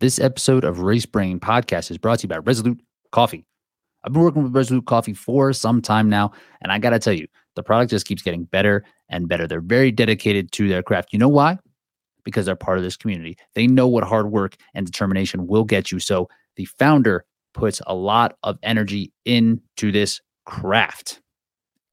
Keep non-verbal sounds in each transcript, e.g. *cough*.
This episode of Race Brain Podcast is brought to you by Resolute Coffee. I've been working with Resolute Coffee for some time now, and I gotta tell you, the product just keeps getting better and better. They're very dedicated to their craft. You know why? Because they're part of this community. They know what hard work and determination will get you. So the founder puts a lot of energy into this craft.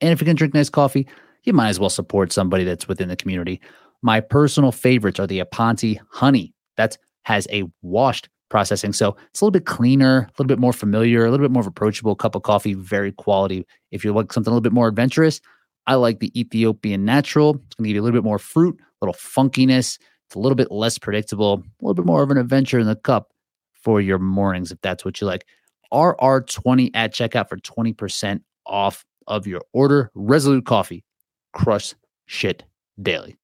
And if you can drink nice coffee, you might as well support somebody that's within the community. My personal favorites are the Aponte Honey. That's has a washed processing. So it's a little bit cleaner, a little bit more familiar, a little bit more approachable cup of coffee, very quality. If you like something a little bit more adventurous, I like the Ethiopian natural. It's going to give you a little bit more fruit, a little funkiness. It's a little bit less predictable, a little bit more of an adventure in the cup for your mornings if that's what you like. RR20 at checkout for 20% off of your order. Resolute Coffee, crush shit daily.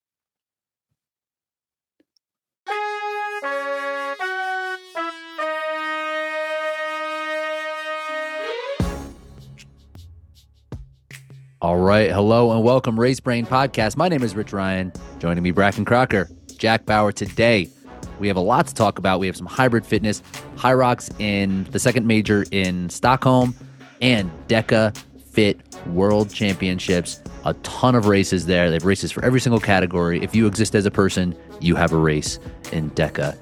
All right. Hello and welcome, Race Brain Podcast. My name is Rich Ryan. Joining me, Bracken Crocker, Jack Bauer. Today, we have a lot to talk about. We have some hybrid fitness, High Rocks in the second major in Stockholm, and DECA Fit World Championships. A ton of races there. They have races for every single category. If you exist as a person, you have a race in DECA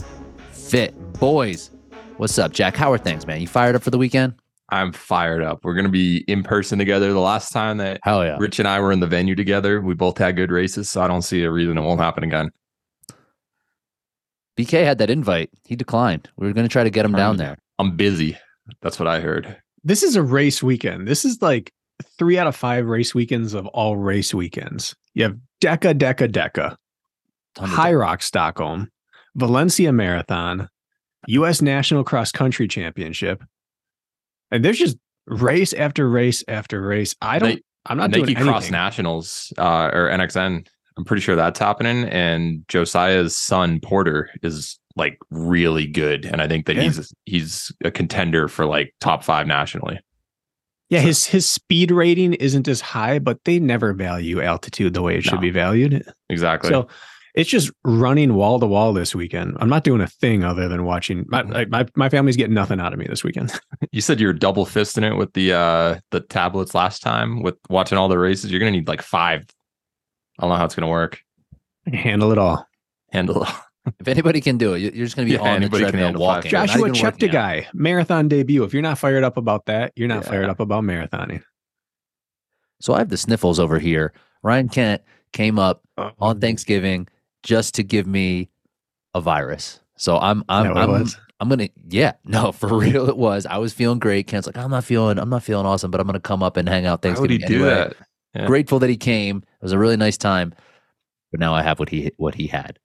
Fit. Boys, what's up, Jack? How are things, man? You fired up for the weekend? I'm fired up. We're going to be in person together. The last time that Hell yeah. Rich and I were in the venue together, we both had good races. So I don't see a reason it won't happen again. BK had that invite. He declined. We were going to try to get him Um, down there. I'm busy. That's what I heard. this is a race weekend. This is like three out of five race weekends of all race weekends. You have Deca, Deca, Deca, Tons of High Rock Stockholm, Valencia Marathon, U.S. National Cross Country Championship, and there's just race after race after race. I don't. Ni- I'm not Nike doing Cross anything. Nationals uh, or NXN. I'm pretty sure that's happening. And Josiah's son Porter is like really good, and I think that Yeah. he's he's a contender for like top five nationally. Yeah, his his speed rating isn't as high, but they never value altitude the way it should No. be valued. Exactly. So it's just running wall to wall this weekend. I'm not doing a thing other than watching. My like, my my family's getting nothing out of me this weekend. *laughs* You said you were double fisting it with the uh the tablets last time with watching all the races. You're gonna need like five. I don't know how it's gonna work. I can handle it all. Handle. *laughs* If anybody can do it, you- you're just going to be Yeah, on the anybody can treadmill handle five walking. Yeah, not Joshua even checked a working out. guy marathon debut. If you're not fired up about that, you're not Yeah. fired up about marathoning. So I have the sniffles over here. Ryan Kent came up Oh. Mm. on Thanksgiving just to give me a virus. So I'm Is that I'm what it I'm, was? I'm gonna yeah *laughs* no for real it was I was feeling great. Kent's like I'm not feeling I'm not feeling awesome, but I'm gonna come up and hang out How would he Thanksgiving. do anyway." that? Yeah. Grateful that he came. It was a really nice time, but now I have what he what he had.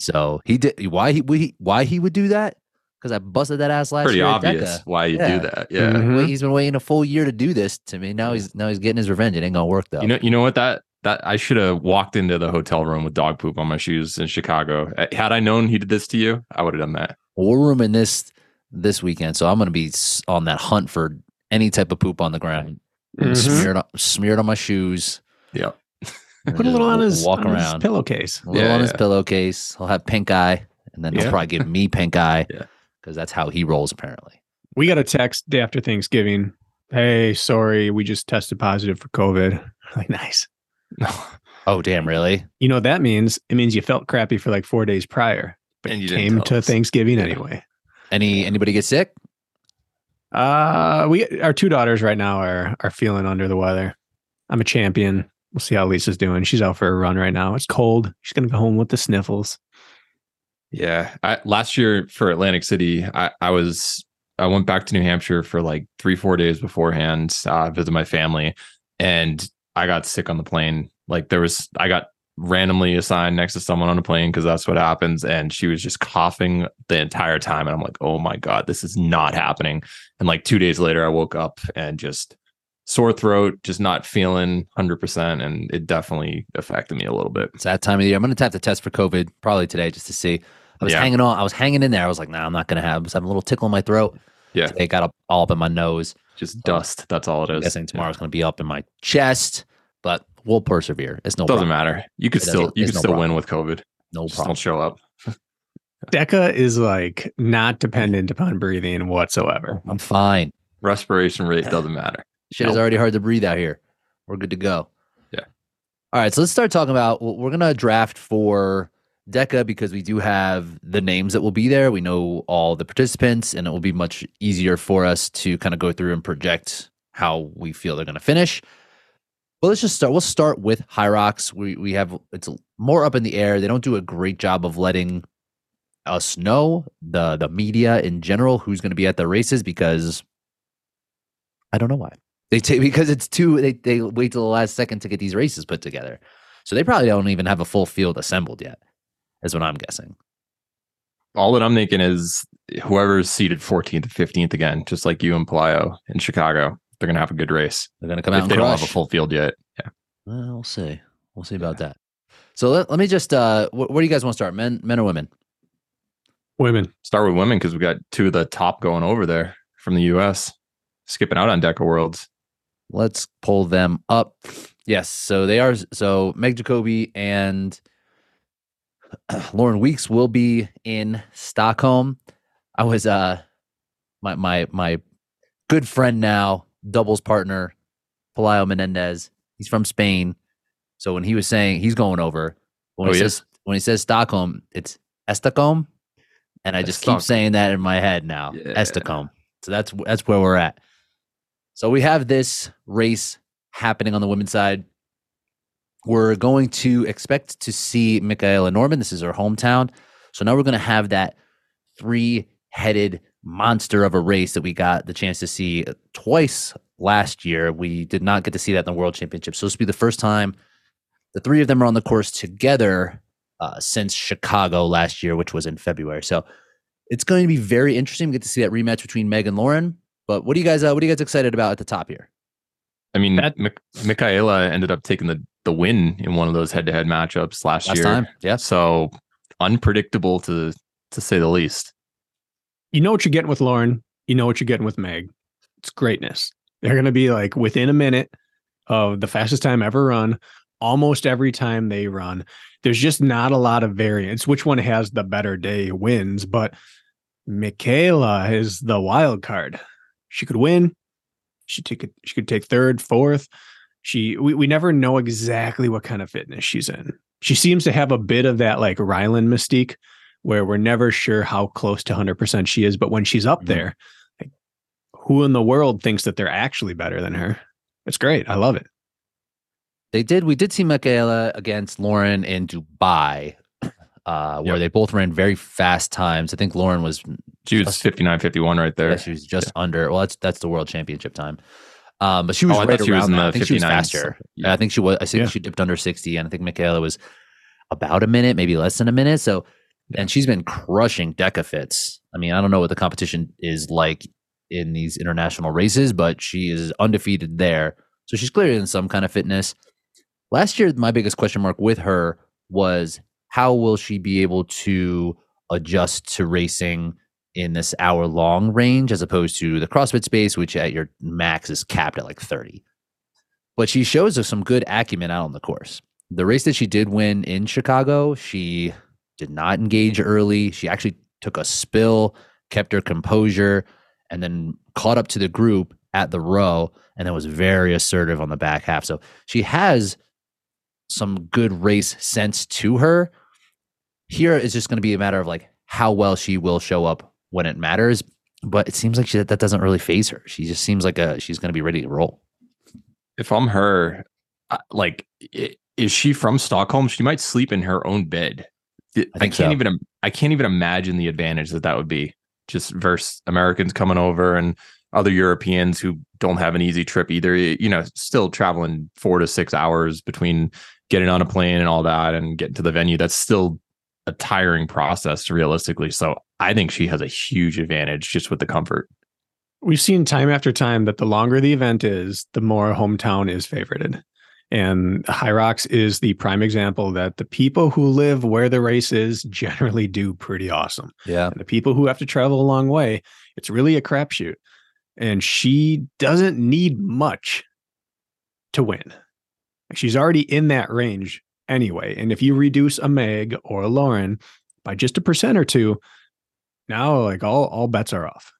So he did why he, would he why he would do that because I busted that ass last Pretty year. at obvious DECA. why you Yeah. do that. Yeah. Mm-hmm. Mhm. Wait, he's been waiting a full year to do this to me. Now he's now he's getting his revenge. It ain't gonna work though. You know, you know what that that I should have walked into the hotel room with dog poop on my shoes in Chicago. Uh, Had I known he did this to you, I would have done that. We're rooming this this weekend, so I'm gonna be s- on that hunt for any type of poop on the ground, Mhm. smeared on, smeared on my shoes. Yeah. and Put a just little on w- his, walk on his around, pillowcase. a little Yeah, on his yeah. pillowcase. He'll have pink eye, and then he'll Yeah. probably give me pink eye *laughs* Yeah. because that's how he rolls apparently. We got a text day after Thanksgiving. Hey, sorry, we just tested positive for COVID. *laughs* Like, nice. Oh damn, really? You know what that means? It means you felt crappy for like four days prior, but And you you didn't came tell to us. Thanksgiving Yeah. anyway. Any anybody get sick? Uh, we our two daughters right now are are feeling under the weather. I'm a champion. We'll see how Lisa's doing. She's out for a run right now. It's cold. She's gonna go home with the sniffles. Yeah. I, last year for Atlantic City, I, I was I went back to New Hampshire for like three four days beforehand, uh, visit my family, and I got sick on the plane. Like there was, I got randomly assigned next to someone on a plane because that's what happens, and she was just coughing the entire time, and I'm like, oh my god, this is not happening. And like two days later, I woke up and just sore throat, just not feeling hundred percent, and it definitely affected me a little bit. It's that time of the year. I'm gonna have to test for COVID probably today just to see. I was Yeah. hanging on. I was hanging in there. I was like, nah, I'm not gonna have. I was having a little tickle in my throat. Yeah. Today it got up all up in my nose. Just dust. That's all it I'm is. guessing Yeah. tomorrow's going to be up in my chest, but we'll persevere. It's no problem. doesn't matter. You could It doesn't- still you it's could no still problem. win with COVID. No Just problem. don't show up. Deca is like not dependent upon breathing whatsoever. I'm fine. Respiration rate *laughs* doesn't matter. Shit is Nope. already hard to breathe out here. We're good to go. Yeah. All right. So let's start talking about. w- We're gonna draft for DECA because we do have the names that will be there. We know all the participants, and it will be much easier for us to kind of go through and project how we feel they're gonna finish. But let's just start. We'll start with Hyrox. We we have it's more up in the air. They don't do a great job of letting us know the the media in general who's going to be at the races because I don't know why. They take because it's too they, they wait till the last second to get these races put together. So they probably don't even have a full field assembled yet, is what I'm guessing. All that I'm thinking is whoever's seated 14th, 15th again, just like you and Palio in Chicago, they're gonna have a good race. They're gonna come out If and they don't have a crush. full field yet, Well, we'll see. We'll see about that. So let, let me just uh wh- where do you guys want to start? Men men or women? Women. start with women because we got two of the top going over there from the U.S. Skipping out on Deca Worlds. Let's pull them up. Yes, so they are so Meg Jacoby and *clears throat* Lauren Weeks will be in Stockholm. I was uh my my my good friend now, doubles partner, Pelayo Menendez. He's from Spain. So when he was saying he's going over, when Oh, he he says when he says Stockholm, it's Estocolm. And I just keep Stockholm. saying that in my head now. Yeah. Estocolm. So that's that's where we're at. So we have this race happening on the women's side. We're going to expect to see Michaela Norman. This is her hometown. So now we're going to have that three headed monster of a race that we got the chance to see twice last year. We did not get to see that in the World Championship. So this will be the first time the three of them are on the course together uh, since Chicago last year, which was in February. So it's going to be very interesting. We get to see that rematch between Meg and Lauren. But what do you guys? Uh, what are you guys excited about at the top here? I mean, That- Mi- Michaela ended up taking the the win in one of those head to head matchups last, Last year. time, yes. So unpredictable to to say the least. You know what you're getting with Lauren. You know what you're getting with Meg. It's greatness. They're gonna be like within a minute of the fastest time ever run. Almost every time they run, there's just not a lot of variance. Which one has the better day wins, but Michaela is the wild card. She could win. She take it. She could take third, fourth. She we, we never know exactly what kind of fitness she's in. She seems to have a bit of that like Rylan mystique where we're never sure how close to 100% she is. But when she's up Mhm. there, like, who in the world thinks that they're actually better than her? It's great. I love it. They did. We did see Michaela against Lauren in Dubai, *clears throat* uh, where Yep. they both ran very fast times. I think Lauren was She was Just- 59 51 right there. yeah, she was just under. Well, that's that's the world championship time. Um, but she was Oh, I right thought she was around. in that. the I think she was 59s. faster. Yeah. I think she was. I think Yeah. she dipped under sixty, and I think Michaela was about a minute, maybe less than a minute. So, and she's been crushing Deca fits. I mean, I don't know what the competition is like in these international races, but she is undefeated there. So she's clearly in some kind of fitness. Last year, my biggest question mark with her was how will she be able to adjust to racing in this hour long range as opposed to the CrossFit space, which at your max is capped at like 30. But she shows us some good acumen out on the course. The race that she did win in Chicago, she did not engage early. She actually took a spill, kept her composure, and then caught up to the group at the row and then was very assertive on the back half. So she has some good race sense to her. Here it's just going to be a matter of like how well she will show up when it matters. But it seems like she, that doesn't really phase her. She just seems like a she's going to be ready to roll. If I'm her, I- like, i- is she from Stockholm? She might sleep in her own bed. I, think can't so. even. im- I can't even imagine the advantage that that would be. Just versus Americans coming over and other Europeans who don't have an easy trip either. You know, still traveling four to six hours between getting on a plane and all that and getting to the venue. That's still a tiring process, realistically. So I think she has a huge advantage just with the comfort. We've seen time after time that the longer the event is, the more hometown is favorited. And Hyrox is the prime example that the people who live where the race is *laughs* generally do pretty awesome. Yeah. And the people who have to travel a long way, it's really a crapshoot. And she doesn't need much to win. She's already in that range anyway. And if you reduce a Meg or a Lauren by just a percent or two, now like all all bets are off.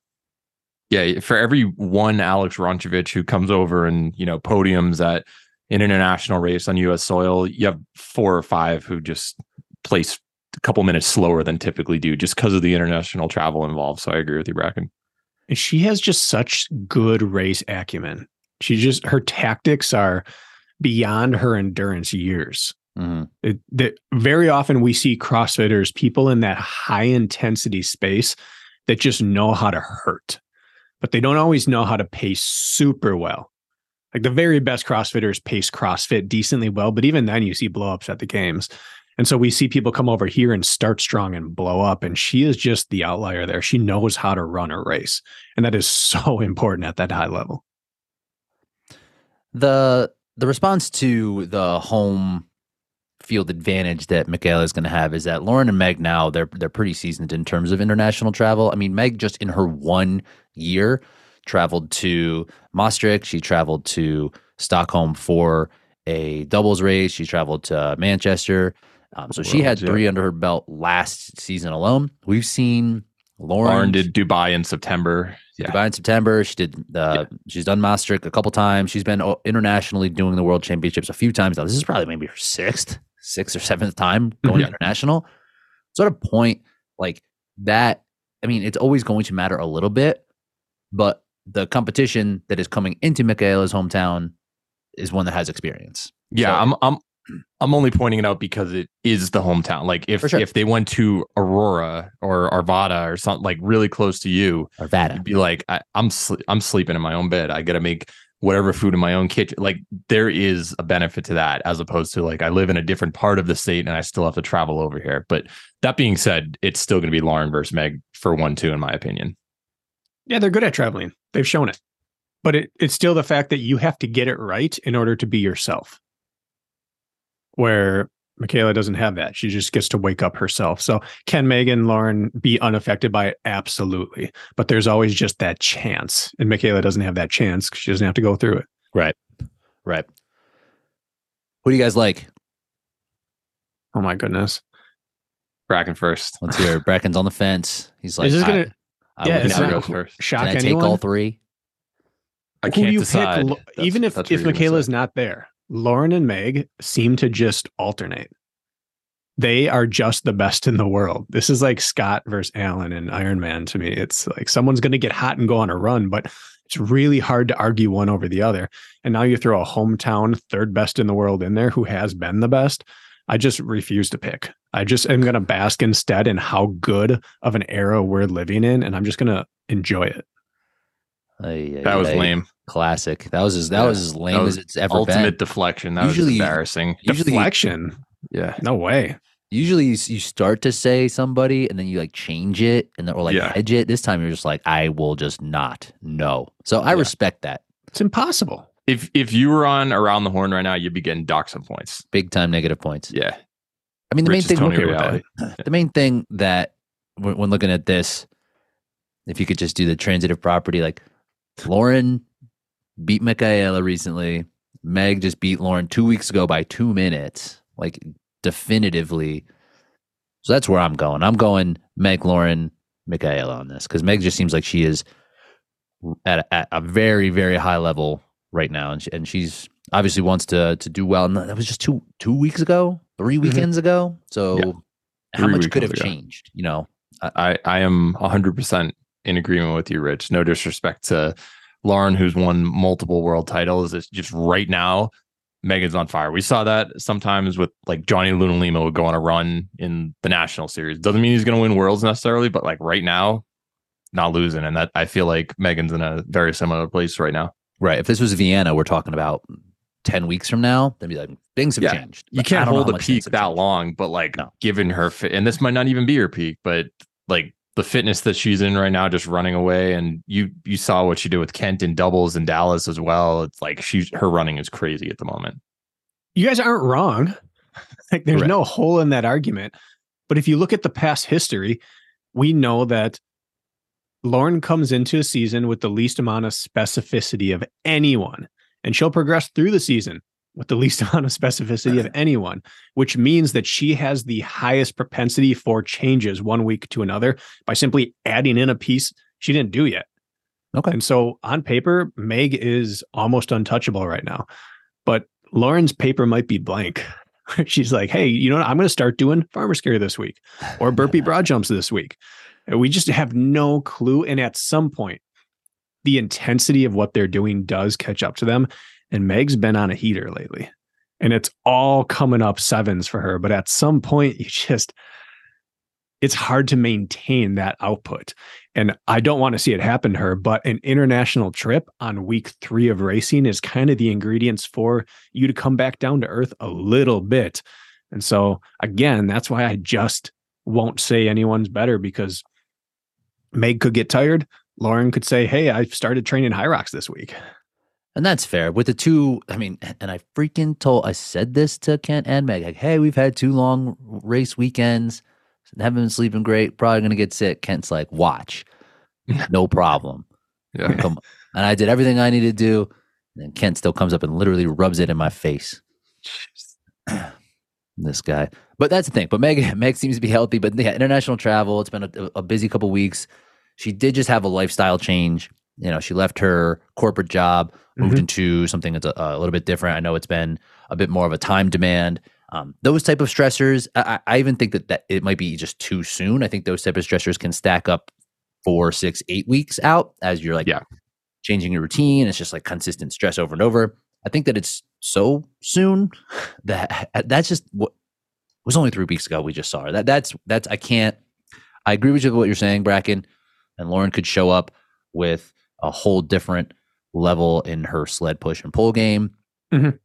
yeah, for every one Alex Ronchevich who comes over and you know podiums at an international race on U.S. soil, you have four or five who just place a couple minutes slower than typically do, just because of the international travel involved. So I agree with you, Bracken. And she has just such good race acumen. She just her tactics are beyond her endurance years. Mhm. it, that very often we see crossfitters people in that high intensity space that just know how to hurt but they don't always know how to pace super well like the very best crossfitters pace crossfit decently well but even then you see blowups at the games and so we see people come over here and start strong and blow up and she is just the outlier there she knows how to run a race and that is *laughs* so important at that high level the the response to the home field advantage that Michaela is going to have is that Lauren and Meg now they're they're pretty seasoned in terms of international travel. I mean, Meg just in her one year traveled to Maastricht, she traveled to Stockholm for a doubles race, she traveled to Manchester. Um, so she had Worlds, yeah. three under her belt last season alone. We've seen Lauren, Lauren did Dubai in September. Yeah, Dubai in September. She did. Uh, She's done Maastricht a couple times. She's been o- internationally doing the World Championships a few times now. This is probably maybe her sixth, sixth or seventh time going Yeah. international. So at a point like that, I mean, it's always going to matter a little bit, but the competition that is coming into Michaela's hometown is one that has experience. Yeah, So- I'm I'm I'm only pointing it out because it is the hometown. Like if For sure. if they went to Aurora or Arvada or something like really close to you, Arvada. you'd be like, I, I'm sl- I'm sleeping in my own bed. I gotta make whatever food in my own kitchen. Like there is a benefit to that as opposed to like I live in a different part of the state and I still have to travel over here. But that being said, it's still gonna be Lauren versus Meg for one two in my opinion. Yeah, they're good at traveling. They've shown it. But it, it's still the fact that you have to get it right in order to be yourself. Where Michaela doesn't have that. She just gets to wake up herself. So can Megan, Lauren be unaffected by it? Absolutely. But there's always just that chance. And Michaela doesn't have that chance 'cause she doesn't have to go through it. Right. Who do you guys like? Oh my goodness. Bracken first. Let's *laughs* hear. it. Bracken's on the fence. He's like, this is I- gonna I yeah, would Who it's never- not- goes first. shock can I anyone. take all three? I Who can't you pick, decide. Lo- That's- even if that's what if you're gonna say. Michaela's not there, Lauren and Meg seem to just alternate. They are just the best in the world. This is like Scott versus Allen and Iron Man to me. It's like someone's going to get hot and go on a run, but it's really hard to argue one over the other. And now you throw a hometown third best in the world in there who has been the best. I just refuse to pick. I just am going to bask instead in how good of an era we're living in, and I'm just going to enjoy it. Ay, ay, that was ay. lame. Classic. That was as that Yeah. was as lame That as was it's ever Ultimate been. deflection. That Usually- was embarrassing. Usually, Deflection? Yeah. No way. usually you, s- you start to say somebody, and then you like change it, and then, or like Yeah. hedge it. This time you're just like, I will just not. No. So I Yeah. respect that It's impossible. If if you were on around the horn right now, you'd be getting docked some points. big time negative points. Yeah. I mean, the main Rich is thing. Tony okay with reality. the main thing that when, when looking at this, if you could just do the transitive property, like Lauren beat Michaela recently, Meg just beat Lauren two weeks ago by two minutes, like definitively. So that's where I'm going. I'm going Meg, Lauren, Michaela on this because Meg just seems like she is at a, at a very very high level right now, and she, and she's obviously wants to to do well. And that was just two two weeks ago, three weekends ago. So Mm-hmm. Yeah. how Three much could have weekends ago. changed? You know, I, I am hundred percent in agreement with you, Rich. No disrespect to Lauren, who's won multiple world titles. It's just right now, Megan's on fire. We saw that sometimes with like Johnny Lunalima would go on a run in the national series. Doesn't mean he's gonna win worlds necessarily, but like right now, not losing. And that I feel like Megan's in a very similar place right now. right? If this was Vienna, we're talking about ten weeks from now. They'd be like, things have Yeah. changed. you But I can't don't know hold how a much things peak have that changed. long, but like No. given her fit, and this might not even be her peak, but like the fitness that she's in right now, just running away, and you you saw what she did with Kent in doubles in Dallas as well. It's like she's her running is crazy at the moment. You guys aren't wrong. *laughs* Like there's Correct. no hole in that argument. But if you look at the past history, we know that Lauren comes into a season with the least amount of specificity of anyone, and she'll progress through the season. with the *laughs* least amount of specificity of anyone, which means that she has the highest propensity for changes one week to another by simply adding in a piece she didn't do yet. Okay. And so on paper, Meg is almost untouchable right now. But Lauren's paper might be blank. *laughs* She's like, hey, you know what? I'm going to start doing farmer's carry this week or burpee broad jumps this week. And we just have no clue. And at some point, the intensity of what they're doing does catch up to them. And Meg's been on a heater lately. And it's all coming up sevens for her. But at some point, you just, it's hard to maintain that output. And I don't want to see it happen to her, but an international trip on week three of racing is kind of the ingredients for you to come back down to earth a little bit. And so, again, that's why I just won't say anyone's better because Meg could get tired. Lauren could say, Hey, I've started training high rocks this week. And that's fair. With the two, I mean, and I freaking told, I said this to Kent and Meg, like, hey, we've had two long race weekends, haven't been sleeping great, probably gonna get sick. Kent's like, *laughs* watch, no problem. Yeah. Come- and I did everything I needed to do. And then Kent still comes up and literally rubs it in my face. *clears throat* this guy. But that's the thing. But Meg, *laughs* Meg seems to be healthy. But yeah, international travel. It's been a, a busy couple weeks. She did just have a lifestyle change. You know, she left her corporate job, moved Mhm. into something that's a, a little bit different. I know it's been a bit more of a time demand. Um, those type of stressors, I, I I even think that, that it might be just too soon. I think those type of stressors can stack up four, six, eight weeks out as you're like Yeah. changing your routine. It's just like consistent stress over and over. I think that it's so soon *laughs* that that's just what it was only three weeks ago we just saw her. That that's that's I can't I agree with you with what you're saying, Bracken. And Lauren could show up with a whole different level in her sled push and pull game. Mhm.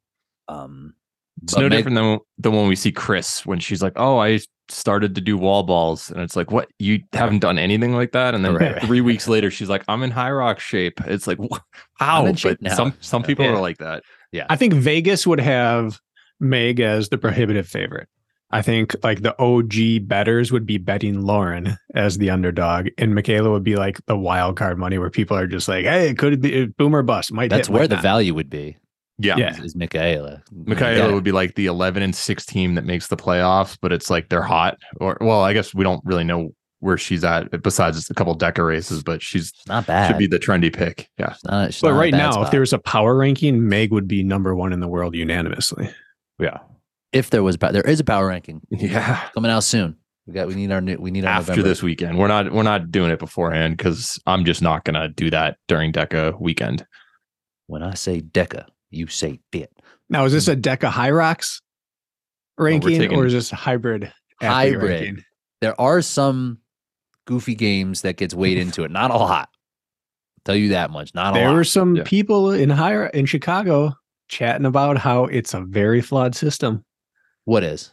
Um Mm-hmm. It's but no Meg- different than than when we see Chris when she's like, "Oh, I started to do wall balls," and it's like, "What? You haven't done anything like that?" And then Right, right. three weeks later, she's like, "I'm in high rock shape." It's like, wh- "How?" in shape But now. some some people Yeah. are like that. I think Vegas would have Meg as the prohibitive favorite. I think like the OG betters would be betting Lauren as the underdog, and Michaela would be like the wild card money where people are just like, hey, it could be uh, boom or bust. Might that's hit, might where the not. value would be. Yeah. Yeah. Is, is Michaela. Michaela Yeah. would be like the 11 and 6 team that makes the playoffs, but it's like they're hot. Or well, I guess we don't really know where she's at besides just a couple Decker races, but she's It's not bad. should be the trendy pick. Yeah. It's not- it's But not a right bad now, if spot. there was a power ranking, Meg would be number one in the world unanimously. Yeah. if there was pow- there is a power ranking Yeah. coming out soon. We got we need our new we need our after November. this weekend. We're not we're not doing it beforehand because I'm just not gonna do that during DECA weekend. When I say Deca, you say bit. Now, is this Hmm. a Deca High Oh, Rocks we're ranking taking- or is this a hybrid? athlete Hybrid. ranking? There are some goofy games that gets weighed into it. Not a lot. tell you that much. Not a There lot. were some Yeah. people in higher in Chicago chatting about how it's a very flawed system. what is?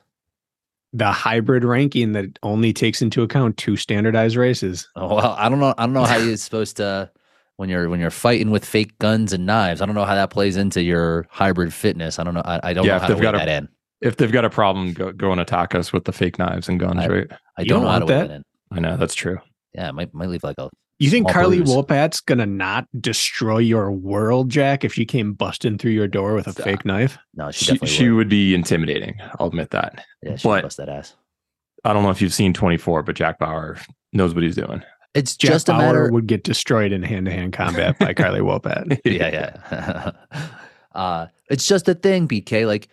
The hybrid ranking that only takes into account two standardized races. Oh, well, I don't know. I don't know how you're supposed to when you're when you're fighting with fake guns and knives. I don't know how that plays into your hybrid fitness. I don't know. I, I don't Yeah, know if how to they've weigh got a- that in. If they've got a problem, go, go and attack us with the fake knives and guns, I- right? I You don't don't know how to want weigh that. that in. I know that's true. Yeah, it might might leave like a You think Small Carly bruise. Wolpat's gonna not destroy your world, Jack, if she came busting through your door with a Stop. fake knife? no. She, She, definitely she would. would be intimidating. I'll admit that. Yeah, she would but- bust that ass. I don't know if you've seen 24, but Jack Bauer knows what he's doing. It's Jack just Bauer a matter. *laughs* would get destroyed in hand to hand combat by Carly Wolpat. yeah, *laughs* yeah. uh, it's just a thing, BK. Like,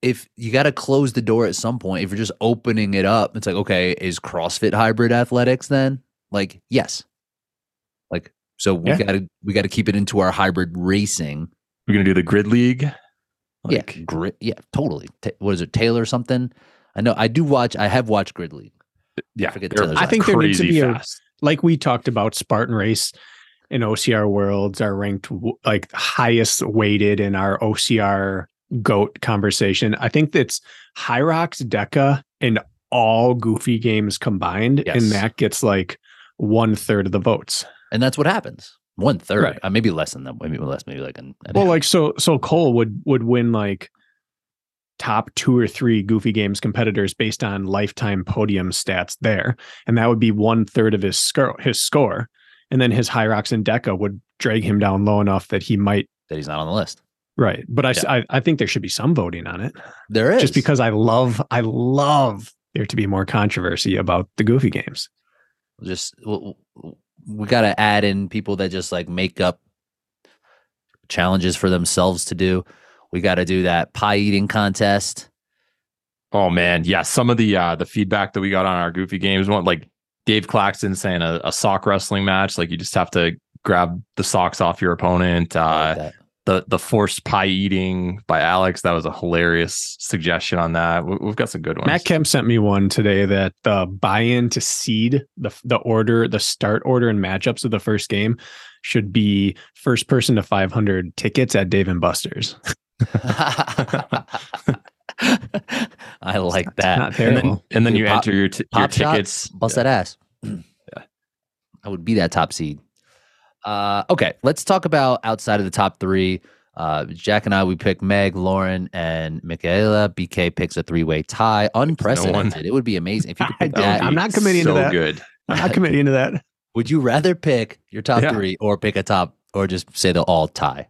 if you got to close the door at some point, if you're just opening it up, it's like, okay, is CrossFit hybrid athletics then? Like, yes. Like, so we Yeah. gotta we gotta keep it into our hybrid racing. We're gonna do the grid league. yeah, grit. Yeah, totally. Ta what is it, Taylor something? I know. I do watch. I have watched Grid League. yeah, forget they're Taylor's I think there needs to crazy be a- fast. like we talked about Spartan Race and OCR Worlds are ranked w- like highest weighted in our OCR GOAT conversation. I think that's Hyrox, Deca, and all goofy games combined. Yes. And that gets like one third of the votes. and that's what happens. One third, Right. uh, maybe less than that. Maybe less. Maybe like an. an Well, half. like so so Cole would would win like top two or three goofy games competitors based on lifetime podium stats there. And that would be one third of his score his score. And then his Hyrox and Deca would drag him down low enough that he might that he's not on the list. Right. But I, s- I, I think there should be some voting on it There is just because I love, I love there to be more controversy about the goofy games. just w- w- we got to add in people that just like make up challenges for themselves to do. We got to do that pie eating contest. Oh man, yeah. Some of the uh the feedback that we got on our goofy games one, like Dave Claxton saying a, a sock wrestling match, like you just have to grab the socks off your opponent. I Uh like that. the the forced pie eating by Alex, that was a hilarious suggestion on that. We, we've got some good ones. Matt Kemp sent me one today that the buy-in to seed the the order, the start order and matchups of the first game should be first person to 500 tickets at Dave and Buster's. *laughs* I like *laughs* It's that. Not and then, terrible. and then Dude, you pop- enter your, t- your pop shot, tickets. Bust that *clears throat* ass. I would be that top seed. Uh, okay, let's talk about outside of the top three. Uh, Jack and I, we pick Meg, Lauren, and Michaela. BK picks a three way tie. Unprecedented. it would be amazing if you could I pick don't- that. I'm not committing to so that. good. I'm not committing to that. Would you rather pick your top Yeah. three or pick a top or just say they'll all tie?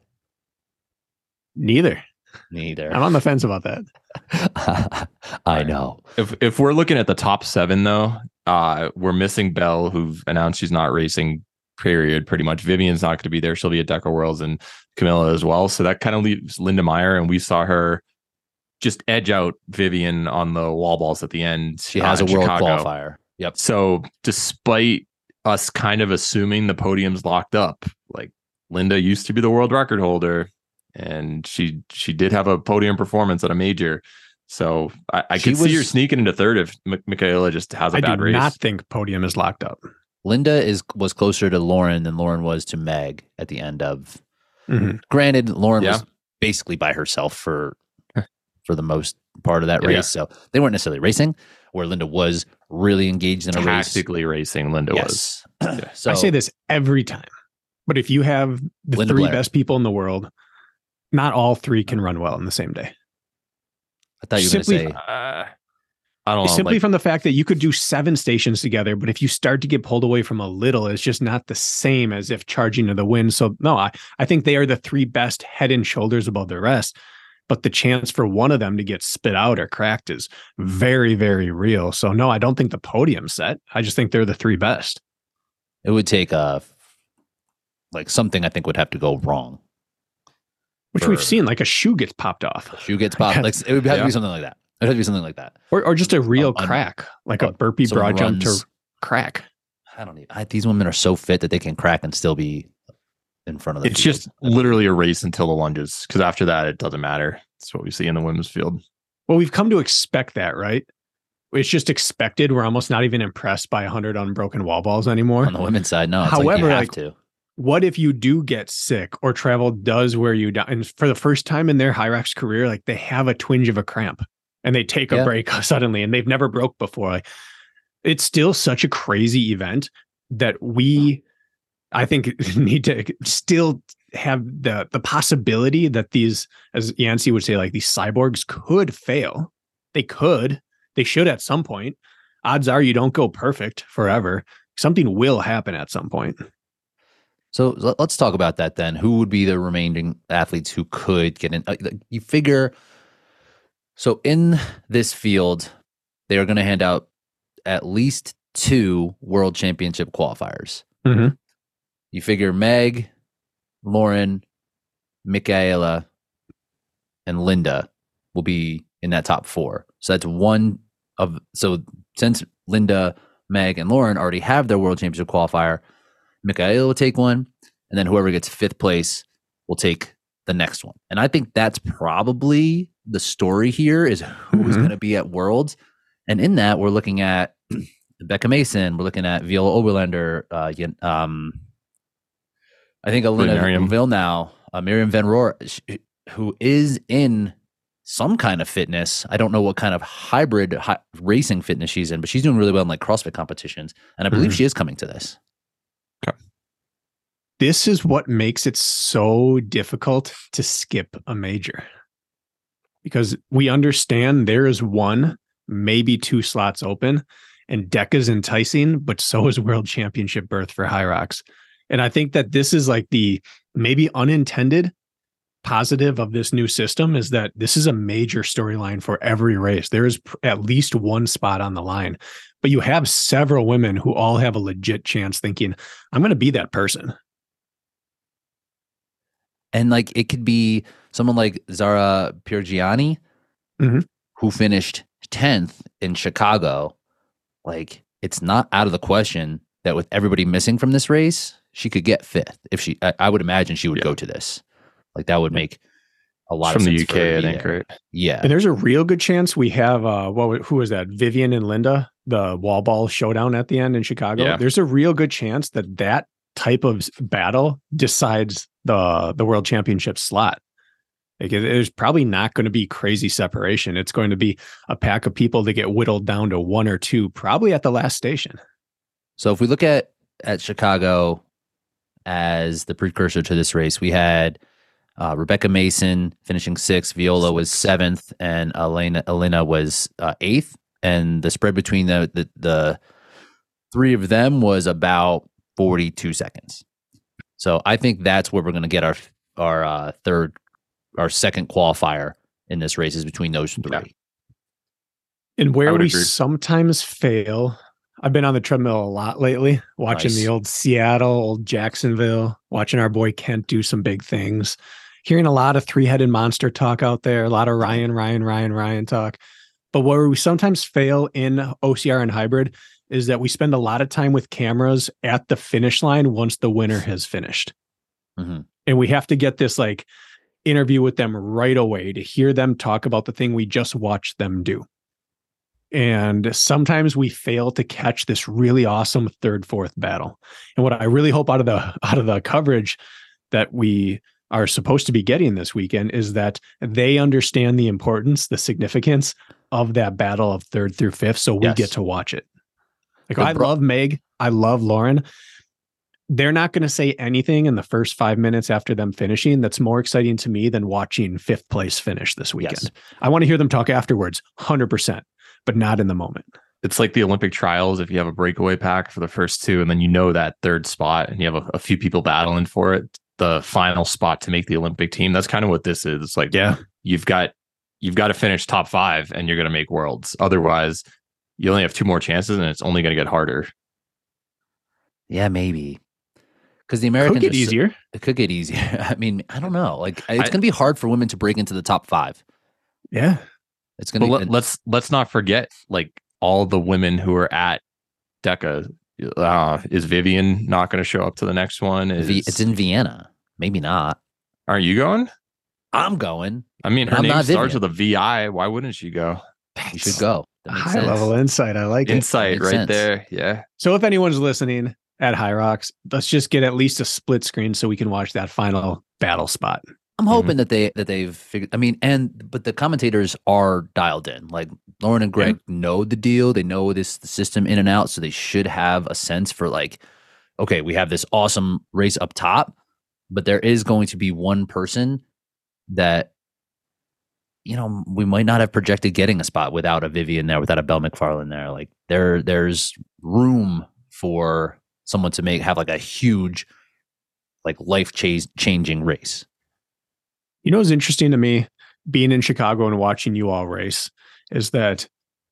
Neither. Neither. I'm on the fence about that. *laughs* I know. If if we're looking at the top seven though, uh, we're missing Belle, who announced she's not racing. Period. Pretty much, Vivian's not going to be there. She'll be at Decker Worlds and Camilla as well. So that kind of leaves Linda Meyer, and we saw her just edge out Vivian on the wall balls at the end. She uh, has a in world Chicago. qualifier. Yep. So despite us kind of assuming the podium's locked up, like Linda used to be the world record holder, and she she did have a podium performance at a major. So I, I She could see her was- sneaking into third if Mi- Michaela just has a I do bad race. not think podium is locked up. Linda is was closer to Lauren than Lauren was to Meg at the end of Mhm. granted lauren Yeah. was basically by herself for for the most part of that Yeah. race so they weren't necessarily racing where linda was really engaged in a race Tactically racing, Linda was. yes *clears throat* so I say this every time. But if you have the Linda three Blair. best people in the world, not all three can run well in the same day. i thought you were going to simply- say Uh, I don't know. simply like- from the fact that you could do seven stations together, but if you start to get pulled away from a little, it's just not the same as if charging to the wind. So no, I, I think they are the three best head and shoulders above the rest. But the chance for one of them to get spit out or cracked is very, very real. So no, I don't think the podium set. I just think they're the three best. it would take a like something i think would have to go wrong Which Sure. we've seen, like a shoe gets popped off, shoe gets popped Yeah. like it would have to Yeah. be something like that it would have to be something like that or, or just a real un- crack, like a uh, burpee some broad jump runs. to crack. i don't even I, these women are so fit that they can crack and still be in front of the it's field. just literally a race until the lunges, because after that it doesn't matter. That's what we see in the women's field. Well, we've come to expect that, right? It's just expected. We're almost not even impressed by 100 unbroken wall balls anymore. on the women's side no it's However, like you have like, to What if you do get sick or travel does wear you down? And for the first time in their Hyrax career, like they have a twinge of a cramp and they take Yeah. a break *laughs* suddenly and they've never broke before. Like, it's still such a crazy event that we, I think, *laughs* need to still have the the possibility that these, as Yancey would say, like these cyborgs could fail. They could. They should at some point. Odds are you don't go perfect forever. Something will happen at some point. So let- let's talk about that then. Who would be the remaining athletes who could get in? uh, like, You figure. So in this field, they are going to hand out at least two world championship qualifiers. Mhm. You figure Meg, Lauren, Michaela, and Linda will be in that top four. So that's one of. So since Linda, Meg, and Lauren already have their world championship qualifier, Michaela will take one, and then whoever gets fifth place will take the next one. And I think that's probably the story here is who is Mhm. going to be at Worlds. And in that, we're looking at Becca Mason, we're looking at Viola Oberlander, uh, Yen- um, I think Alina Miriam. Vilnau, uh, Miriam Van Roor, sh- who is in some kind of fitness. I don't know what kind of hybrid hi- racing fitness she's in, but she's doing really well in like CrossFit competitions. And I believe Mhm. she is coming to this. this is what makes it so difficult to skip a major because we understand there is one, maybe two slots open, and DECA's enticing, but so is World Championship berth for Hyrox. And I think that this is like the maybe unintended, positive of this new system is that this is a major storyline for every race. There is pr- at least one spot on the line, but you have several women who all have a legit chance thinking, I'm going to be that person. And like it could be someone like Zara Piergiani, Mhm. who finished 10th in Chicago. Like it's not out of the question that with everybody missing from this race, she could get fifth. If she, I, I would imagine she would Yeah. go to this. Like that would make a lot from of the sense. UK, for her to I be think, there. right? Yeah. And there's a real good chance we have uh what wa- who was that? Vivian and Linda, the wall ball showdown at the end in Chicago. Yeah. There's a real good chance that that type of s- battle decides the the world championship slot. Like it- there's probably not going to be crazy separation. It's going to be a pack of people that get whittled down to one or two, probably at the last station. So if we look at at Chicago as the precursor to this race, we had uh, Rebecca Mason finishing sixth, Viola was seventh, and Elena Elena was uh, eighth. And the spread between the, the the three of them was about forty two seconds. So I think that's where we're going to get our our uh, third our second qualifier in this race is between those three. Yeah. And where would we agree. sometimes fail, I've been on the treadmill a lot lately, watching Nice. the old Seattle, old Jacksonville, watching our boy Kent do some big things, hearing a lot of three headed monster talk out there, a lot of Ryan, Ryan, Ryan, Ryan talk. But where we sometimes fail in OCR and hybrid is that we spend a lot of time with cameras at the finish line once the winner has finished Mhm. and we have to get this like interview with them right away to hear them talk about the thing we just watched them do. And sometimes we fail to catch this really awesome third fourth battle. And what I really hope out of the *laughs* out of the coverage that we are supposed to be getting this weekend is that they understand the importance, the significance of that battle of third through fifth so we Yes. get to watch it. Like The I bro- love Meg, I love Lauren, they're not going to say anything in the first five minutes after them finishing. That's more exciting to me than watching fifth place finish this weekend. Yes. I want to hear them talk afterwards, 100%, but not in the moment. It's like the Olympic trials. If you have a breakaway pack for the first two, and then you know that third spot, and you have a, a few people battling for it, the final spot to make the Olympic team. That's kind of what this is. It's like, Yeah. you've got you've got to finish top five, and you're going to make worlds. Otherwise, you only have two more chances, and it's only going to get harder. Yeah, maybe. Because the Could Americans get are so- easier. it could get easier. *laughs* I mean, I don't know. Like, it's I- going to be hard for women to break into the top five. Yeah. It's But going let, to. let's let's not forget like all the women who are at DECA. Uh, is Vivian not going to show up to the next one? Is It's in Vienna. Maybe not. are you going? I'm going. I mean, her I'm name not starts Vivian. with a VI. Why wouldn't she go? You should go. That makes High sense. level insight. I like it. Insight makes right sense. there. Yeah. So if anyone's listening at High Rocks, let's just get at least a split screen so we can watch that final battle spot. I'm hoping that they that they've figured. I mean, and but the commentators are dialed in. Like Lauren and Greg know the deal. They know this the system in and out, so they should have a sense for like, okay, we have this awesome race up top, but there is going to be one person that, you know, we might not have projected getting a spot without a Vivian there, without a Bell McFarlane there. Like there, there's room for someone to make have like a huge, like life chase changing race. You know what's interesting to me being in Chicago and watching you all race is that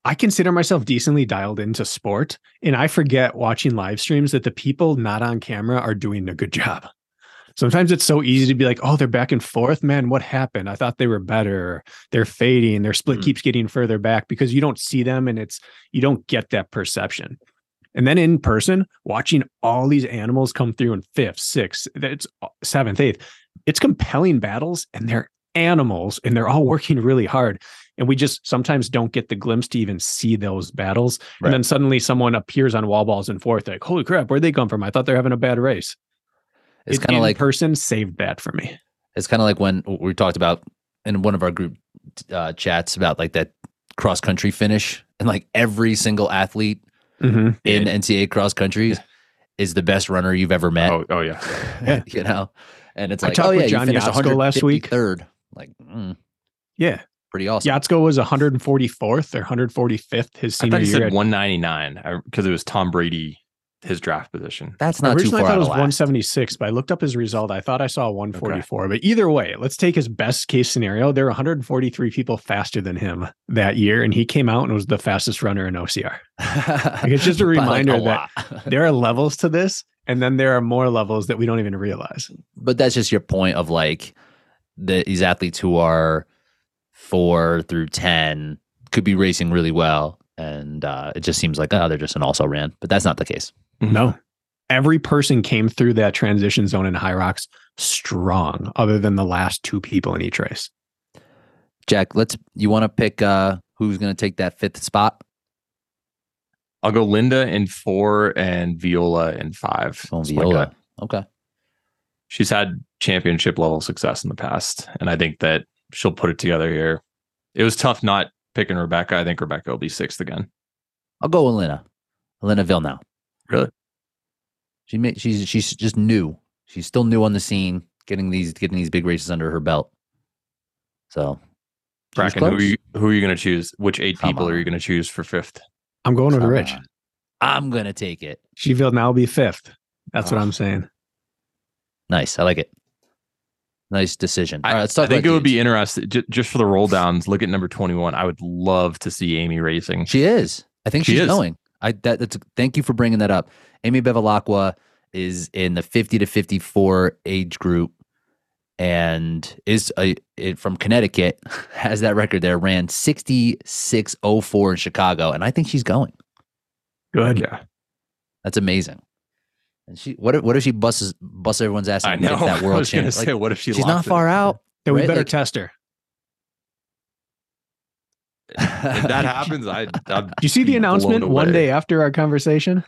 I consider myself decently dialed into sport and I forget watching live streams that the people not on camera are doing a good job. Sometimes it's so easy to be like, oh, they're back and forth. Man, what happened? I thought they were better. They're fading. Their split Mhm. keeps getting further back because you don't see them and it's, you don't get that perception. And then in person, watching all these animals come through in fifth, sixth, that's uh, seventh, eighth, it's compelling battles and they're animals and they're all *laughs* working really hard and we just sometimes don't get the glimpse to even see those battles Right. and then suddenly someone appears on wall balls and fourth like holy crap where'd they come from i thought they're having a bad race It's It kind of in like person saved that for me it's kind of like when we talked about in one of our group uh, chats about like that cross country finish and like every single *laughs* athlete Mm-hmm. in NCAA cross country is- is the best runner you've ever met. *laughs* Oh, oh yeah. yeah. You know, and it's I like talked oh with yeah, John you finished Yasko last week. third. Like mm, yeah pretty awesome. yatsko was 144th or 145th his I senior thought he year said uh, at- 199 because it was Tom Brady his draft position. That's not too far Originally, I thought out it of was whack. 176, but I looked up his result. I thought I saw 144. But either way, let's take his best case scenario. There were 143 people faster than him that year, and he came out and was the fastest runner in OCR. *laughs* Like, it's just a By, like, reminder a that lot. there are levels to this, and then there are more levels that we don't even realize. but that's just your point of like the these athletes who are four through ten could be racing really well, and uh, it just seems like oh they're just an also ran, but that's not the case. No. Every person came through that transition zone in High Rocks strong, other than the last two people in each race. Jack, let's you want to pick uh, who's going to take that fifth spot? I'll go Linda in four and Viola in five. Oh, It's like a- Viola. Okay, she's had championship level success in the past, and I think that she'll put it together here. It was tough not picking Rebecca. I think Rebecca will be sixth again. I'll go with Lena, Lena Villeneuve. Really? She ma- she's she's just new. She's still new on the scene, getting these getting these big races under her belt. So, she's Bracken, who are close. you, who are you going to choose? Which eight Come people on. are you going to choose for fifth? I'm going with Come Rich. on. I'm gonna take it. She will now be fifth. That's what Oh. I'm saying. Nice. I like it. Nice decision. All right, let's talk I think it about would be dudes. interesting ju- just for the roll downs. Look at number 21. I would love to see Amy racing. She is. I think She she's is. going. I that, that's. Thank you for bringing that up. Amy Bevilacqua is in the 50 to 54 age group, and is a it, from Connecticut. *laughs* Has that record there? Ran 6604 in Chicago, and I think she's going. Good. Yeah. That's amazing. And she what if what if she busts busts everyone's ass I and gets know. that *laughs* I world was going to champ? say, Like, what if she she's not locked it? far out. Then we Right, better like- test her. If *laughs* that happens, I I'd Do you see be the announcement blown one away. day after our conversation?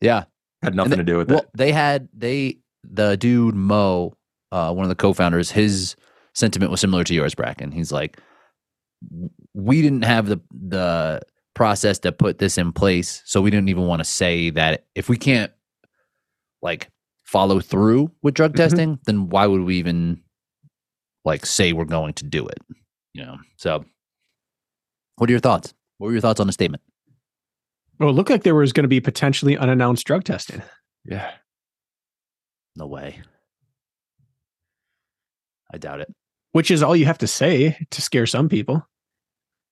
yeah. Had nothing then- to do with Well, it. they had they the dude Mo, uh, one of the co-founders. His sentiment was similar to yours, Bracken. He's like, we didn't have the the process to put this in place, so we didn't even want to say that if we can't like follow through with drug Mhm. testing, then why would we even like say we're going to do it? You know. So, what are your thoughts? What were your thoughts on the statement? Well, it looked like there was going to be potentially unannounced drug testing. *laughs* Yeah. No way. I doubt it. Which is all you have to say to scare some people.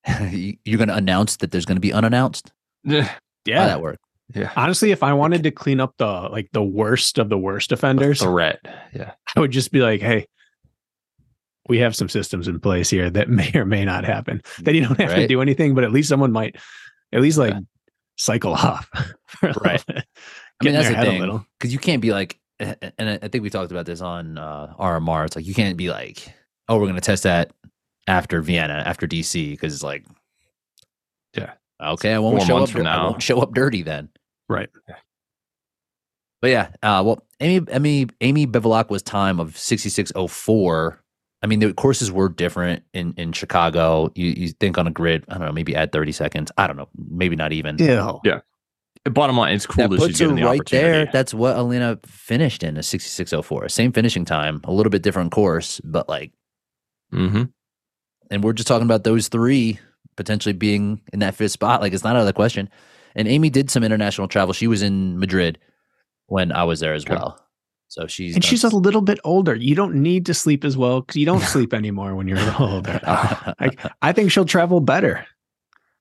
*laughs* You- You're going to announce that there's going to be unannounced. How that work? Yeah. Honestly, if I wanted to clean up the like the worst of the worst A offenders, threat. Yeah. I would just be like, hey, we have some systems in place here that may or may not happen. Then you don't have to Right. do anything, but at least someone might at least like Yeah. cycle off. *laughs* for a little Right. bit. I mean, Get in that's their the head a thing. little. Because you can't be like, and I I think we talked about this on uh, RMR. It's like you can't be like, oh, we're going to test that after Vienna, after DC, because it's like, Yeah. okay, I won't Four show up. months from dir- I now. won't show up dirty then. Right. But yeah, uh, well, Amy, Amy, Amy Bevilacqua's time of sixty six oh four. I mean, the courses were different in in Chicago. You you think on a grid? I don't know, maybe add thirty seconds. I don't know, maybe not even. Still. Yeah. Bottom line, it's cool That that, she's puts her getting the right there. opportunity. That's what Alina finished in a sixty six oh four. Same finishing time, a little bit different course, but like, mm-hmm. and we're just talking about those three potentially being in that fifth spot. Like, it's not out of the question. And Amy did some international travel. She was in Madrid when I was there as Okay. well. So she's And done she's a little bit older. You don't need to sleep as well because you don't sleep anymore when you're older. Uh, *laughs* Like, I think she'll travel better.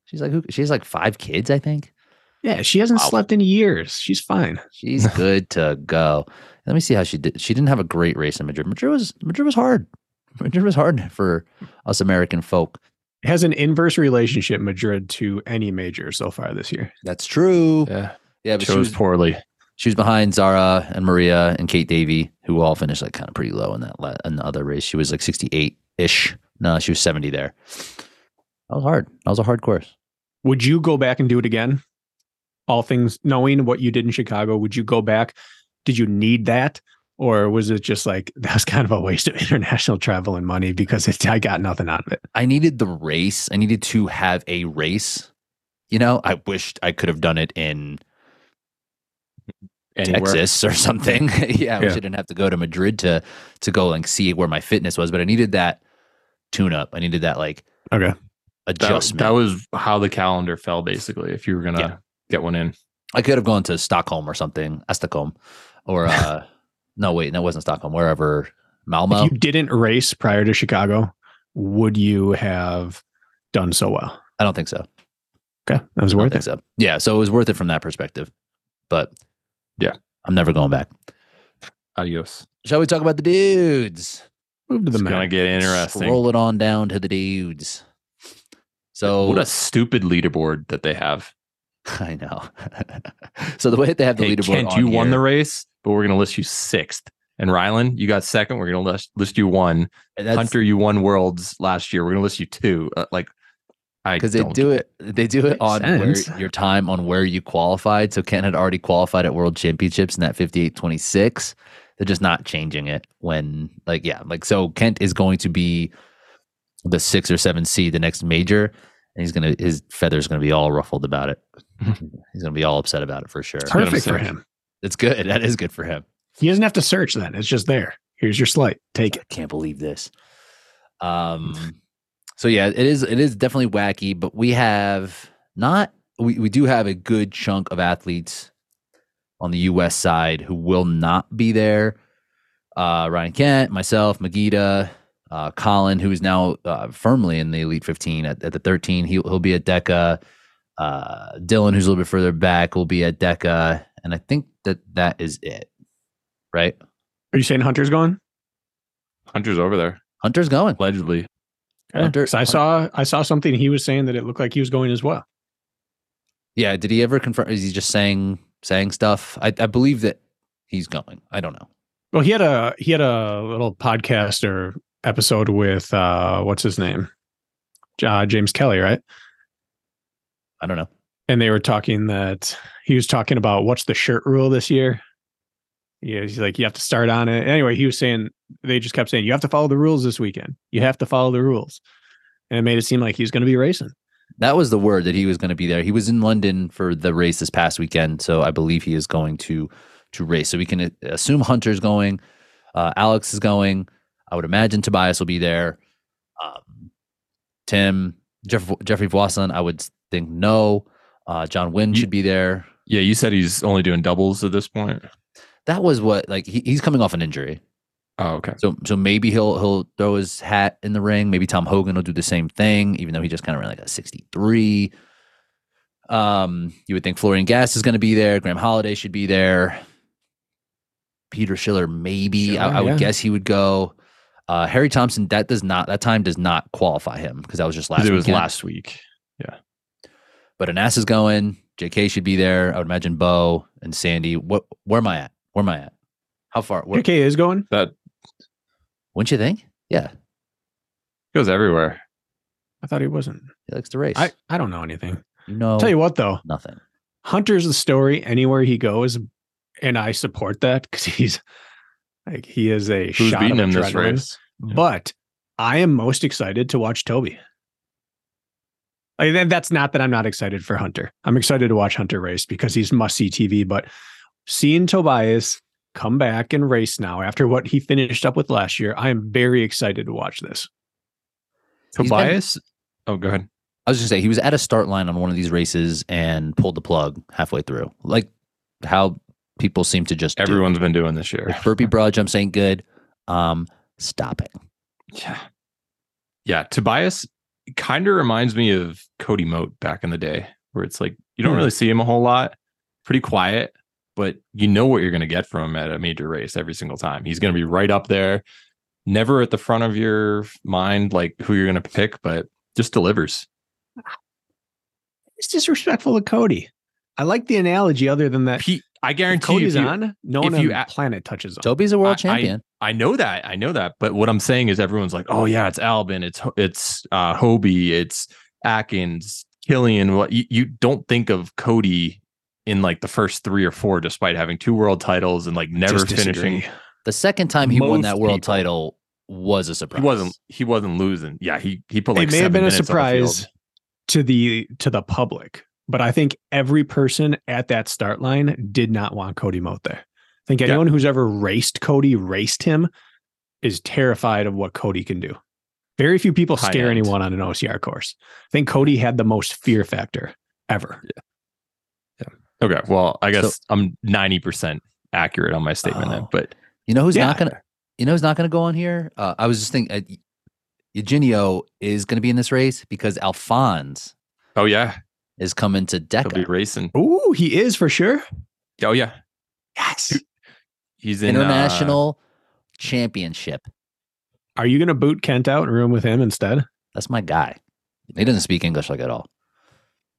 she's like, who, she has like five kids, I think. Yeah, she hasn't Wow. slept in years. She's fine. She's good to go. Let me see how she did. She didn't have a great race in Madrid. Madrid was Madrid was hard. Madrid was hard for us American folk. It has an inverse relationship Madrid to any major so far this year. That's true. Yeah, Yeah. but she Chose was, poorly. she was behind Zara and Maria and Kate Davy, who all finished like kind of pretty low in that la- in the other race. She was like sixty eight ish. No, she was seventy there. That was hard. That was a hard course. Would you go back and do it again? All things knowing what you did in Chicago, would you go back? Did you need that? Or was it just like *laughs* that was kind of a waste of *laughs* international travel and money because it, I got nothing out of it? I needed the race. I needed to have a race. You know, I wished I could have done it in Anywhere. Texas or *laughs* something. yeah, I wish I Yeah. didn't have to go to Madrid to to go and see where my fitness was, but I needed that tune up. I needed that like Okay. That, adjustment. that was how the calendar fell, basically, if you were going to Yeah. get one in. I could have gone to Stockholm or something, Estocolm, or *laughs* uh, no, wait, no, it wasn't Stockholm. Wherever Malmo. If you didn't race prior to Chicago, would you have done so well? I don't think so. Okay, that was I worth think it. so. Yeah, so it was worth it from that perspective. But Yeah. I'm never going back. Adios. Shall we talk about the dudes? Move to the It's gonna Mac. get interesting. Roll it on down to the dudes. So What a stupid leaderboard that they have. *laughs* I know. *laughs* so the way that they have the hey, leaderboard, Kent, on you won here- the race, but we're gonna list you sixth. And Rylan, you got second. We're gonna list, list you one. That's- Hunter, you won worlds last year. We're gonna list you two. Uh, like, I because they don't do it. They do it Makes on where, sense. your time on where you qualified. So Ken had already qualified at World Championships in that fifty-eight twenty-six. They're just not changing it when, like, yeah, like so Kent is going to be the six or seven C the next major, and he's gonna his feathers gonna be all ruffled about *laughs* it. he's gonna be all upset about it for sure. what I'm Perfect for saying. him. It's good. That is good for him. He doesn't have to search then. It's just there. Here's your slate. Take it. I can't believe this. Um, so yeah, it is. It is definitely wacky, but we have not. We we do have a good chunk of athletes on the U.S. side who will not be there. Uh, Ryan Kent, myself, Magida, uh, Colin, who is now uh, firmly in the Elite 15 at, at the 13. He'll, he'll be at DECA. Uh, Dylan, who's a little bit further back, will be at DECA. And I think that that is it, right? Are you saying Hunter's gone? Hunter's over there Hunter's going. allegedly. Okay. Hunter- 'Cause I saw I saw something he was saying that it looked like he was going as well. Yeah. Did he ever confirm? Is he just saying saying stuff? I, I believe that he's going. I don't know. Well, he had a he had a little podcast or episode with uh what's his name? Uh, James Kelly, right? I don't know. And they were talking that he was talking about what's the shirt rule this year. Yeah, he's like you have to start on it. Anyway, he was saying they just kept saying you have to follow the rules this weekend. You have to follow the rules, and it made it seem like he's going to be racing. That was the word that he was going to be there. He was in London for the race this past weekend, so I believe he is going to to race. So we can a- assume Hunter's going. Uh, Alex is going. I would imagine Tobias will be there. Um, Tim Jeff, Jeffrey Voisin, I would think no. Uh, John Wynn You- should be there. Yeah, you said he's only doing doubles at this point. That was what like he, he's coming off an injury. Oh, okay. So so maybe he'll he'll throw his hat in the ring. Maybe Tom Hogan will do the same thing, even though he just kind of ran like a 63. Um, you would think Florian Gas is going to be there. Graham Holiday should be there. Peter Schiller, maybe Schiller, I, I would yeah. guess he would go. Uh, Harry Thompson, that does not that time does not qualify him because that was just last. it was weekend. last week. But Anas is going. JK should be there. I would imagine Bo and Sandy. What? Where am I at? Where am I at? How far? Where, JK is going. That Wouldn't you think? Yeah, goes everywhere. I thought he wasn't. he likes to race. I I don't know anything. you know, Tell you what though, nothing. Hunter's the story anywhere he goes, and I support that because he's like he is a Who's shot beating of him this adrenaline. race? Yeah. But I am most excited to watch Toby. Like, that- that's not that I'm not excited for Hunter. I'm excited to watch Hunter race because he's must see TV. But seeing Tobias come back and race now after what he finished up with last year, I am very excited to watch this. been- Tobias. oh, go ahead. I was gonna say he was at a start line on one of these races and pulled the plug halfway through, like how people seem to just do. Everyone's been doing this year. Like *laughs* burpee broad jumps ain't good. Um, stop it. Yeah. Yeah. Tobias kind of reminds me of Cody Moat back in the day, where it's like you don't Hmm. really see him a whole lot, pretty quiet, but you know what you're going to get from him at a major race every single time. He's going to be right up there, never at the front of your mind, like who you're going to pick, but just delivers. It's disrespectful to Cody. I like the analogy, other than that. He, I If guarantee Cody's if you- on. No one if on you the a- planet touches on. Toby's a world I- I- champion. I know that. I know that. But what I'm saying is everyone's like, oh yeah, it's Albin, it's it's uh Hobie, it's Atkins, Killian. What you, you don't think of Cody in like the first three or four, despite having two world titles and like never Just finishing. disagree. the second time he won most that world people- title was a surprise. He wasn't he wasn't losing. Yeah, he he put like it may have seven been a minutes on the field. surprise to the to the public, but I think every person at that start line did not want Cody Moat there. I think Yeah. anyone who's ever raced Cody, raced him, is terrified of what Cody can do. Very few people High scare end. anyone on an OCR course. I think Cody had the most fear factor ever. Okay. Well, I So- guess I'm 90% accurate on my statement then, Oh. but You know who's Yeah. not gonna. You know who's not gonna go on here. Uh, I was just thinking, uh, Eugenio is gonna be in this race because Alphonse oh yeah, is coming to he'll be Deca. racing. Ooh, he is for sure. Oh yeah. Yes. He's in uh, International Championship. Are you going to boot Kent out and room with him instead? That's my guy. He doesn't speak English like at all.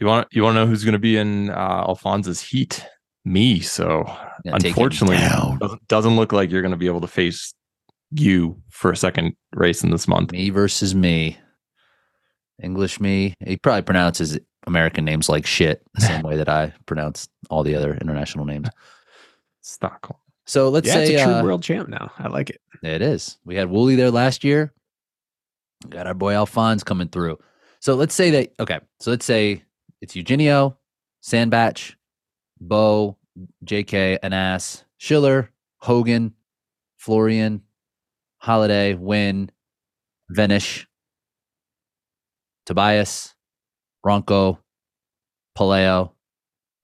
you want you want to know who's going to be in uh, Alphonse's heat? Me. So I'm gonna take him Unfortunately, down. doesn't- doesn't look like you're going to be able to face you for a second race in this month. me versus me. English me. He probably pronounces American names like shit the *laughs* same way that I pronounce all the other international names. Stockholm. So let's yeah, say it's a true uh, world champ now. I like it. It is. We had Wooly there last year. We got our boy Alphonse coming through. So let's say that okay. So let's say it's Eugenio, Sandbatch, Bo, JK, Anas, Schiller, Hogan, Florian, Holiday, Win, Venish, Tobias, Ronco, Paleo,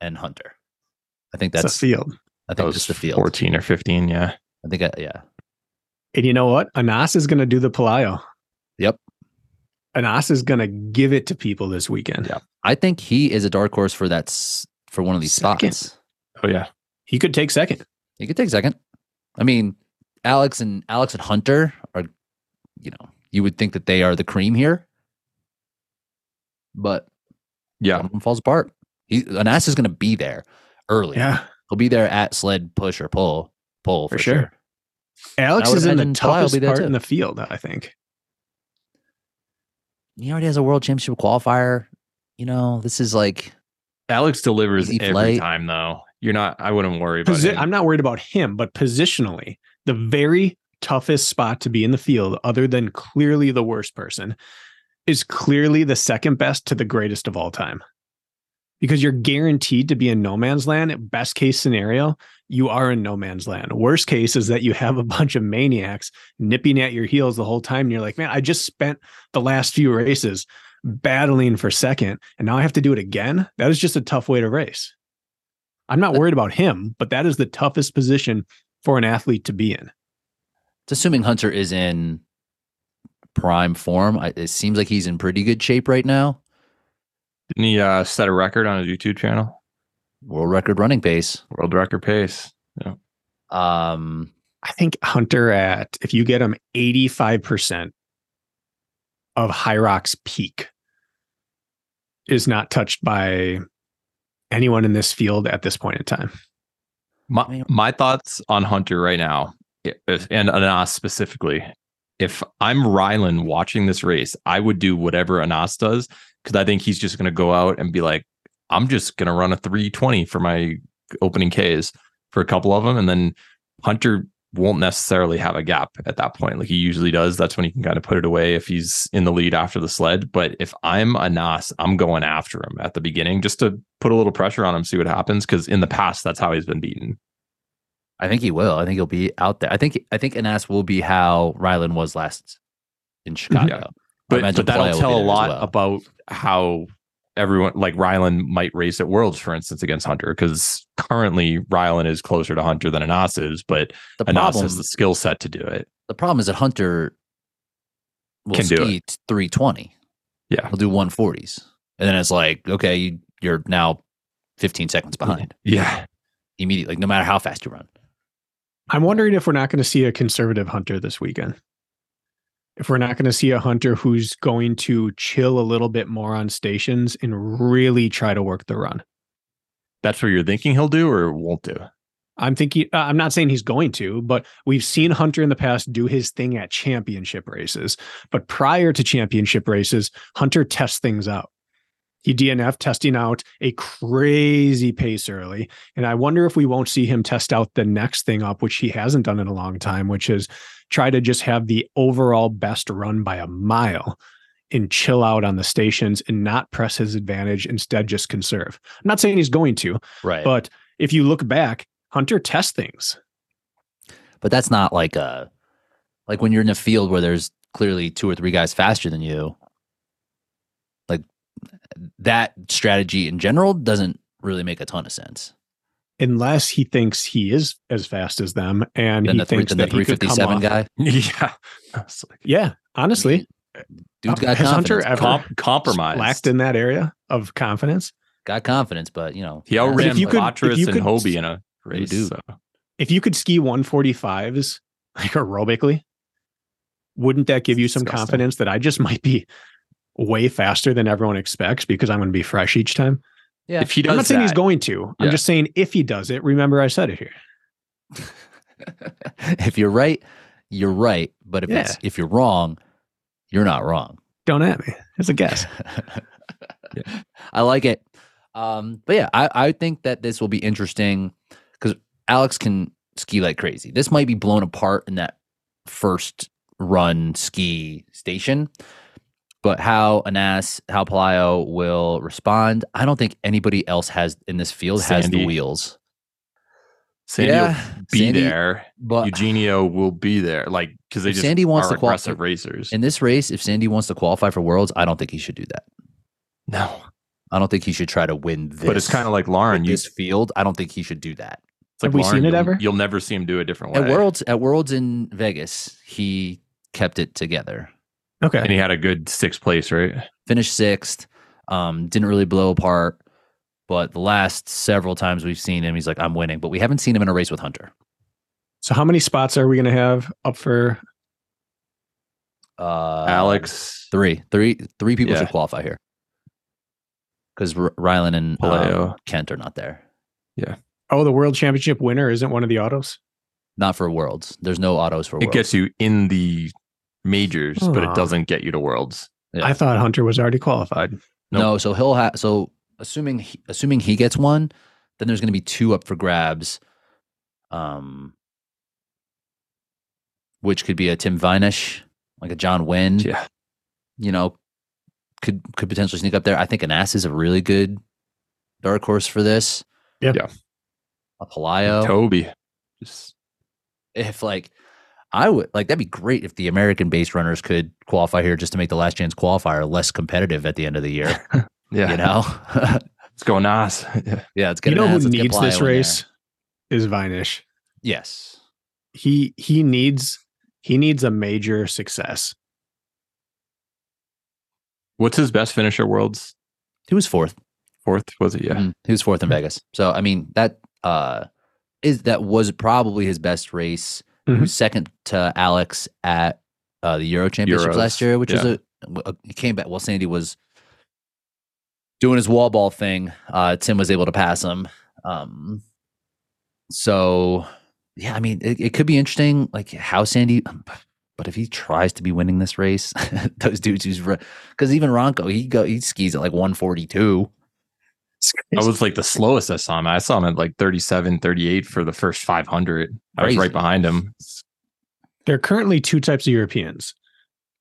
and Hunter. I think it's a that's field. I That think was just the field. 14 or 15. Yeah. I think I, yeah. And you know what? Anas is going to do the Palayo. Yep. Anas is going to give it to people this weekend. Yeah. I think he is a dark horse for that s- for one of these Second. spots. Oh, yeah. He could take second. He could take second. I mean, Alex and Alex and Hunter are, you know, you would think that they are the cream here, but Yeah. one of them falls apart. He Anas is going to be there early. Yeah. He'll be there at sled push or pull pull for, For sure. sure. Alex I would is in the imagine Palaio will be toughest there part too. in the field, I think. He already has a world championship qualifier. You know, this is like Alex delivers Easy every flight. time, though. You're not, I wouldn't worry about Posi- him. I'm not worried about him, but positionally, the very toughest spot to be in the field, other than clearly the worst person, is clearly the second best to the greatest of all time. Because you're guaranteed to be in no man's land. At Best case scenario, you are in no man's land. Worst case is that you have a bunch of maniacs nipping at your heels the whole time. And you're like, man, I just spent the last few races battling for second, and now I have to do it again. That is just a tough way to race. I'm not worried about him, but that is the toughest position for an athlete to be in. it's assuming Hunter is in prime form. I, it seems like he's in pretty good shape right now. Didn't he uh, set a record on his YouTube channel? World record running pace. World record pace. Um, I think Hunter at if you get him 85% of High Rock's peak is not touched by anyone in this field at this point in time. My, my thoughts on Hunter right now, if- and Anas specifically. If I'm Rylan watching this race, I would do whatever Anas does because I think he's just going to go out and be like, I'm just going to run a 320 for my opening Ks for a couple of them. And then Hunter won't necessarily have a gap at that point, like he usually does. That's when he can kind of put it away if he's in the lead after the sled. But if I'm Anas, I'm going after him at the beginning just to put a little pressure on him, see what happens. Because in the past, that's how he's been beaten. I think he will. I think he'll be out there. I think I think Anas will be how Rylan was last *laughs* in Chicago. I but, imagine but that'll Paleo will be tell a there as lot well. about how everyone like Rylan might race at Worlds, for instance, against Hunter, because currently Rylan is closer to Hunter than Anas is, but The Anas problem, has the skill set to do it. the problem is that Hunter will Can do it. ski three twenty. Yeah. he'll do one forties, and then it's like okay, you, you're now fifteen seconds behind Yeah. immediately. Like, no matter how fast you run, I'm wondering if we're not going to see a conservative hunter this weekend. If we're not going to see a hunter who's going to chill a little bit more on stations and really try to work the run. That's what you're thinking he'll do or won't do. *laughs* I'm thinking. uh, I'm not saying he's going to, but we've seen Hunter in the past do his thing at championship races. But prior to championship races, Hunter tests things out. He DNF testing out a crazy pace early, and I wonder if we won't see him test out the next thing up, which he hasn't done in a long time, which is try to just have the overall best run by a mile and chill out on the stations and not press his advantage. Instead, just conserve. I'm not saying he's going to, right? But, but if you look back, Hunter tests things. but that's not like a like when you're in a field where there's clearly two or three guys faster than you. Like that strategy in general doesn't really make a ton of sense. unless he thinks he is as fast as them and Then he the, three, thinks then the that he could come 357 off. guy, yeah. I was like, Yeah, honestly, Uh, dude's got Has Hunter confidence. ever- Com- comp- compromised. lacked in that area of confidence. got confidence, but you know He outran If you could- Botras if you and could- Hobie in a race. do. so. If you could ski 145s *laughs* like aerobically, wouldn't that give you some Disgusting. confidence that I just *laughs* might be way faster than everyone expects because I'm going to be fresh each time? Yeah. If he does I'm not saying he's that- going to. Yeah. I'm just saying if he does it, remember I said it here. *laughs* if you're right, you're right. But if Yeah. it's if you're wrong, you're not wrong. Don't at me. It's a guess. I like it. Um, but yeah, I, I think that this will be interesting because Alex can ski like crazy. This might be blown apart in that first run ski station. But how Anas, how Palio will respond, I don't think anybody else has in this field has the Sandy. wheels. Sandy will be Sandy, there. But Eugenio will be there. Like because they If just Sandy wants are to qual- aggressive racers. in this race, if Sandy wants to qualify for Worlds, I don't think he should do that. no, I don't think he should try to win this. but it's kind of like in Lauren. You, this field. I don't think he should do that. it's like Have we Lauren, seen it you'll- ever? You'll never see him do it different way. At Worlds, at Worlds in Vegas, he kept it together. Okay. and he had a good sixth place, right? Finished sixth. Um, didn't really blow apart. But the last several times we've seen him, he's like, I'm winning. But we haven't seen him in a race with Hunter. So how many spots are we going to have up for? Uh, Um, Alex, three, three, three people Yeah. should qualify here because R- Rylan and um, Paleo. Kent are not there. Oh, the world championship winner isn't one of the autos? Not for Worlds. There's no autos for it Worlds. gets you in the majors, but Aw. it doesn't get you to Worlds. Yeah. I thought Hunter was already qualified. Nope. No, so he'll have. So assuming he, assuming he gets one, then there's going to be two up for grabs, um, which could be a Tim Vinish, like a John Wynn. Yeah, You know, could could potentially sneak up there. I think an ass is a really good dark horse for this. Yeah. Yeah. A Palio. Toby. Just If like. I would like that'd be great if the American based runners could qualify here just to make the last chance qualifier less competitive at the end of the year. *laughs* yeah, You know? *laughs* it's going Nas. *laughs* Yeah. yeah, it's good. You know who needs this race is Vinish. Yes. He he needs he needs a major success. What's his best finish at Worlds? He was fourth. Fourth was it? Yeah, Mm. Hmm. Mhm. He was fourth in Vegas. So I mean that uh is that was probably his best race. He Mm-hmm. was second to Alex at uh the Euro Championships Euros, last year, which was yeah. a, a he came back while Sandy was doing his wall ball thing. Uh Tim was able to pass him. Um so yeah, I mean it, it could be interesting like how Sandy but if he tries to be winning this race, *laughs* those dudes who's because even Ronco, he go he skis at like 142. I was like the slowest I saw him. I saw him at like 37, 38 for the first 500. I was Crazy. right behind him. There are currently two types of Europeans.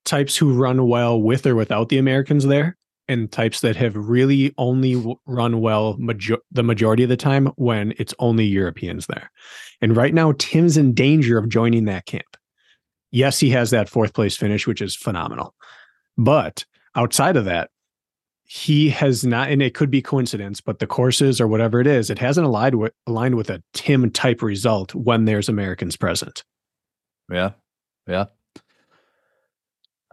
Types who run well with or without the Americans there and types that have really only w- run well major- the majority of the time when it's only Europeans there. And right now Tim's in danger of joining that camp. Yes, he has that fourth place finish which is phenomenal. But outside of that, he has not, and it could be coincidence, but the courses or whatever it is, it hasn't aligned with, aligned with a Tim type result when there's Americans present. Yeah. Yeah.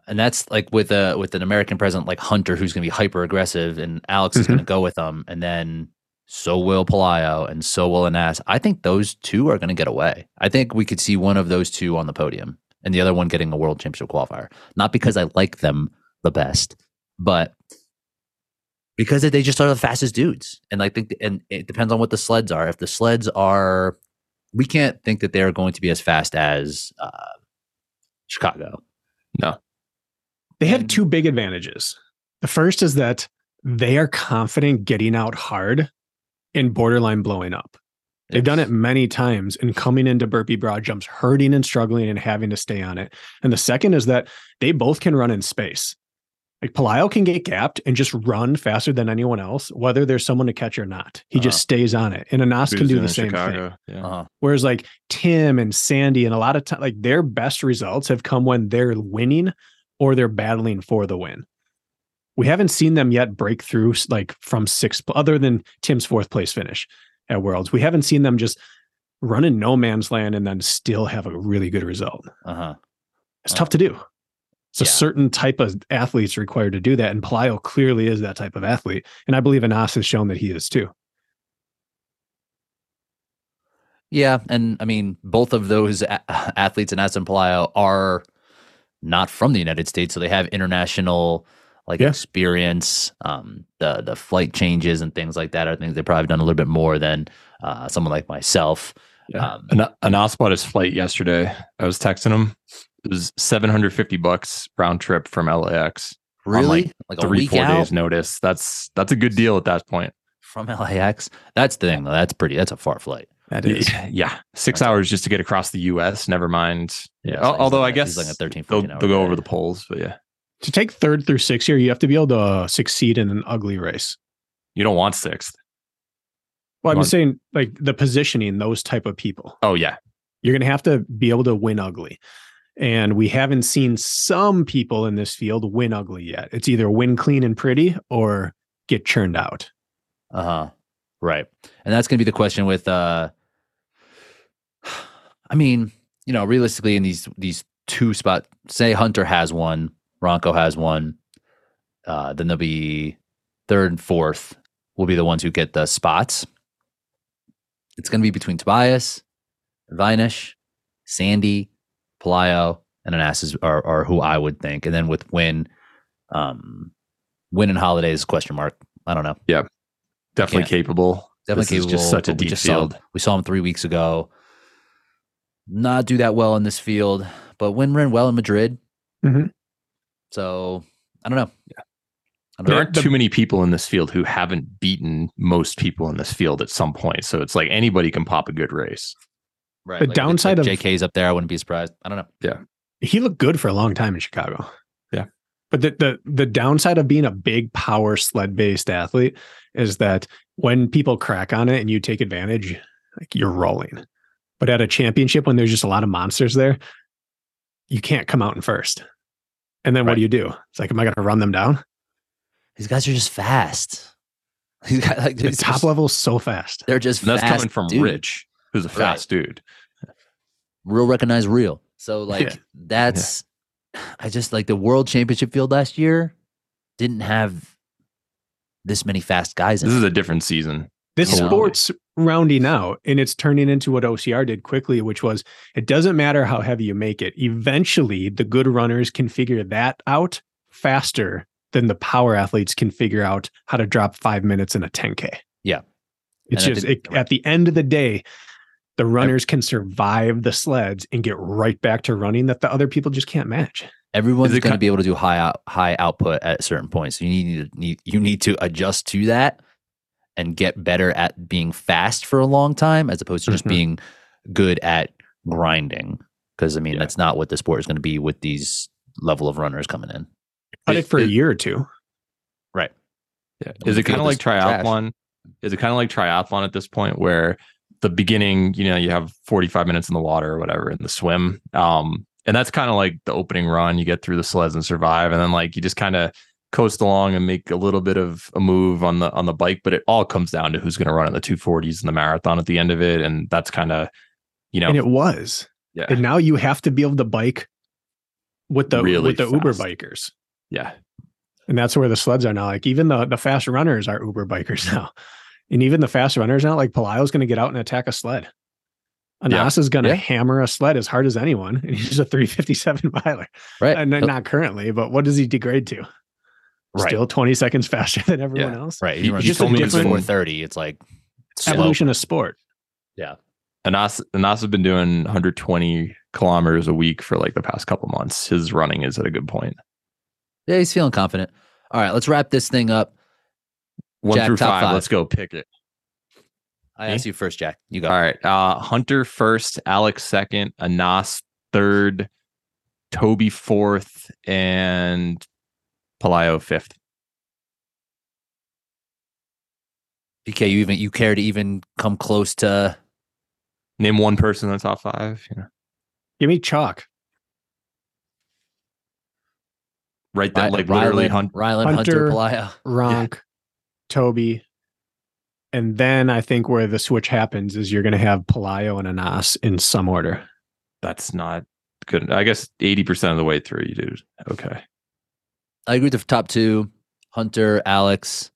And that's like with a with an American president like Hunter who's going to be hyper aggressive and Alex is going to go with him and then so will Palaio and so will Anas. I think those two are going to get away. I think we could see one of those two on the podium and the other one getting a world championship qualifier. Not because I like them the best, but because they just are the fastest dudes. And I think and it depends on what the sleds are. If the sleds are we can't think that they're going to be as fast as uh, Chicago. They have And- two big advantages. The first is that they are confident getting out hard and borderline blowing up. They've done it many times and coming into burpee broad jumps, hurting and struggling and having to stay on it. And the second is that they both can run in space. Like Palio can get gapped and just run faster than anyone else, whether there's someone to catch or not. He Uh-huh. just stays on it. And Anas can do the same thing. Yeah. Uh-huh. Whereas like Tim and Sandy and a lot of time like their best results have come when they're winning or they're battling for the win. we haven't seen them yet break through like from sixth, other than Tim's fourth place finish at Worlds. We haven't seen them just run in no man's land and then still have a really good result. Uh huh. It's tough to do. It's a Yeah. certain type of athlete's required to do that. And Palio clearly is that type of athlete. And I believe Anas has shown that he is too. Yeah, and I mean both of those a- *laughs* athletes in Aston Palio are not from the United States, so they have international like Yeah. experience. Um, the the flight changes and things like that are things they've probably done a little bit more than uh, someone like myself. Yeah. Um, An, Anas bought his flight yesterday. I was texting him. It was 750 bucks round trip from LAX. really, like, a Three, week four out days notice. That's that's a good deal at that point. from LAX. That's the thing. Though. That's pretty. That's a far flight. That Y- is. Yeah. Six hours just to get across the US. Never mind. Yeah. It's like- although I he's guess like a 13, they'll, 14 they'll hour go flight. over the poles, but yeah. To take third through sixth here, you have to be able to uh, succeed in an ugly race. You don't want sixth. Well, I'm Come just saying, like the positioning, those type of people, Oh yeah. you're going to have to be able to win ugly. And we haven't seen some people in this field win ugly yet. It's either win clean and pretty or get churned out. Uh huh. Right. And that's going to be the question with, uh, *sighs* I mean, you know, realistically, in these these two spot, say Hunter has one, Ronco has one, uh, then there'll be third and fourth will be the ones who get the spots. It's going to be between Tobias, Vinish, Sandy, Palayo, and Anastas are, are who I would think. And then with Win, um, Win and Holidays question mark. I don't know. Definitely Can't- capable. Definitely this capable. is just such a but we deep just saw him- field. we saw him three weeks ago. Not do that well in this field, but win ran well in Madrid. Mhm. So I don't know. I There don't know. aren't too many people in this field who haven't beaten most people in this field at some point. So it's like anybody can pop a good race. Right, like, the if it's downside like of- JK's up there. I wouldn't be surprised. I don't know. he looked good for a long time in Chicago. Yeah. But the the the downside of being a big power sled based athlete is that when people crack on it and you take advantage, like you're rolling. But at a championship when there's just a lot of monsters there, you can't come out in first. And then what Right. do you do? It's like, am I going to run *laughs* them down? These guys are just fast. *laughs* These guys like The these top just- level's so fast. They're just And that's fast coming from dudes. Rich, who's a fast dude. real recognize real. So like Yeah. that's I just like the world championship field last year didn't have this many fast guys in This it. is a different season. This Totally. sport's rounding out and it's turning into what OCR did quickly, which was it doesn't matter how heavy you make it. Eventually, the good runners can figure that out faster than the power athletes can figure out how to drop five minutes in a 10K. Yeah. It's And I just, think- it, at the end of the day, the runners can survive the sleds and get right back to running that the other people just can't match. Everyone's Is it going to kin- be able to do high out, high output at certain points. You need, to- need you need to adjust to that and get better at being fast for a long time as opposed to just Mhm. being good at grinding because I mean Yeah. that's not what the sport is going to be with these level of runners coming in. Cut It- it for a it- year or two. Yeah. I mean, Is the it field kind of like is trash. triathlon? Is it kind of like triathlon at this point where the beginning, you know, you have 45 minutes in the water or whatever in the swim. Um, and that's kind of like the opening run. You get through the sleds and survive, and then like you just kind of coast along and make a little bit of a move on the on the bike, but it all comes down to who's gonna run in the 240s and the marathon at the end of it. And that's kind of you know And it was. yeah, And now you have to be able to bike with the Really with the Uber fast. bikers. yeah. And that's where the sleds are now. Like even the the fast runners are Uber bikers *laughs* now. And even the fast runners now, like Palaio's gonna get out and attack a sled. Anas is gonna Yeah. hammer a sled as hard as anyone, and he's a 357 miler. Right. And then He'll- not currently, but what does he degrade to? Right. Still 20 seconds faster *laughs* than everyone Yeah. else. right. He- runs he just told me different this- 430. It's like slow. Evolution of sport. Anas Anas has been doing 120 kilometers a week for like the past couple months. His running is at a good point. Yeah, he's feeling confident. All right, let's wrap this thing up. One Jack, through top 5 five. let's go pick it. I Me? asked you first, Jack. You go. All right. Uh Hunter first, Alex second, Anas third, Toby fourth, and Palayo fifth. PK, you even you care to even come close to Name one person in the top five. You know. Give me chalk. right there, Ry- like literally Rylan- hunt. Rylan Hunter, Hunter. Playa. Ronk, Toby. And then I think where the switch happens is you're going to have Palayo and Anas in some order. That's not good. I guess eighty percent of the way through, you do okay. I agree with the top two, Hunter, Alex.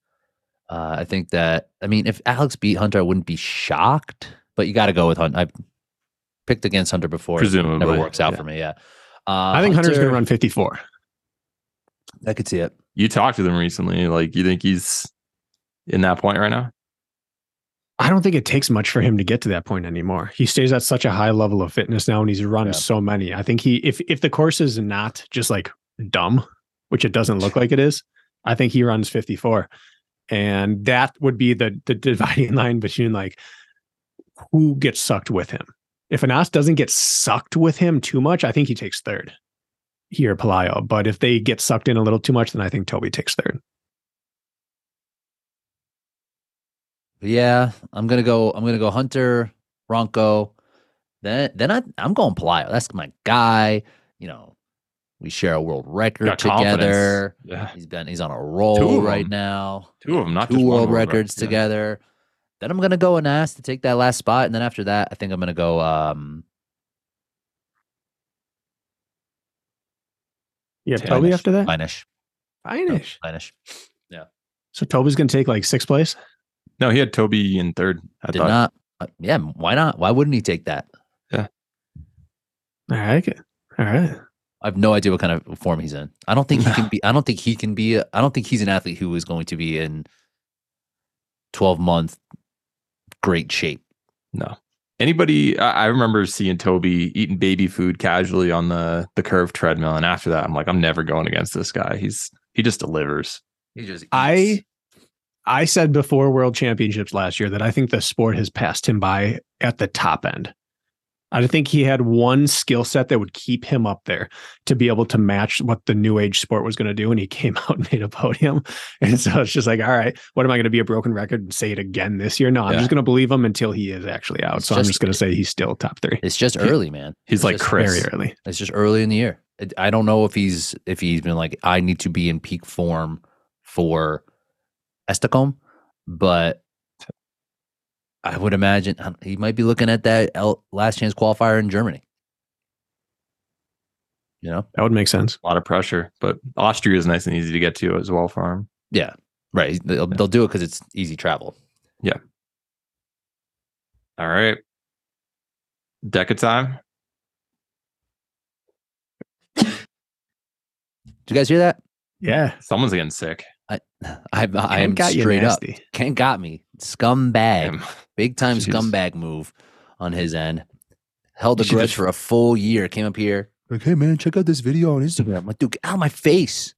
Uh, I think that I mean, if Alex beat Hunter, I wouldn't be shocked. But you got to go with Hunter. I picked against Hunter before. It Presumably, never works out Yeah. for me. Yeah, uh, I think Hunter's going to run 54. I could see it. You talked to them recently. Like, you think he's in that point right now? I don't think it takes much for him to get to that point anymore. He stays at such a high level of fitness now and he's run Yeah. so many. I think he if if the course is not just like dumb, which it doesn't look like it is, I think he runs 54. And that would be the the dividing *laughs* line between like who gets sucked with him. If Anas doesn't get sucked with him too much, I think he takes third here, Palayo. But if they get sucked in a little too much, then I think Toby takes third. Yeah, I'm gonna go. I'm gonna go Hunter, Ronco. Then then I I'm going Palio. That's my guy. You know, we share a world record Got confidence. together. Yeah. He's been he's on a Two roll of right them. now. Two of them, not two just one world world record. records Yeah. together. Then I'm gonna go and ask to take that last spot, and then after that, I think I'm gonna go. um Yeah, Ten. Toby after that? Finish, Finish. finish. So Toby's gonna take like sixth place. No, he had Toby in third. I Did thought. not. uh, Yeah, why not? Why wouldn't he take that? All right. good. All right. I have no idea what kind of form he's in. I don't think he *laughs* can be. I don't think he can be. I I don't think he's an athlete who is going to be in twelve month great shape. No. Anybody, I I remember seeing Toby eating baby food casually on the the curved treadmill, and after that, I'm like, I'm never going against this guy. He's he just delivers. He just. I I said before World Championships last year that I think the sport has passed him by at the top end. I think he had one skill set that would keep him up there to be able to match what the new age sport was going to do. And he came *laughs* out and made a podium. And so it's just like, all right, what am I going to be a broken record and say it again this year? No, I'm Yeah. just going to believe him until he is actually out. It's So I'm just- just going to say he's still top three. It's just early, man. He's It's like just Chris. Very early. It's just early in the year. It- I don't know if he's if he's been like I need to be in peak form for Estacom, but I would imagine um, he might be looking at that L- last chance qualifier in Germany. You know, That would make sense. A lot of pressure, but Austria is nice and easy to get to as well for him. yeah, right. They'll, they'll do it because it's easy travel. All right. Deca time. Did you guys hear that? *sighs* Yeah. Someone's getting sick. I I am Ken got you straight up. nasty. Ken got me scumbag. Damn. big time Jeez. scumbag move on his end. Held You a should grudge just- for a full year. Came up here like, hey man, check out this video on Instagram. I'm like, dude, get out of my face.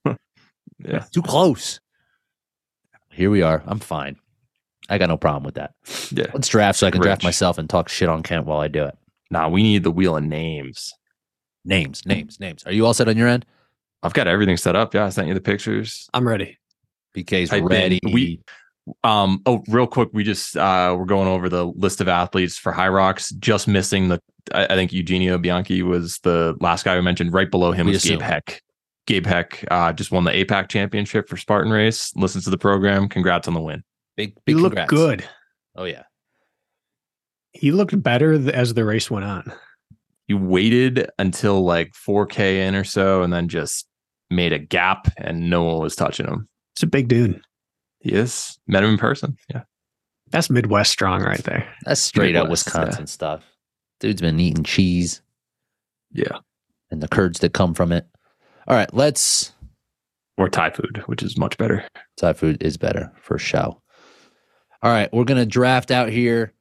Yeah. Too close. Here we are. I'm fine. I got no problem with that. Yeah. Let's draft so I can draft Rich. myself and talk shit on Kent while I do it. Nah, we need the wheel of names. Names, names, names. Are you all set on your end? I've got everything set up. Yeah, I sent you the pictures. I'm ready. BK's Type in, ready. we- Um, oh, real quick, we just uh we're going over the list of athletes for High Rocks, just missing the I, I think Eugenio Bianchi was the last guy we mentioned. Right below him We was assume. Gabe Heck. Gabe Heck uh just won the APAC championship for Spartan Race. Listens to the program. Congrats on the win. big, big You look congrats. good. Oh yeah. He looked better th- as the race went on. You waited until like 4K in or so and then just made a gap and no one was touching him. It's a big dude. Yes. Met him in person. Yeah. That's Midwest strong right there. That's straight up Midwest, yeah. Wisconsin stuff. Dude's been eating cheese. Yeah. and the curds that come from it. All right, let's. Or Thai food, which is much better. Thai food is better for show. All right, we're gonna draft out here.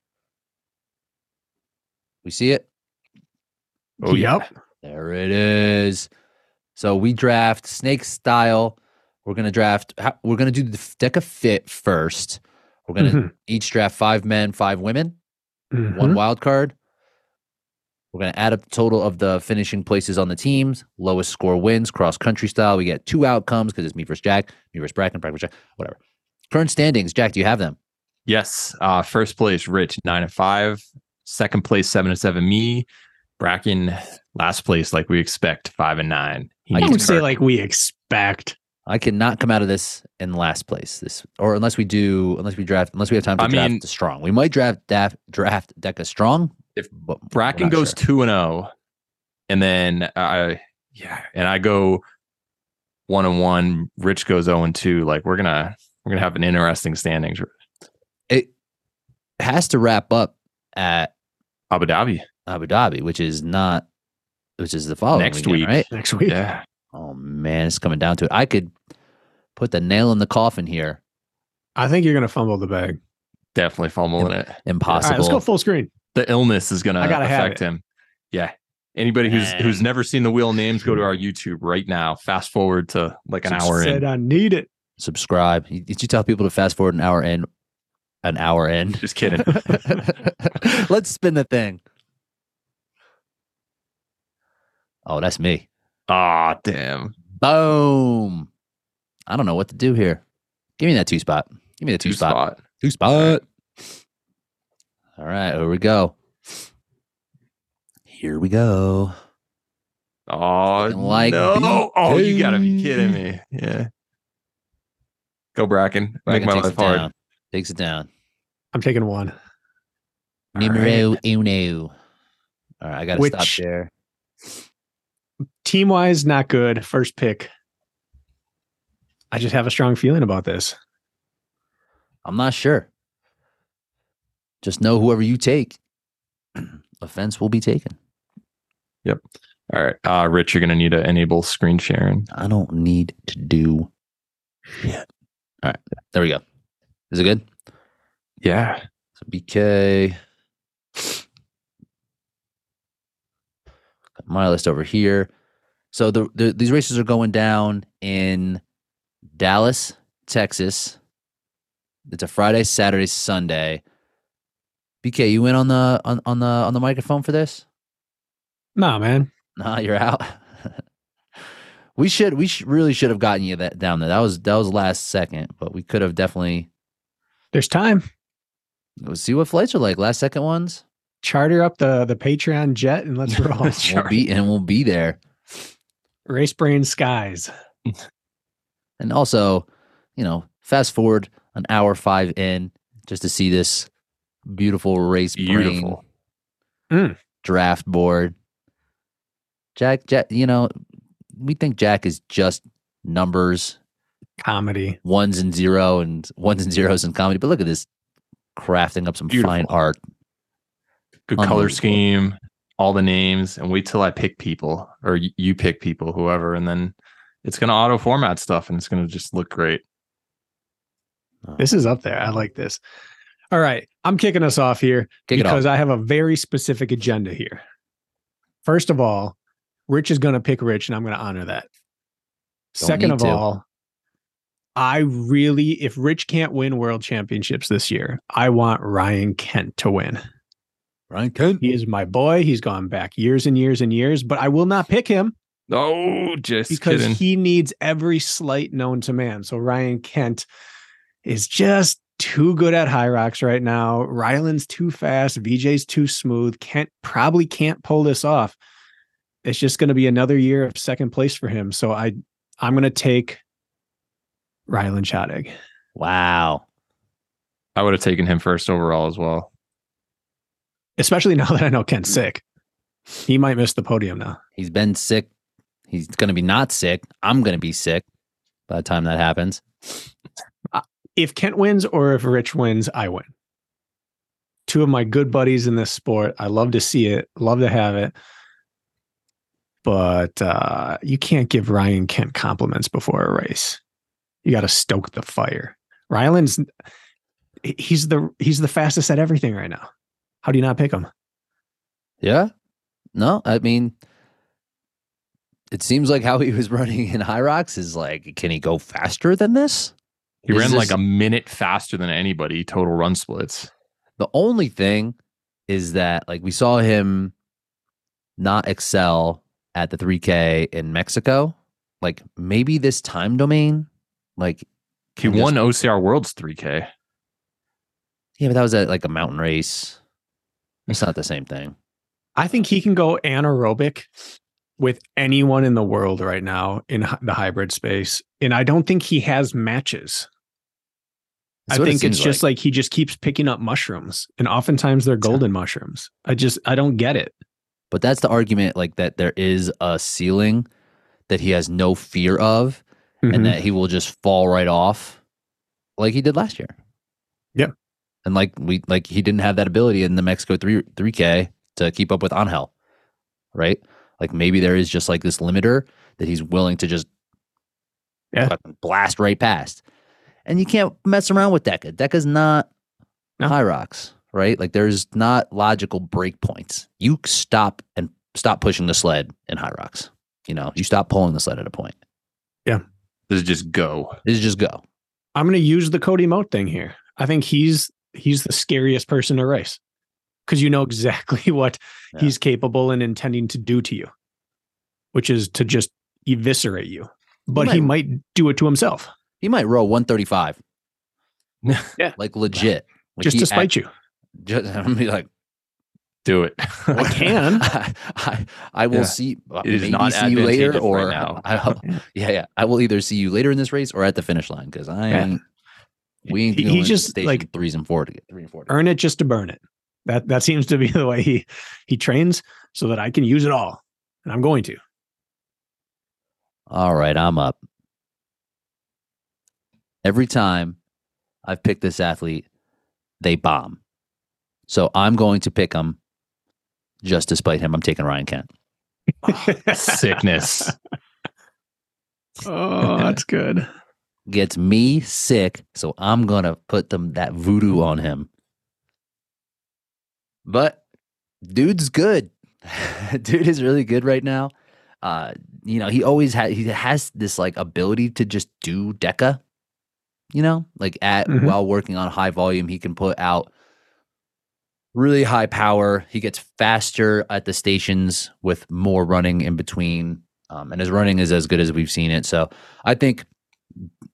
We see it. Oh yeah. There it is. So we draft snake style. We're gonna draft. how- We're gonna do the f- deck of fit first. We're gonna Mm-hmm. Mhm. each draft five men, five women, one Mhm. wild card. We're gonna add up the total of the finishing places on the teams. Lowest score wins, cross country style. We get two outcomes because it's me versus Jack, me versus Bracken, Bracken versus Jack, whatever. Current standings, Jack, do you have them? Yes. Uh, first place, Rich, nine and five. Second place, seven and seven. Me, Bracken, last place, like we expect, five and nine. He I I needs would to say start- like we respect. I cannot come out of this in last place. This or unless we do, unless we draft, unless we have time to I draft mean- strong. We might draft daf, draft Deca strong. If but we're Bracken not goes sure. two and zero, and then I yeah, and I go one and one. Rich goes zero and two. Like we're gonna we're gonna have an interesting standings. it has to wrap up at Abu Dhabi Abu Dhabi, which is not, which is the following Next weekend, week. right? Next week. Yeah, Oh man, it's coming down to it. I could put the nail in the coffin here. I think you're gonna fumble the bag. definitely fumbling it. All Impossible. right, let's go full screen. The illness is gonna I gotta have affect him. Yeah. Anybody who's who's Man. never seen the wheel names, go to our YouTube right now. Fast forward to like an hour Said in. I need it. Subscribe. You- Did you tell people to fast forward an hour in? An hour in. *laughs* Just kidding. *laughs* let's spin the thing. Oh, that's me. Ah, damn. Boom. I don't know what to do here. Give me that two spot. Give me the two, Two spot. spot. Two spot. All right, here we go. Here we go. Oh, Like no. Oh, you gotta be kidding BT. me. Yeah. Go Bracken. Make Reagan my takes life it down. hard. Takes it down. I'm taking one. All Numero uno. All right, I gotta stop Which- there. Team wise, not good. First pick. I just have a strong feeling about this. I'm not sure. Just know whoever you take, *clears throat* offense will be taken. All right. Uh Rich, you're gonna need to enable screen sharing. I don't need to do shit. All right, there we go. Is it good? Yeah. So BK. Got my list over here. So the, the these races are going down in Dallas, Texas. It's a Friday, Saturday, Sunday. BK, you in on the on, on the on the microphone for this? *laughs* Nah, man. Nah, you're out. *laughs* we should we sh- really should have gotten you that down there. That was that was last second, but we could have definitely There's time. see what flights are like. Last second ones. Charter up the the Patreon jet *laughs* and let's roll. We'll be and we'll be there. Race brain skies. And also, you know, fast forward an hour five in just to see this beautiful race brain Beautiful. draft board. Jack, Jack, you know, we think Jack is just numbers, Comedy. ones and zero and *laughs* ones and zeros in comedy. But look at this crafting up some fine Beautiful. art. Good Unbelievable. color scheme, all the names, and wait till I pick people or y- you pick people, whoever, and then it's gonna auto format stuff and it's gonna just look great. This is up there. I like this. All right. I'm kicking us off here. Kick it off. because I have a very specific agenda here. First of all, Rich is going to pick Rich, and I'm going to honor that. Don't Second need of to. all, I really, if Rich can't win world championships this year, I want Ryan Kent to win. Ryan Kent. He is my boy. He's gone back years and years and years, but I will not pick him Oh, just because kidding. he needs every slight known to man. So Ryan Kent is just too good at high rocks right now. Ryland's too fast. VJ's too smooth. Kent probably can't pull this off. It's just going to be another year of second place for him. So I, I'm going to take Ryland Shottig. Wow. I would have taken him first overall as well. especially *laughs* now that I know Mm. Kent's sick. He might miss the podium now. He's been sick. He's gonna be not sick. I'm gonna be sick by the time that happens. if Kent wins or if Rich wins, I win. Two of my good buddies in this sport. I love to see it, love to have it. But uh, you can't give Ryan Kent compliments before a race. You got to stoke the fire. Ryland's he's the he's the fastest at everything right now. How do you not pick him? Yeah. No, I mean, it seems like how he was *laughs* running in High Rocks is like, can he go faster than this? He Is ran this- like a minute faster than anybody total run splits. The only thing is that, like, we saw him not excel at the 3K in Mexico. Like, maybe this time domain, like, He And won OCR Worlds 3K. yeah, but that was at like a mountain race. It's not the same thing. I think he can go anaerobic with anyone in the world right now in hy- the hybrid space. And I don't think he has matches. I what it think it's seems just like. he just keeps picking up mushrooms, and oftentimes they're golden mushrooms. I just I don't get it. But that's the argument, like that there is a ceiling that he has no fear of, Mhm. and that he will just fall right off, like he did last year. Yeah. and like we like he didn't have that ability in the Mexico three three K to keep up with Angel, right? Like maybe there is just like this limiter that he's willing to just Yeah. fucking blast right past, and you can't mess around with Deca. Deca's not No. high rocks, right? Like there's not logical breakpoints. You stop and stop pushing the sled in high rocks. You know, you stop pulling the sled at a point. This is just go. This is just go. I'm going to use the Cody Moat thing here. I think he's he's the scariest person to race because you know exactly *laughs* what Yeah. he's capable and intending to do to you, which is to just eviscerate you. But he might do it to himself He might roll 135. Yeah. Like legit. Like just he to act- spite you. Just, *laughs* I'm be like, Do it. I can. *laughs* I, I, will Yeah. see. uh, It is maybe not see you later, advantageous or right now. *laughs* I, yeah, yeah. I will either see you later in this race or at the finish line because I Yeah. ain't. We ain't He- he doing just, station like- threes and four to get three and four. to- Earn it just to burn it. That that seems to be the way he he trains so that I can use it all, and *laughs* I'm going to. All right, I'm up. Every time I've picked this athlete, they bomb. So I'm going to pick him just to spite him. I'm taking Ryan Kent. *laughs* Sickness. *laughs* oh, that's good. Gets me sick, so I'm gonna put them that voodoo on him. But dude's good. *laughs* Dude is really good right now. Uh, you know, he always had he has this like ability to just do Deca. You know, like at Mhm. while working on high volume, he can put out really high power. He gets faster at the stations with more running in between, um, and his running is as good as we've seen it. So I think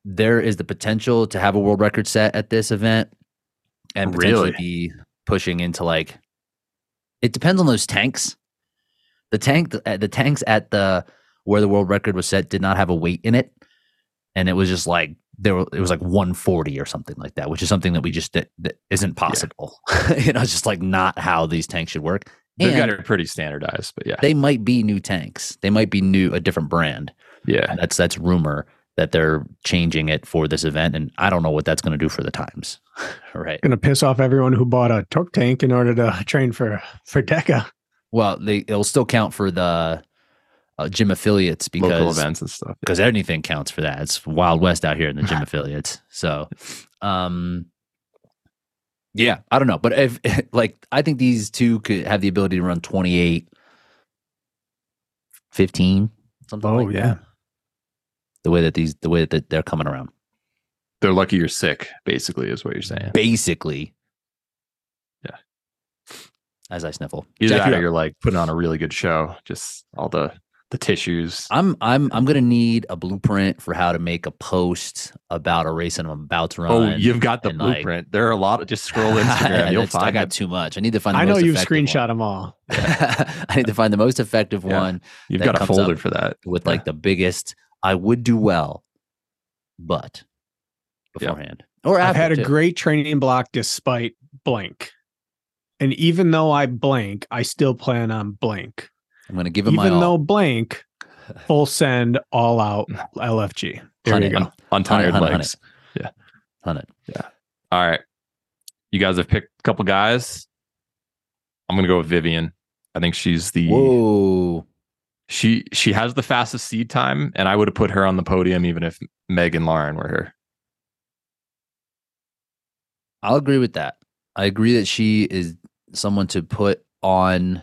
there is the potential to have a world record set at this event, and potentially Really? be pushing into like. It depends on those tanks. The tank, the, the tanks at the where the world record was set did not have a weight in it, and it was just like there were, it was like 140 or something like that, which is something that we just that, that isn't possible. *laughs* you know, it's just like not how these tanks should work. They've got And it pretty standardized, but yeah. they might be new tanks. They might be new, a different brand. yeah. That's that's rumor that they're changing it for this event, and I don't know what that's going to do for the times. *laughs* right. Going to piss off everyone who bought a torque tank in order to train for for Deca. Well, they it'll still count for the uh, gym affiliates Local because events and stuff. because anything counts for that. It's wild west out here in the *laughs* gym affiliates. So, um, yeah, I don't know, but if *laughs* like I think these two could have the ability to run 28, 15, something. Oh, like yeah. that. the way that these the way that they're coming around, They're lucky you're sick, basically, is what you're saying. basically. Yeah. As I sniffle, Either that Jack, you're or up. you're like putting on a really good show, just all the the tissues. I'm I'm I'm gonna need a blueprint for how to make a post about a race that I'm about to run. Oh, you've got the and, like- blueprint. there are a lot of *laughs* just scroll Instagram. You'll That's- I find got it. too much. I need to find. The I know most you've effective one. screenshot them all. *laughs* I need to find the most effective Yeah. one You've that got a comes folder up for that. with Yeah. like the biggest. I would do well, but Yeah. beforehand or after. I've had a too. great training block despite blank. And even though I blank, I still plan on blank. I'm going to give him my Even all. though blank, full send all *laughs* out LFG. There you Hundred. go. on tired Hunt it, hunt it, hunt legs. Hunt it. All right. You guys have picked a couple guys. I'm gonna go with Vivian. I think she's the Whoa! she she has the fastest seed time, and I would have put her on the podium even if Meg and Lauren were here. I'll agree with that. I agree that she is someone to put on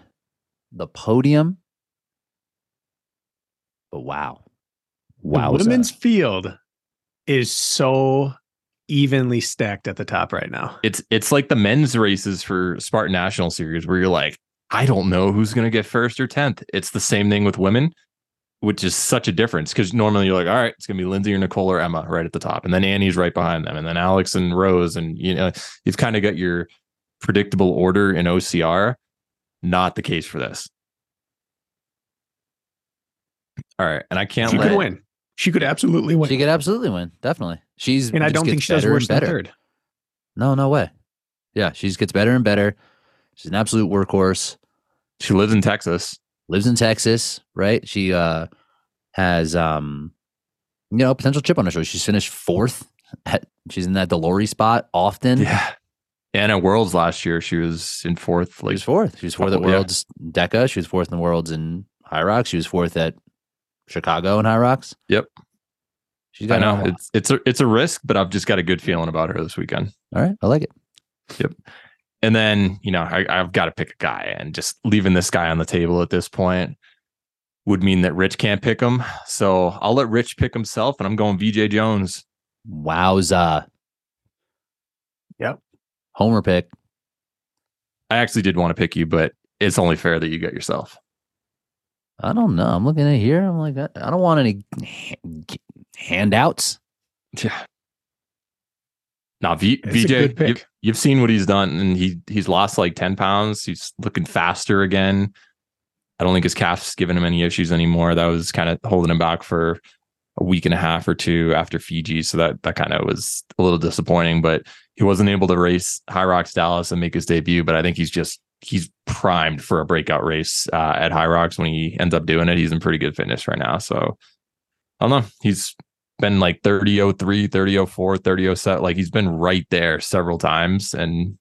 the podium. But wow, wow! the women's field is so evenly stacked at the top right now. It's it's like the men's races for Spartan National Series where you're like, I don't know who's gonna get first or tenth. It's the same thing with women, which is such a difference because normally you're like, all right, it's gonna be Lindsay or Nicole or Emma right at the top, and then Annie's right behind them, and then Alex and Rose, and you know you've kind of got your predictable order in OCR. Not the case for this. All right, and I can't She let could win. She could absolutely win. She could absolutely win. Definitely. She's and I just don't think gets she does better and worse than better. third. No, no way. Yeah, she just gets better and better. She's an absolute workhorse. She lives in Texas. Lives in Texas, right? She uh has um you know, potential chip on her shoulder. She's finished fourth. At, she's in that Delory spot often. Yeah, and at Worlds last year she was in fourth. she Like was fourth. She was fourth at couple- yeah. Worlds DECA. She was fourth in Worlds in High Rocks. She was fourth at Chicago in High Rocks. Yep. She's I got know it. it's it's a it's a risk, but I've just got a good feeling about her this weekend. All right. I like it. And then you know I, I've got to pick a guy, and just leaving this guy on the table at this point would mean that Rich can't pick him. So I'll let Rich pick himself, and I'm going VJ Jones. Wowza. Yep. Homer pick. I actually did want to pick you, but it's only fair that you got yourself. I don't know. I'm looking at here. I'm like, I I don't want any ha- g- handouts. Yeah. Now, v- It's a good VJ, pick. you've, you've seen what he's done, and he he's lost like ten pounds. He's looking faster again. I don't think his calf's giving him any issues anymore. That was kind of holding him back for a week and a half or two after Fiji, so that that kind of was a little disappointing. But he wasn't able to race High Rocks Dallas and make his debut. But I think he's just he's primed for a breakout race uh, at High Rocks when he ends up doing it. He's in pretty good fitness right now, so I don't know. He's been like 3003, 3004, 3007. Like he's been right there several times. And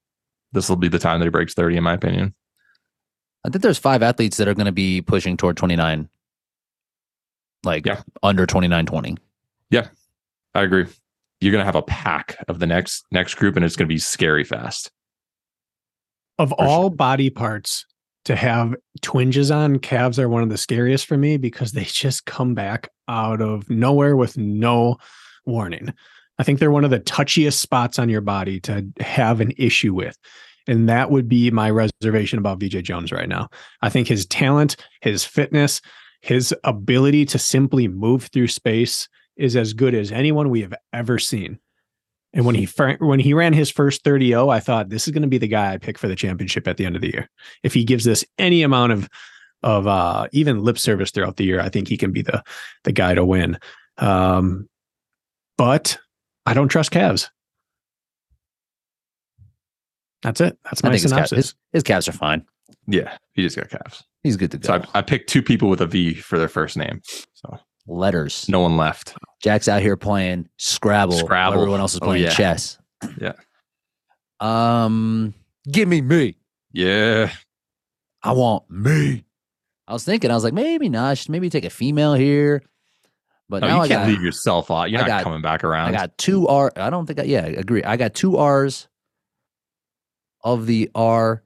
this will be the time that he breaks 30, in my opinion. I think there's five athletes that are going to be pushing toward 29, like Yeah. under 29.20. I agree. You're gonna have a pack of the next next group and it's gonna be scary fast. Of sure. all body parts, to have twinges on calves are one of the scariest for me because they just come back out of nowhere with no warning. I think they're one of the touchiest spots on your body to have an issue with. And that would be my reservation about VJ Jones right now. I think his talent, his fitness, his ability to simply move through space is as good as anyone we have ever seen. And Hmm. when he fir- when he ran his first 30-0, I thought this is going to be the guy I pick for the championship at the end of the year. If he gives this any amount of of uh, even lip service throughout the year, I think he can be the the guy to win. Um, but I don't trust Cavs. That's it. That's I my think his, ca- synopsis. his, his calves are fine. Yeah, he just got calves. He's good to So go. I, I picked two people with a V for their first name. So Letters. no one left. Jack's out here playing Scrabble. while Scrabble. Everyone else is Oh, playing yeah. chess. Yeah. Um, give me me. Yeah. I want me. I was thinking, I was like, maybe not. Should Maybe take a female here. But No, now I you can't got, leave yourself out. You're I not got- coming back around. I got two R. I don't think. I, yeah, agree. I got two R's of the R,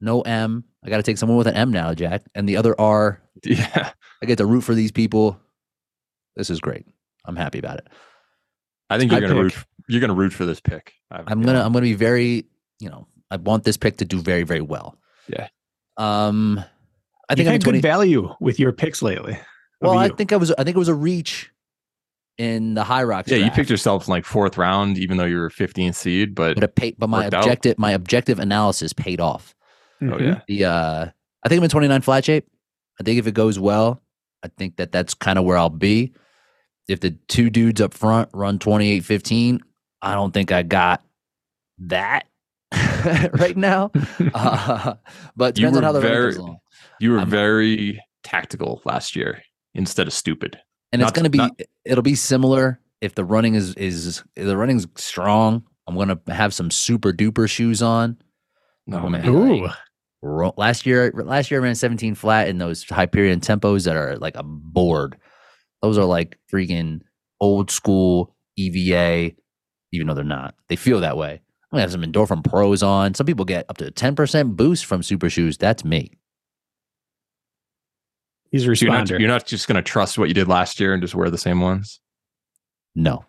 no M. I got to take someone with an M now, Jack. And the other R, *laughs* yeah. I get to root for these people. This is great. I'm happy about it. I think you're I gonna pick- root you're gonna root for this pick. I have a I'm feeling. gonna I'm gonna be very you know I want this pick to do very very well. Yeah. Um, I I think think I'm had in 20 good value with your picks lately. well, Over I Oh, you. think I was I think it was a reach in the high rocks. yeah, you draft. picked yourself in like fourth round, even though you were 15th seed, but But, it paid, but my worked out. objective my objective analysis paid off. oh Mhm. yeah. The uh, I think I'm in 29 flat shape. I think if it goes well, I think that that's kind of where I'll be. If the two dudes up front run 28-15, I don't think I got that *laughs* right *laughs* now. uh, but You depends on were how the very- very, goes along. You were I'm- very tactical last year instead of stupid. and Not- it's going to be not- it'll be similar if the running is is if the running's strong i'm going to have some super duper shoes on No Oh, man. man. Ooh, Ro- last year last year i ran 17 flat in those hyperion tempos that are like a board those are like freaking old school eva even though they're not they feel that way i'm going to have some endorphin pros on some people get up to a 10% boost from super shoes that's me he's a So you're, not, responder. you're not just going to trust what you did last year and just wear the same ones. no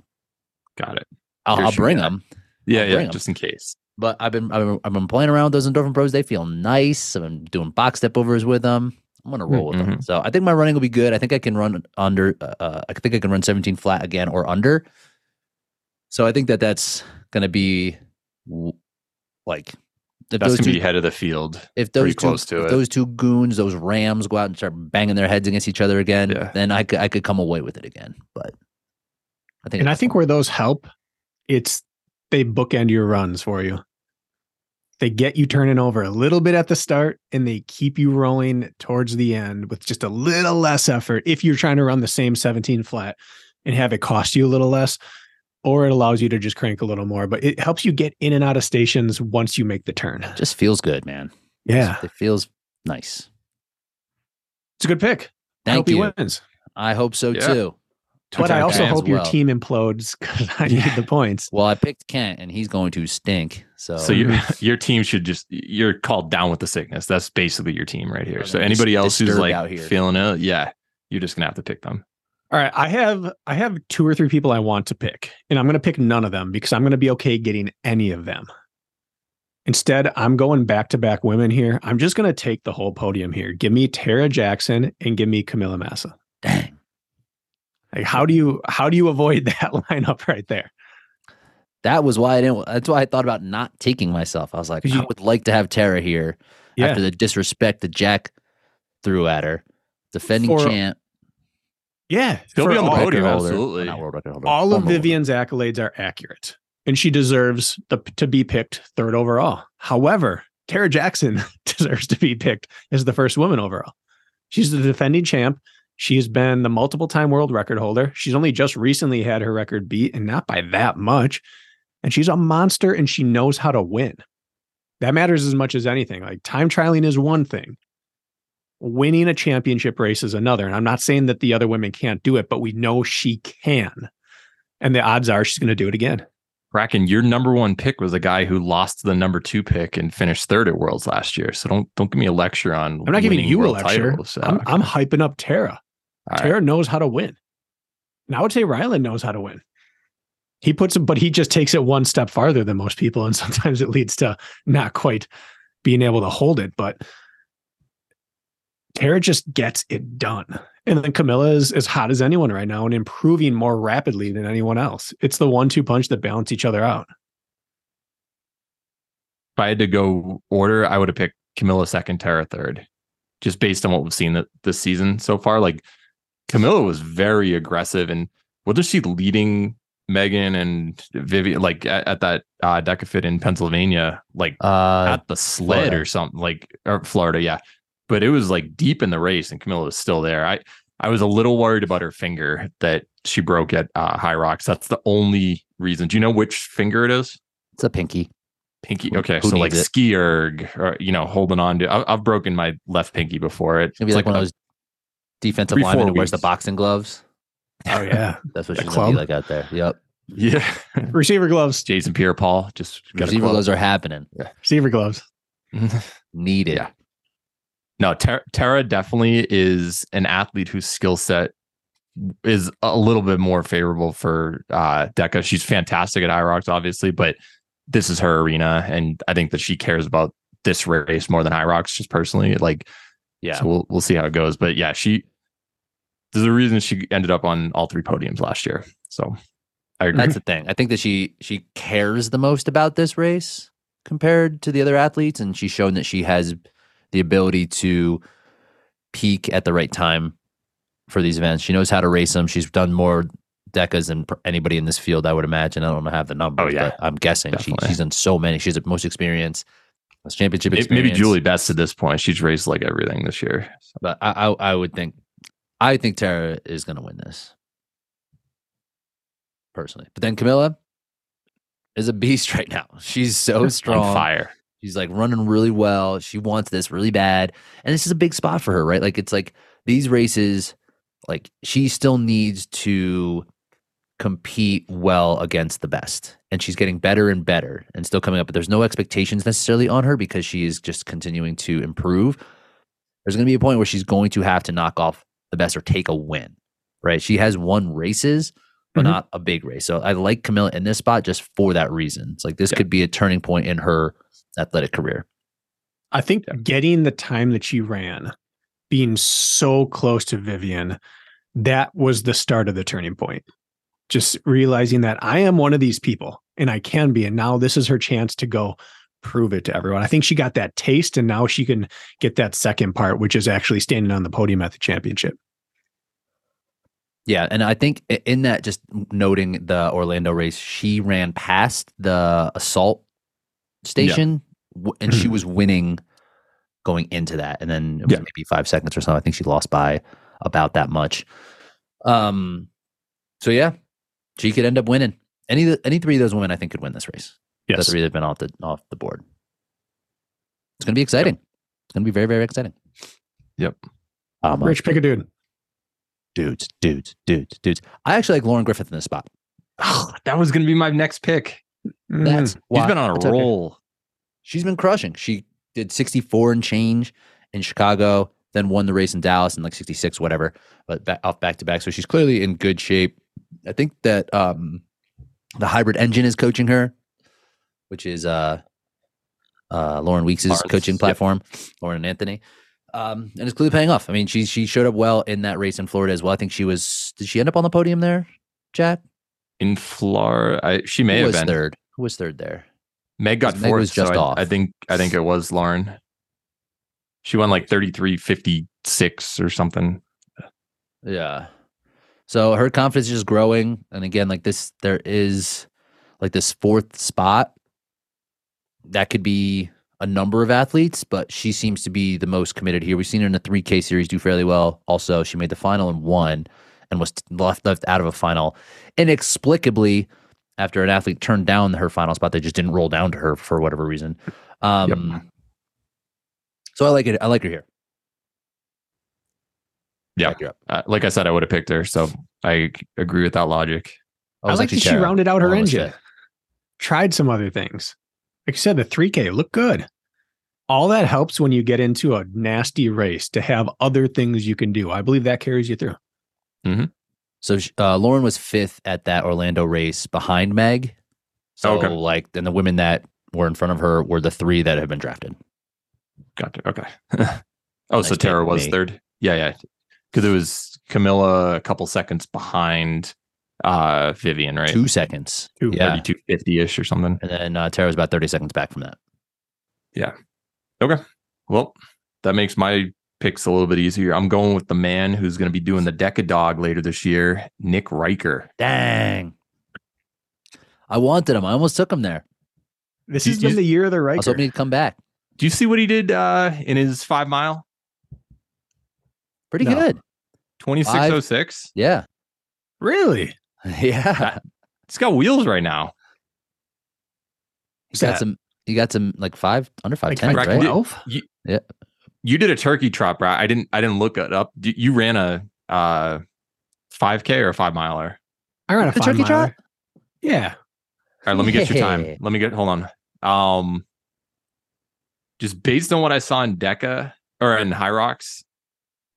Got it. i'll, Your I'll shoe bring guy. them Yeah, I'll yeah. bring 'em. Just in case. But I've been, I've been I've been playing around with those endorphin pros. They feel nice. I've been doing box step overs with them. I'm gonna roll with Mm-hmm. them. So I think my running will be good. I think I can run under. uh, Uh, I think I can run 17 flat again or under. So I think that that's gonna be w- like if That's those gonna two be head of the field. if those pretty two, close to if it. those two goons, those rams, go out and start banging their heads against each other again, Yeah. then I could I could come away with it again. But I think And at I this think point- where those help, it's they bookend your runs for you. They get you turning over a little bit at the start and they keep you rolling towards the end with just a little less effort if you're trying to run the same 17 flat and have it cost you a little less, or it allows you to just crank a little more. But it helps you get in and out of stations once you make the turn. it just feels good, man. Yeah. It feels nice. It's a good pick. I Thank hope you. he wins. I hope so Yeah. too. But I Tottenham also fans hope your will. team implodes because I Yeah. need the points. Well, I picked Kent and he's going to stink. So, So your your team should just you're called down with the sickness. That's basically your team right here. Well, So then anybody dis- else who's disturbed like out here. feeling ill, yeah, you're just gonna have to pick them. All right, I have I have two or three people I want to pick, and I'm going to pick none of them because I'm going to be okay getting any of them. Instead, I'm going back to back women here. I'm just going to take the whole podium here. Give me Tara Jackson and give me Camilla Massa. dang. Like how do you how do you avoid *laughs* that lineup right there? That was why I didn't. That's why I thought about not taking myself. I was like, 'Cause I you- would like to have Tara here after the disrespect that Jack threw at her. Defending For- champ, yeah. He'll for be on the all- world podium, record holder- absolutely. not world record holder, all of former world Vivian's accolades are accurate, and she deserves the, to be picked third overall. However, Tara Jackson *laughs* deserves to be picked as the first woman overall. She's the defending champ. She has been the multiple time world record holder. She's only just recently had her record beat, and not by that much. And she's a monster, and she knows how to win. That matters as much as anything. Like time trialing is one thing. Winning a championship race is another. And I'm not saying that the other women can't do it, but we know she can and the odds are she's going to do it again. Bracken, your number one pick was a guy who lost the number two pick and finished third at Worlds last year. So don't don't give me a lecture on. I'm not giving winning you a world lecture. titles. uh, So, I'm, I'm hyping up Tara. all right. Tara knows how to win, and I would say Ryland knows how to win. He puts it, but he just takes it one step farther than most people, and *laughs* sometimes it leads to not quite being able to hold it. But Tara just gets it done, and then Camilla is as hot as anyone right now and improving more rapidly than anyone else. It's the one-two punch that balance each other out. if I had to go order, I would have picked Camilla second, Tara third, just based on what we've seen th- this season so far. Like Camilla was very aggressive, and wasn't she leading Megan and Vivian like at, at that uh, Decafit in Pennsylvania, like Uh, at the sled Florida. or something, like or Florida, yeah. But it was like deep in the race, and Camilla was still there. I I was a little worried about her finger that she broke at uh, High Rocks. That's the only reason. Do you know which finger it is? it's a pinky. pinky. Who- Okay, who so like needs it? ski erg, or you know, holding on to. I, I've broken my left pinky before. It, It's gonna be like, one a- of those defensive three, linemen four who wears the weeks. boxing gloves. *laughs* Oh yeah, That's what The she's gonna be like club? out there. Yep. *laughs* yeah. receiver gloves, Jason Pierre-Paul just got Receiver a gloves are happening. receiver gloves. club. Needed. Yeah. *laughs* no, Tara, Tara definitely is an athlete whose skill set is a little bit more favorable for uh, Deca. She's fantastic at IROX, obviously, but this is her arena, and I think that she cares about this race more than IROX. Just personally, like Yeah. So we'll we'll see how it goes. But yeah, she there's a reason she ended up on all three podiums last year. So I agree. That's the thing. I think that she she cares the most about this race compared to the other athletes, and she's shown that she has the ability to peak at the right time for these events. She knows how to race them. She's done more decas than pr- anybody in this field, I would imagine. I don't have the numbers, Oh, yeah. but I'm guessing she, Definitely. she's done so many. She's the most experience, most championship May- experience. Maybe Julie Best at this point. She's raised like everything this year. So, but I, I I would think I think Tara is going to win this personally. But then Camilla is a beast *laughs* right now. She's so on strong. fire. She's like running really well. She wants this really bad. And this is a big spot for her, right? Like it's like these races like she still needs to compete well against the best. And she's getting better and better and still coming up, but there's no expectations necessarily on her because she is just continuing to improve. There's going to be a point where she's going to have to knock off the best or take a win, right? She has won races, but Mhm. not a big race. So I like Camilla in this spot just for that reason. It's like this Yeah. could be a turning point in her athletic career. I think getting the time that she ran, being so close to Vivian, that was the start of the turning point. Just realizing that I am one of these people and I can be. And now this is her chance to go prove it to everyone. I think she got that taste and now she can get that second part, which is actually standing on the podium at the championship. Yeah, and I think i- in that, just noting the Orlando race, she ran past the assault station, w and *clears throat* she was winning going into that, and then it was Yeah. maybe five seconds or so. I think she lost by about that much. Um, so yeah, she could end up winning. Any of the- any three of those women, I think, could win this race. The Yes. three that've been off the off the board. It's gonna be exciting. It's gonna be very very exciting. Yep. Um, Rich, pick a dude. dudes, dudes, dudes, dudes. I actually like Lauren Griffith in this spot. Oh, that was going to be my next pick. Mm. That's why Hmm. He's been on I a took her. roll. She's been crushing. She did 64 and change in Chicago, then won the race in Dallas in like 66, whatever, but back, off back to back. So she's clearly in good shape. I think that um, the hybrid engine is coaching her, which is uh, uh, Lauren Weeks' Lawrence, coaching yep. platform, Lauren and Anthony. Um, and it's clearly paying off. I mean, she she showed up well in that race in Florida as well. I think she was. Did she end up on the podium there, Jack? in Florida. I, she may Who have was been. third? Who was third there? Meg got Meg fourth. was just so I- off. I, think I think it was Lauren. She won like 33.56 or something. Yeah. So her confidence is just growing. And again, like this, there is like this fourth spot that could be a number of athletes, but she seems to be the most committed here. We've seen her in the 3K series do fairly well. Also, she made the final and won and was left, left out of a final inexplicably after an athlete turned down her final spot. They just didn't roll down to her for whatever reason. Um, So I like it. I like her here. Yeah. Back her up. Uh, like I said, I would have picked her. So I agree with that logic. it I was like actually that she Tara. rounded out I her almost engine. said- Tried some other things. Like you said, the 3K looked good. All that helps when you get into a nasty race to have other things you can do. I believe that carries you through. So sh- uh, Lauren was fifth at that Orlando race behind Meg. So Okay. like, and the women that were in front of her were the three that had been drafted. Gotcha. *laughs* Okay. oh, Nice so Tara pick, was Meg. third. Yeah, yeah. Because it was Camilla a couple seconds behind uh Vivian, right? Two seconds. Two, yeah. 32.50 ish or something. And then uh, Tara was about 30 seconds back from that. Okay. Well, that makes my picks a little bit easier. I'm going with the man who's going to be doing the Deca Dog later this year, Nick Riker. Dang. I wanted him. I almost took him there. This You- has been you- the year of the I right. was hoping he'd come back. Do you see what he did uh, in his five mile? Pretty No. good. 2606. Yeah. *laughs* Really? Yeah. It's got wheels right now. He got that? some, he got some like five, under five Like ten, five right? twelve? Elf? You did a turkey trot, right? I didn't I didn't look it up. You- You ran a uh 5k or a 5 miler. I ran a The five turkey miler. trot? Yeah. All right, let me get your time. Yeah. Let me get hold on. Um just based on what I saw in Deca or in High Rocks,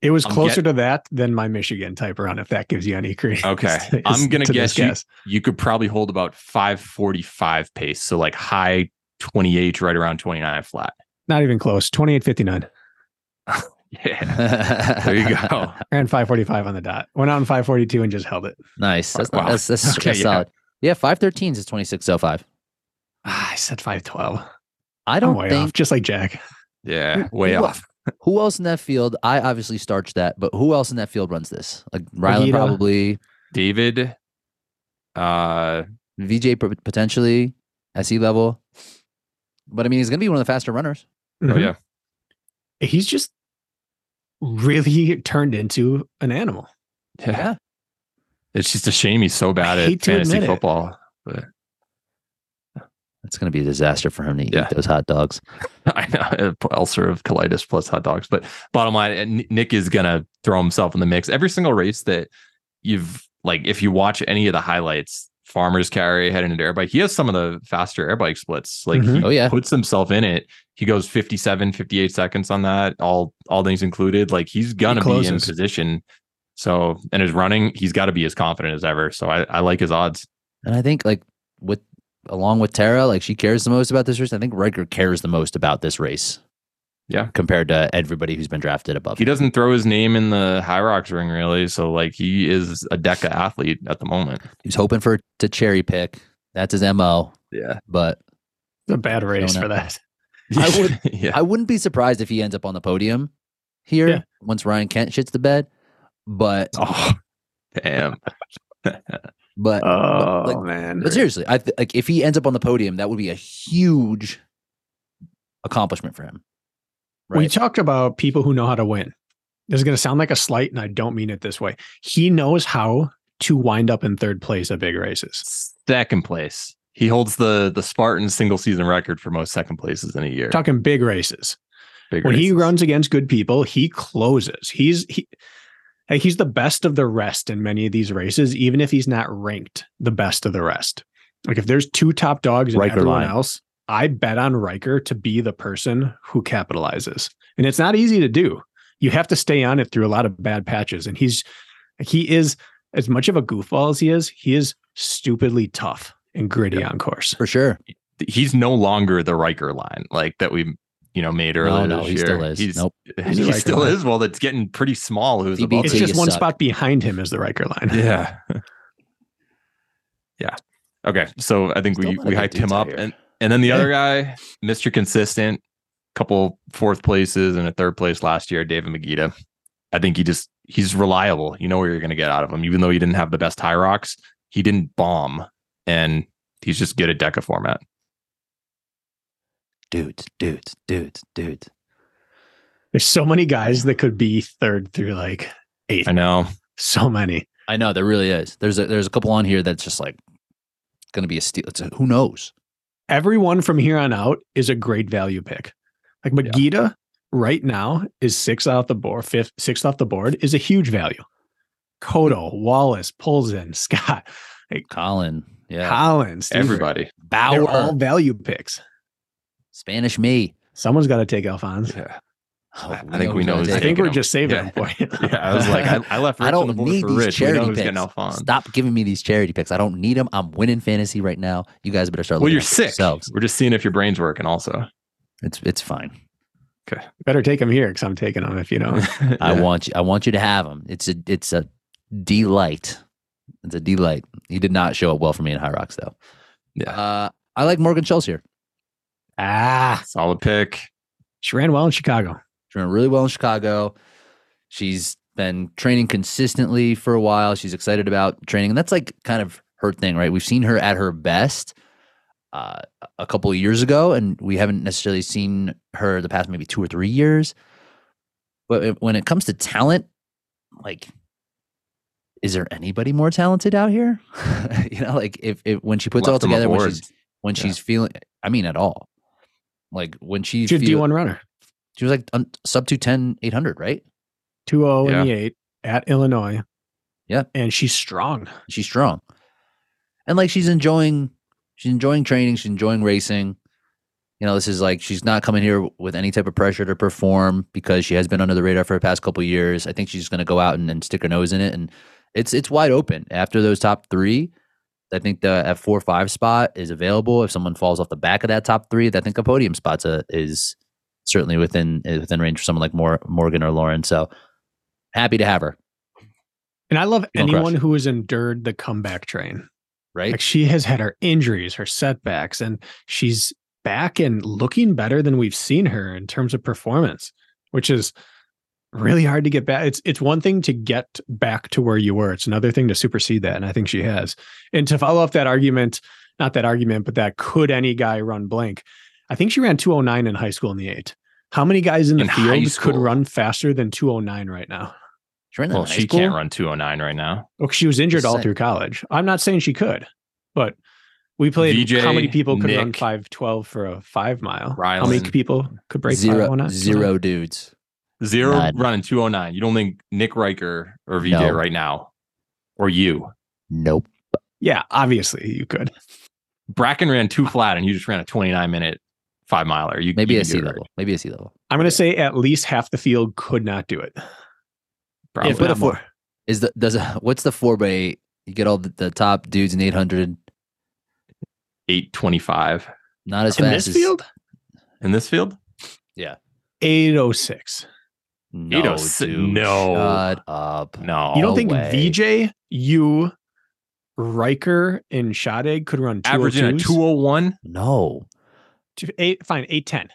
It was I'm closer to that than my Michigan type run, if that gives you any *laughs* credence. Okay. to this- I'm gonna to this guess you- you could probably hold about 545 pace, so like high 28 right around 29 flat. *laughs* Not even close. 2859. Yeah. *laughs* There you *laughs* go. Ran 545 on the dot. Went out in 542 and just held it. *laughs* *sighs* nice. That's, not, Wow. that's, that's, *laughs* Okay, that's yeah. solid. Yeah. 513 is 2605. Ah, I said 512. I I'm don't way think off, just like Jack. Yeah, way Wha- off. Who else in that field? I obviously starched that, but who else in that field runs this? Like Rylan, Vegeta. probably David uh VJ p- potentially SE level. But I mean, he's going to be one of the faster runners. Mm-hmm. oh yeah. He's just really *laughs* turned into an animal. Yeah. It's just a shame he's so bad I hate at to fantasy admit it. football. it's going to be a disaster for him to Yeah. eat those hot dogs. *laughs* I know uh, ulcer of colitis plus hot dogs. But bottom line, N- Nick is gonna throw himself in the mix. Every single race that you've like, if you watch any of the highlights, farmers carry heading into air bike, he has some of the faster air bike splits. Like Mhm. he Oh, *clears throat* yeah. puts himself in it. He goes 57, 58 seconds on that, all all things included. Like he's gonna be in closes. position. So and his running, he's gotta be as confident as ever. So I, I like his odds. And I think, like, with along with Tara, like, she cares the most about this race. I think Riker cares the most about this race. Yeah. Compared to everybody who's been drafted above. he him. doesn't throw his name in the high rocks ring really so like he is a deca athlete at the moment *laughs* He's hoping for to cherry pick. That's his MO. yeah But a bad race Jonah. for that. I would- yeah. I wouldn't be surprised if he ends up on the podium here Yeah. once Ryan Kent shits the bed. But *laughs* Oh, damn. *laughs* but Uh, Oh like- man, but seriously, I th- like if he ends up on the podium, that would be a huge accomplishment for him. we Right? talked about people who know how to win. This is going to sound like a slight, and I don't mean it this way. He knows how to wind up in third place at big races. Second place. He holds the the Spartan single season record for most second places in a year. Talking big races. Big when he races. runs against good people, he closes. He's he like, he's the best of the rest in many of these races, even if he's not ranked the best of the rest. Like if there's two top dogs and Riker everyone line. else, I bet on Riker to be the person who capitalizes. And it's not easy to do. You have to stay on it through a lot of bad patches. And he's he is as much of a goofball as he is, he is stupidly tough and gritty on course. for sure. he's no longer the Riker line like that we you know made No, earlier. no, this he year. still is. He's, nope. He's *laughs* a he Riker still line. is. Well, that's getting pretty small. Who's He the ball beats It's Until just you one suck. spot behind him is the Riker line. Yeah. *laughs* yeah. Okay. So I think Still we a lot we of good hyped him dudes out up. here. And and then the other guy, Mr. Consistent, couple fourth places and a third place last year, David Magida. I think he just he's reliable. You know where you're gonna get out of him. Even though he didn't have the best high rocks, he didn't bomb and he's just good at DECA format. dudes, dudes, dudes, dudes. There's so many guys that could be third through like eighth. I know. So many. I know there really is. There's a, there's a couple on here that's just like going to be a steal. It's a, who knows? Everyone from here on out is a great value pick. Like Yeah. Magida right now is sixth off the board, fifth, sixth off the board is a huge value. Kodo, Wallace, Polzin, *laughs* Scott, Colin, yeah, Collins, *laughs* Stiever, Everybody. Bauer, They're all value picks. Spanish me. Someone's got to take Alphonse. Yeah. Oh, I think we know who's gonna take who's I think it. taking we're him. just saving Yeah. him for you. *laughs* Yeah. I was like, I, I left Rich I on the don't board need for these Rich. We know charity who's getting picks. Alphonse. Stop giving me these charity picks. I don't need them. I'm winning fantasy right now. You guys better start. Well, looking you're out for sick. Yourselves. We're just seeing if your brain's working also. It's it's fine. *laughs* Better take him here because I'm taking him if *laughs* you don't. *laughs* I Yeah. want you. I want you to have him. It's a it's a delight. It's a delight. He did not show up well for me in High Rocks though. Yeah. Uh, I like Morgan Schultz here. ah, Solid pick. she ran well in Chicago. She's doing really well in Chicago. She's been training consistently for a while. She's excited about training, and that's like kind of her thing, right? We've seen her at her best uh, a couple of years ago, and we haven't necessarily seen her the past maybe two or three years. But it- when it comes to talent, like, is there anybody more talented out here? *laughs* you know, like if, if when she puts it all Left him together, when aboard. she's when Yeah. she's feeling, I mean, at all, like when she She's a feel- D1 runner. she was like un- sub 210 800 right 2-0 in Yeah. oh the eight at Illinois. Yeah. And she's strong. she's strong and like she's enjoying she's enjoying training she's enjoying racing you know this is like she's not coming here with any type of pressure to perform because she has been under the radar for the past couple years i think she's just going to go out and, and stick her nose in it and it's it's wide open after those top three i think the at four or five spot is available if someone falls off the back of that top three i think a podium spot is certainly within is within range for someone like Mor- morgan or lauren so happy to have her And I love She don't anyone crash. who has endured the comeback train. right Like she has had her injuries, her setbacks, and she's back and looking better than we've seen her in terms of performance, which is really hard to get back. It's it's one thing to get back to where you were. It's another thing to supersede that. And I think she has. And to follow up that argument, not that argument, but that could any guy run blank? I think she ran 209 in high school in the eight. How many guys in the In high field could school? run faster than 209 right now? She ran that Well, in high she school? can't run 209 right now. Well, she was injured Just all saying. through college. I'm not saying she could, but we played VJ, how many people could run Nick, 512 for a five mile? How many Rylan. people could break zero, 509? zero dudes. Zero None. running 209. You don't think Nick Riker or VJ No. right now or you? Nope. Yeah, obviously you could. Bracken ran two flat and you just ran a 29 minute five miler. You Maybe you a can sea do it. level. Maybe a sea level. I'm going to say at least half the field could not do it. Probably. if but not if we're- more. Is the does *laughs* what's the four by eight? You get all the, the top dudes in eight hundred. 825 Not as in fast this as field, in this field. 806. No, 806 dude, no. Shut up. No. You No don't think way. VJ, you, Riker, and Shadeg could run averaging a 202s? 201? No. Two, eight, fine, eight ten.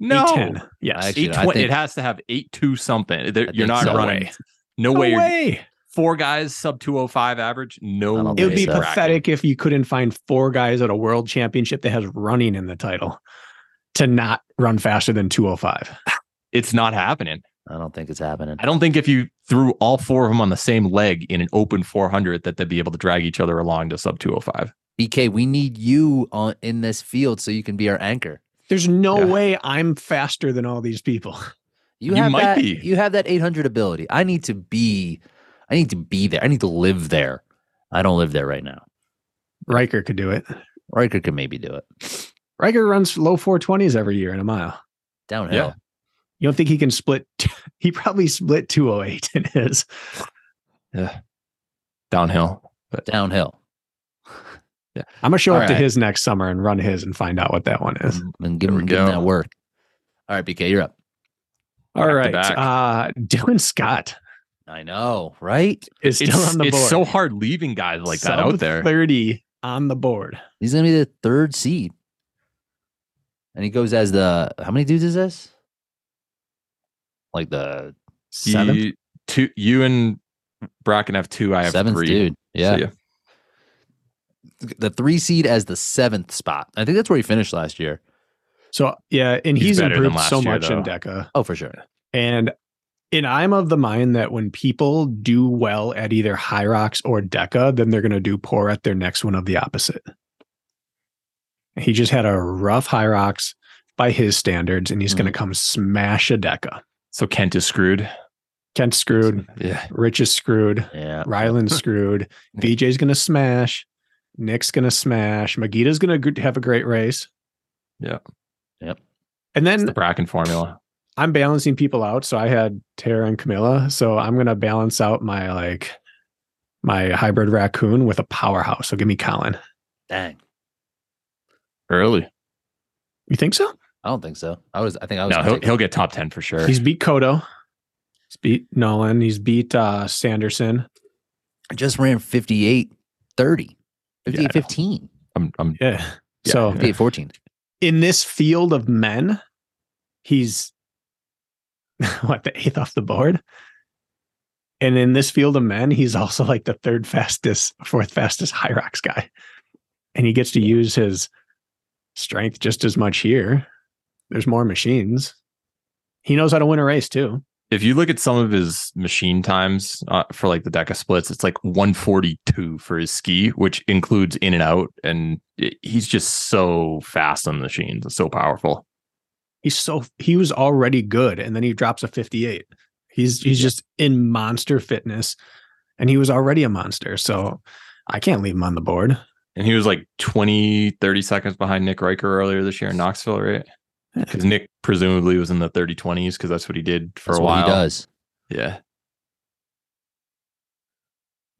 No, eight, 10. yes. Actually, Eight I twen- think- it has to have eight two something. There- I You're think not so. running. No, No way. way. you're- Four guys sub 205 average. I No, don't It would be Amazing. pathetic if you couldn't find four guys at a world championship that has running in the title to not run faster than 205. It's not happening. I don't think it's happening. I don't think if you threw all four of them on the same leg in an open 400 that they'd be able to drag each other along to sub 205. BK, we need you on in this field so you can be our anchor. There's no Yeah. way I'm faster than all these people. You, You have might that, be. You have that 800 ability. I need to be. I need to be there. I need to live there. I don't live there right now. Riker could do it. Riker could maybe do it Riker runs low 420s every year in a mile. downhill. Yeah. You don't think he can split? *laughs* he probably split 208 in his. Downhill. Downhill. I'm going to show All up to right. his next summer and run his and find out what that one is. And give There him, we give him go. that work. All right, BK, you're up. All Back right. to back. Uh, Dylan Scott I know, right? is still it's on the it's board. so hard leaving guys like that Sub out there. 30 on the board. He's gonna be the third seed. And he goes as the how many dudes is this? Like the seventh, You, two, you and Bracken have two. I have seventh three. dude. So, Yeah. The three seed as the seventh spot. I think that's where he finished last year. So yeah, and He's he's, better than improved last so year, much in though. DECA. Oh, for sure. And and I'm of the mind that when people do well at either High Rocks or DECA, then they're gonna do poor at their next one of the opposite. He just had a rough High Rocks by his standards, and he's Mm-hmm. gonna come smash a DECA. So Kent is screwed. Kent's screwed, Yeah. Rich is screwed, Yeah. *laughs* Ryland's screwed, BJ's gonna smash, Nick's gonna smash, Magita's gonna g- have a great race. Yeah. Yep. And then It's the Bracken formula. I'm balancing people out. So I had Tara and Camilla. So I'm gonna balance out my like my hybrid raccoon with a powerhouse. So give me Colin. Dang. Early. You think so? I don't think so. I was I think I was No, gonna he'll, take- he'll get top 10 for sure. He's beat Kodo. He's beat Nolan. He's beat uh Sanderson. just ran 58 30, I 58 15, I'm, I'm, Yeah. So Yeah. 58 14. in this field of men, he's *laughs* what the eighth off the board. And in this field of men, he's also like the third fastest, fourth fastest high rocks guy. And he gets to use his strength just as much here. There's more machines. He knows how to win a race too. if you look at some of his machine times uh, for like the DECA splits, it's like 142 for his ski, which includes in and out. And it- he's just so fast on the machines. It's so powerful. He's so he was already good, and then he drops a 58. He's he's just in monster fitness, and he was already a monster. So I can't leave him on the board. And he was like 20, 30 seconds behind Nick Riker earlier this year in Knoxville, right? Because Nick presumably was in the 30 20s because that's what he did for That's a what while. he does. Yeah.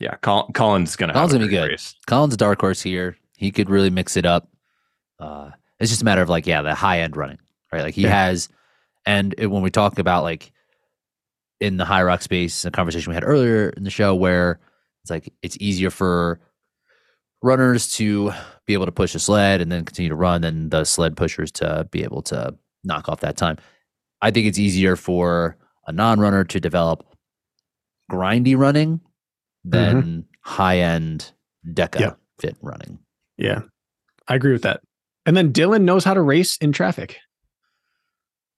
Yeah. Col- Colin's going to Colin's have gonna a be great good. race. Colin's a dark horse here. He could really mix it up. Uh, it's just a matter of like, yeah, the high end running, right? Like he Yeah. has, and it, when we talk about like in the high rock space, a conversation we had earlier in the show where it's like it's easier for runners to be able to push a sled and then continue to run than the sled pushers to be able to knock off that time. I think it's easier for a non runner to develop grindy running than high end deca Mm-hmm. Yeah. fit *laughs* running. *laughs* Yeah, I agree with that. And then Dylan knows how to race in traffic.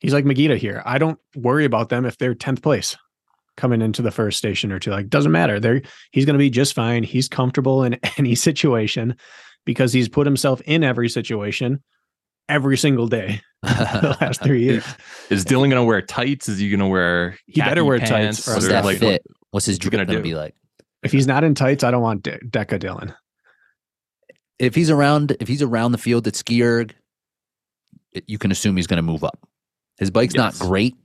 He's like Megiddo here. I don't worry about them if they're 10th place coming into the first station or two. Like, doesn't matter. They're, he's going to be just fine. He's comfortable in *laughs* any situation because he's put himself in every situation every single day *laughs* the last three years. Is Dylan going to wear tights? Is he going to wear? He better khaki wear pants? tights or What What's are, that like, fit? What's his what's he drip gonna gonna, do? be like? If he's not in tights, I don't want De- Deca Dylan. If he's around, if he's around the field at Skierg, it- you can assume he's gonna move up. His bike's Yes. not great,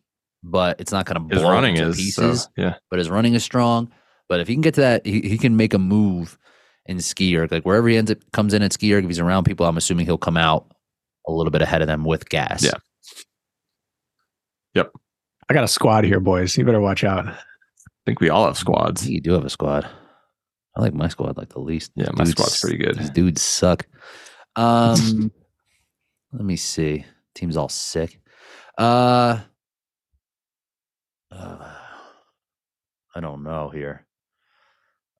but it's not gonna blow His running to is so, pieces. yeah. But his running is strong. But if he can get to that, he, he can make a move in Skierg. Like wherever he ends up comes in at Skierg, if he's around people, I'm assuming he'll come out a little bit ahead of them with gas. Yeah. I got a squad here, boys. You better watch out. I think we all have squads. You do have a squad. I like my squad like the least. Yeah, my Dudes- squad's pretty These good. dudes suck. Um, Let me see. Team's all sick. Uh, uh I don't know here.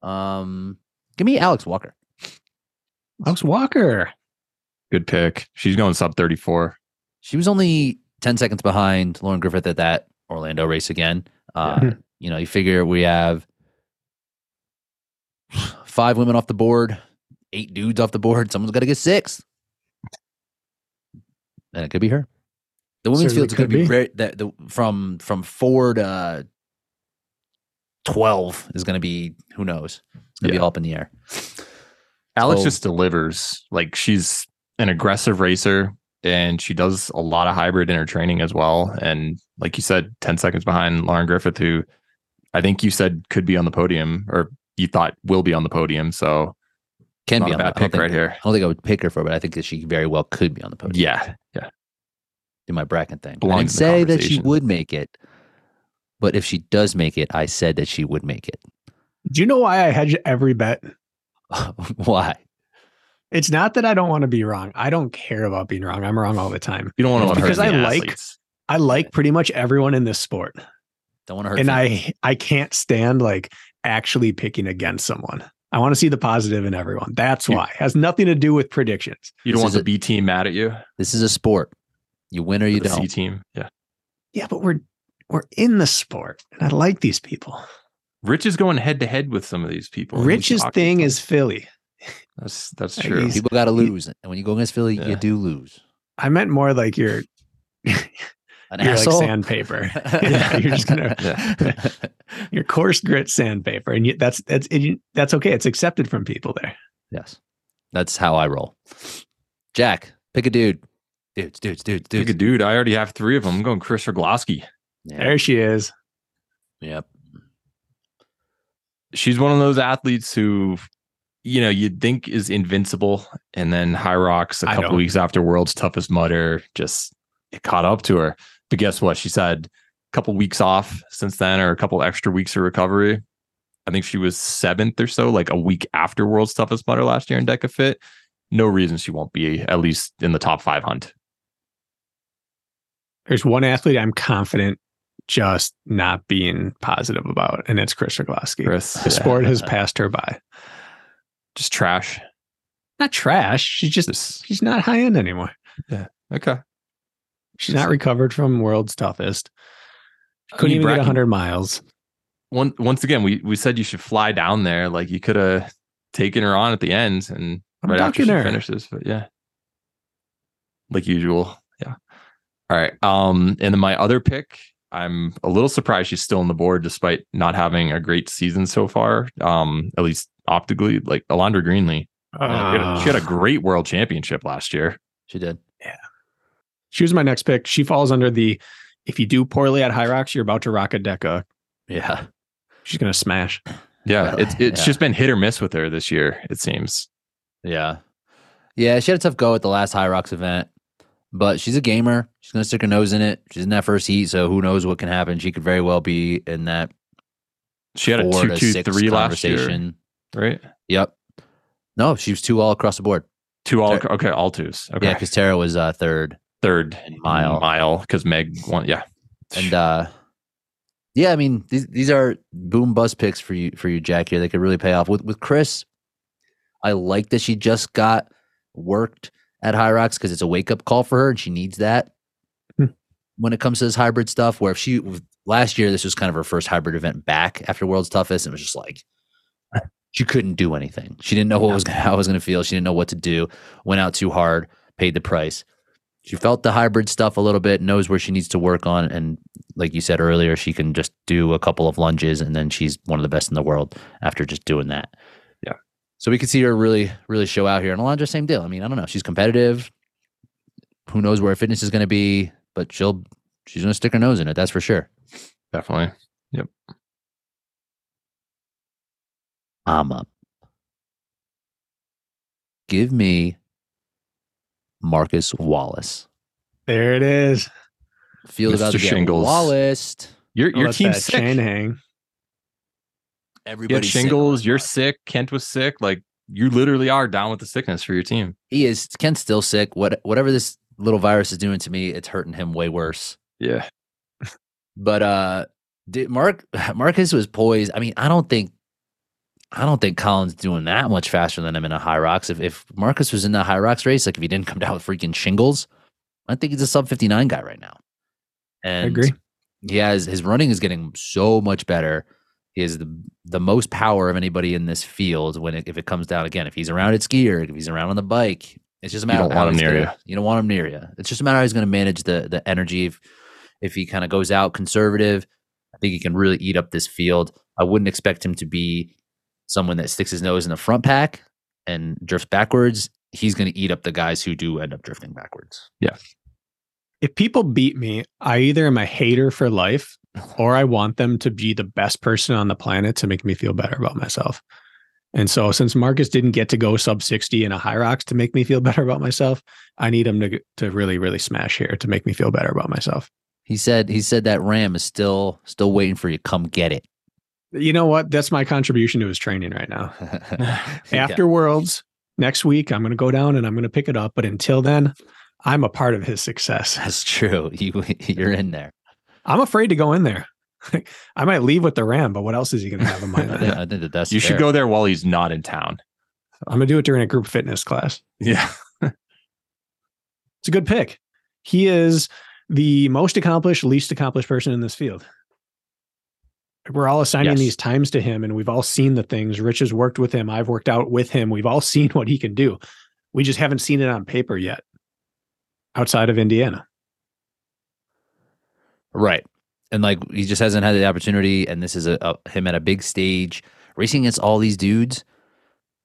Um, give me Alex Walker. Alex Walker. Good pick. She's going sub 34. She was only 10 seconds behind Lauren Griffith at that Orlando race again. Uh, Yeah. You know, you figure we have five women off the board, eight dudes off the board. Someone's got to get six. And it could be her. The women's Certainly field's going could to be, be. very, that the, from from four to 12 is going to be, who knows? It's going to be Yeah. all up in the air. Alex So- just delivers. Like she's an aggressive racer and she does a lot of hybrid in her training as well. And like you said, 10 seconds behind Lauren Griffith, who I think you said could be on the podium or you thought will be on the podium. So Can not be a on bad the, I don't pick think- right here. I don't think I would pick her for, it, but I think that she very well could be on the podium. Yeah. Yeah. do my bracket thing. I Belongs in didn't the say that she conversation. would make it, but if she does make it, I said that she would make it. *laughs* Do you know why I hedge every bet? Why? It's not that I don't want to be wrong. I don't care about being wrong. I'm wrong all the time. You don't want to It's hurt because the I like- athletes. I like pretty much everyone in this sport. Don't want to hurt. and feelings. I I can't stand like actually picking against someone. I want to see the positive in everyone. That's You- why. has nothing to do with predictions. You don't This want is the B team mad at you. this is a sport. You win or you the C don't. team. Yeah. Yeah, but we're we're in the sport and I like these people. Rich is going head to head with some of these people. and he's Rich's talking thing to is them. Philly. that's that's Like, true. he's- People got to you- lose, and when you go against Philly, Yeah. you do lose. I meant more like your An your like asshole. *laughs* sandpaper. *laughs* Yeah, you're just gonna- Yeah. Your coarse grit sandpaper. And you, that's that's and you, that's okay. It's accepted from people there. yes, that's how I roll. Jack, pick a dude. Dudes, dudes, dudes, Dude. dudes. dude, I already have three of them. I'm going Chris Roglowski. Yeah. There she is. Yep. She's one of those athletes who, you know, you'd think is invincible, and then High Rocks a I couple know. weeks after World's Toughest Mudder just it caught up to her. But guess what? She said a couple weeks off since then, or a couple extra weeks of recovery. I think she was seventh or so, like a week after World's Toughest Mudder last year in Deca Fit. No reason she won't be at least in the top five hunt. There's one athlete I'm confident just not being positive about, and it's Chris Roglowski. Chris, The yeah, *laughs* sport has passed her by. just trash. not trash. She's just Just she's not high end anymore. okay. She's not recovered from world's toughest. She couldn't mean, even get Bracken- 100 miles. one, once again, we, we said you should fly down there. Like you could have taken her on at the end and I'm right after ducking she her. finishes. But yeah, like usual. Yeah. All right. Um, and then my other pick, I'm a little surprised she's still on the board despite not having a great season so far. Um, at least optically, like Alondra Greenlee. Oh, she, had a, she had a Ah. Uh, great world championship last year. She did. she was my next pick. She falls under the if you do poorly at high rocks, you're about to rock a deca. Yeah. She's gonna smash. Yeah. Well, It's it's yeah. just been hit or miss with her this year, it seems. Yeah. Yeah, she had a tough go at the last High Rocks event, but she's a gamer. She's going to stick her nose in it. She's in that first heat, so who knows what can happen. She could very well be in that She had a four two to two six three last year. conversation. Right. Yep. No, she was two all across the board. Two all Ter- okay, all twos. Okay. Yeah, because Tara was uh, third. Third Mile. Mile, because Meg won. Yeah. And uh, yeah, I mean, these, these are boom bust picks for you, for you, Jack, here. They could really pay off. With, with Chris, I like that she just got worked at High Rocks because it's a wake up call for her and she needs that Hmm. when it comes to this hybrid stuff. Where if she last year, this was kind of her first hybrid event back after World's Toughest, and it was just like she couldn't do anything. She didn't know what was how it was going to feel. She didn't know what to do. Went out too hard, paid the price. She felt the hybrid stuff a little bit, knows where she needs to work on, and like you said earlier, she can just do a couple of lunges, and then she's one of the best in the world after just doing that. So we could see her really, really show out here. And Alondra, same deal. I mean, I don't know. She's competitive. Who knows where her fitness is going to be, but she'll she's going to stick her nose in it. That's for sure. Definitely. I'm up. Give me Marcus Wallace. There it is. Field about to Mr. get Shingles. Wallace. Your I'll your let team's that sick. chain hang. You had Everybody shingles. You're sick. Kent was sick. Like you literally are down with the sickness for your team. he is Ken's still sick. What whatever this little virus is doing to me, it's hurting him way worse. Yeah. But uh did Mark *sighs* Marcus was poised. I mean, I don't think I don't think Colin's doing that much faster than him in a high rocks. If if Marcus was in the high rocks race, like if he didn't come down with freaking shingles, I think he's a sub 59 guy right now. And I agree. he has his running is getting so much better. He has the the most power of anybody in this field when it, if it comes down again. If he's around at skier, if he's around on the bike, it's just a You matter don't of how want him he's near gonna- You don't want him near you. It's just a matter of how he's going to manage the the energy. If if he kind of goes out conservative, I think he can really eat up this field. I wouldn't expect him to be someone that sticks his nose in the front pack and drifts backwards. He's going to eat up the guys who do end up drifting backwards. If people beat me, I either am a hater for life or I want them to be the best person on the planet to make me feel better about myself. And so since Marcus didn't get to go sub 60 in a high rocks to make me feel *laughs* better about myself, I need him to to really really smash here to make me feel better about myself. He said he said that Ram is still still waiting for you. Come get it. You know what? That's my contribution to his training right now. *laughs* Yeah. After Worlds next week, I'm going to go down and I'm going to pick it up, but until then, I'm a part of his success. That's true. *laughs* You you're in there. I'm afraid to go in there. *laughs* I might leave with the ram, but what else is he going to have in I mind? think, I think that that's You should fair. go there while he's not in town. I'm gonna do it during a group fitness class. Yeah. It's a good pick. He is the most accomplished, least accomplished person in this field. We're all assigning Yes. these times to him, and we've all seen the things. Rich has worked with him. I've worked out with him. We've all *laughs* seen what he can do. We just haven't seen it on paper yet outside of Indiana. Right. And like he just hasn't had the opportunity and this is a, a him at a big stage racing against all these dudes.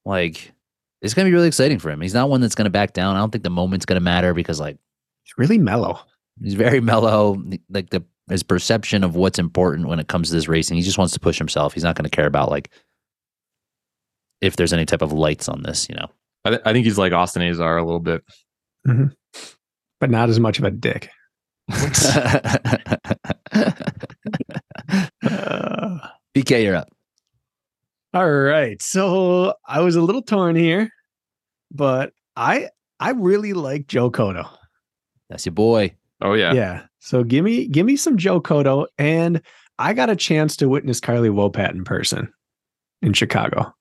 Like it's going to be really exciting for him. He's not one that's going to back down. I don't think the moment's going to matter because like It's really mellow. he's very *laughs* mellow like the his perception of what's important when it comes to this racing. He just wants to push himself. He's not going to care about like if there's any type of lights on this, you know. *laughs* I, th- I think he's like Austin Azar a little bit. *laughs* But not as much of a dick. *laughs* BK, you're up. All right. So I was a little torn here, but I I really like Joe Cotto. That's your boy. oh, yeah. Yeah. So give me give me some Joe Cotto, and I got a chance to witness Carly Wopat in person in Chicago.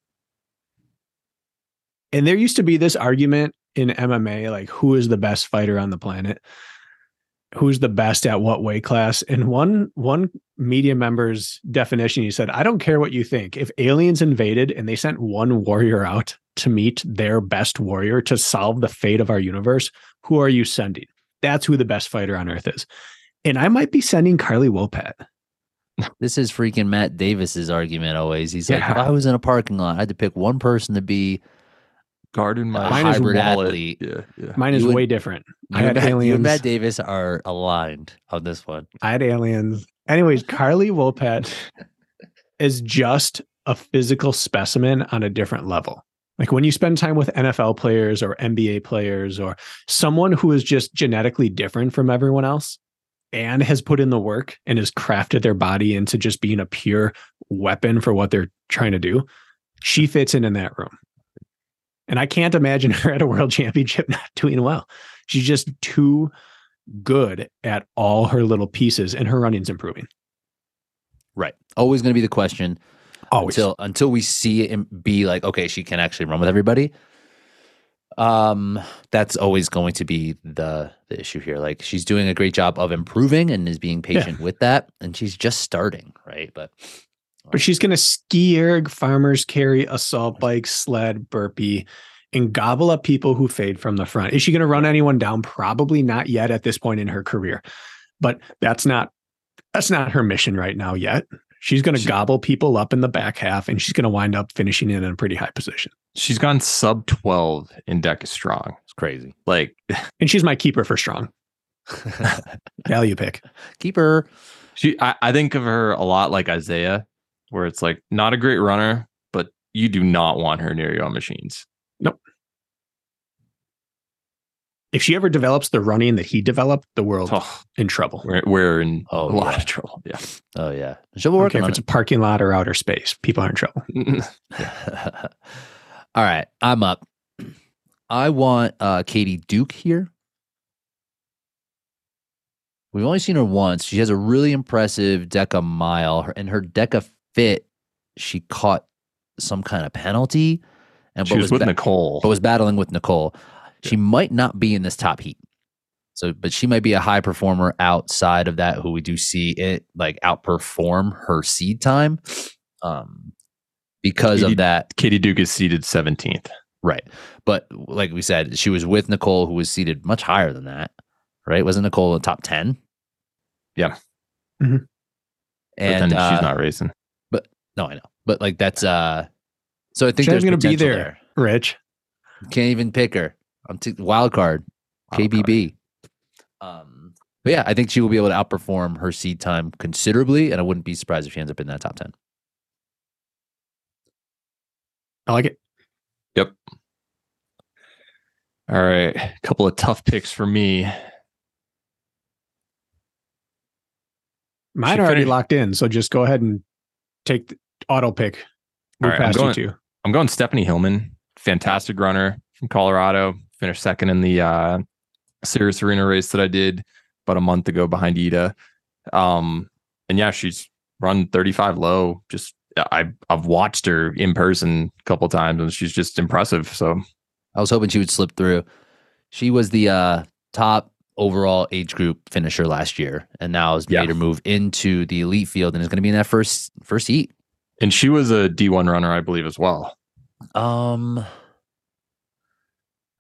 And there used to be this argument in MMA, like who is the best fighter on the planet, who's the best at what weight class. And one one media member's definition, he said, "I don't care what you think. If aliens invaded and they sent one warrior out to meet their best warrior to solve the fate of our universe, who are you sending?" That's who the best fighter on earth is. And I might be sending Carly Wopat. This is freaking Matt Davis's argument always. He's like, Yeah. if I was in a parking lot, I had to pick one person to be Garden a my Mine is hybrid wallet. athlete. Yeah. Yeah. Mine is You would- way different. I You and Matt, had you and aliens. Matt Davis are aligned on this one. I had aliens. Anyways, Carly Wopat is just a physical specimen on a different level. Like when you spend time with NFL players or NBA players or someone who is just genetically different from everyone else and has put in the work and has crafted their body into just being a pure weapon for what they're trying to do, she fits in in that room. And I can't imagine *laughs* her at a world championship not doing well. She's just too good at all her little pieces and her running's improving. Right. Always going to be the question Always. until until we see it and be like, okay, she can actually run with everybody. Um, that's always going to be the the issue here. Like she's doing a great job of improving and is being patient with that, and she's just starting, right? But *laughs* but she's going to ski erg, farmers carry, assault bike, sled, burpee, and gobble up people who fade from the front. Is she going to run anyone down? Probably not yet at this point in her career. But that's not that's not her mission right now yet. She's going to She- gobble people up in the back half and she's going to wind up finishing in a pretty high position. She's gone sub 12 in Deca Strong. it's crazy. Like, And she's my keeper for strong. Value pick. *laughs* Keep her. She, I, I think of her a lot like Isaiah, where it's like not a great runner, but you do not want her near you on machines. If she ever develops the running that he developed, the world's Oh, in trouble. we're, we're in Oh, a lot yeah. of trouble. Yeah. Oh yeah, she'll be I don't working care if on it's a parking lot or outer space. People are in trouble. *laughs* All right, I'm up. I want uh, Katie Duke here. We've only seen her once. She has a really impressive Deca mile, Her- and her Deca fit, she caught some kind of penalty, and She but was with ba- Nicole. but was battling with Nicole. She might not be in this top heat. So, but she might be a high performer outside of that who we do see it like outperform her seed time um, because Katie- of that. Katie Duke is seated 17th. Right. But like we said, she was with Nicole, who was seated much higher than that. Right. Wasn't Nicole in the top 10? Yeah. Mhm. And but then uh, she's not racing. no, I know. But like that's, uh, so I think She's there's gonna be potential there. Rich. Can't even pick her. I'm t- wild card. Wild card. KBB. Um, but yeah, I think she will be able to outperform her seed time considerably, and I wouldn't be surprised if she ends up in that top ten. I like it. All right. A couple of tough picks for me. Mine She are already finished- locked in, so just go ahead and take the auto pick. Move right, I'm past going- you two. I'm going Stephanie Hillman, fantastic runner from Colorado. Finished second in the uh, Sirius Arena race that I did about a month ago behind Ida. Um, and yeah, she's run 35 low. Just I I've watched her in person a couple times, and she's just impressive. So I was hoping she would slip through. She was the uh, top overall age group finisher last year, and now has Yeah. made her move into the elite field, and is going to be in that first first heat. and she was a D1 runner, I believe, as well. Um,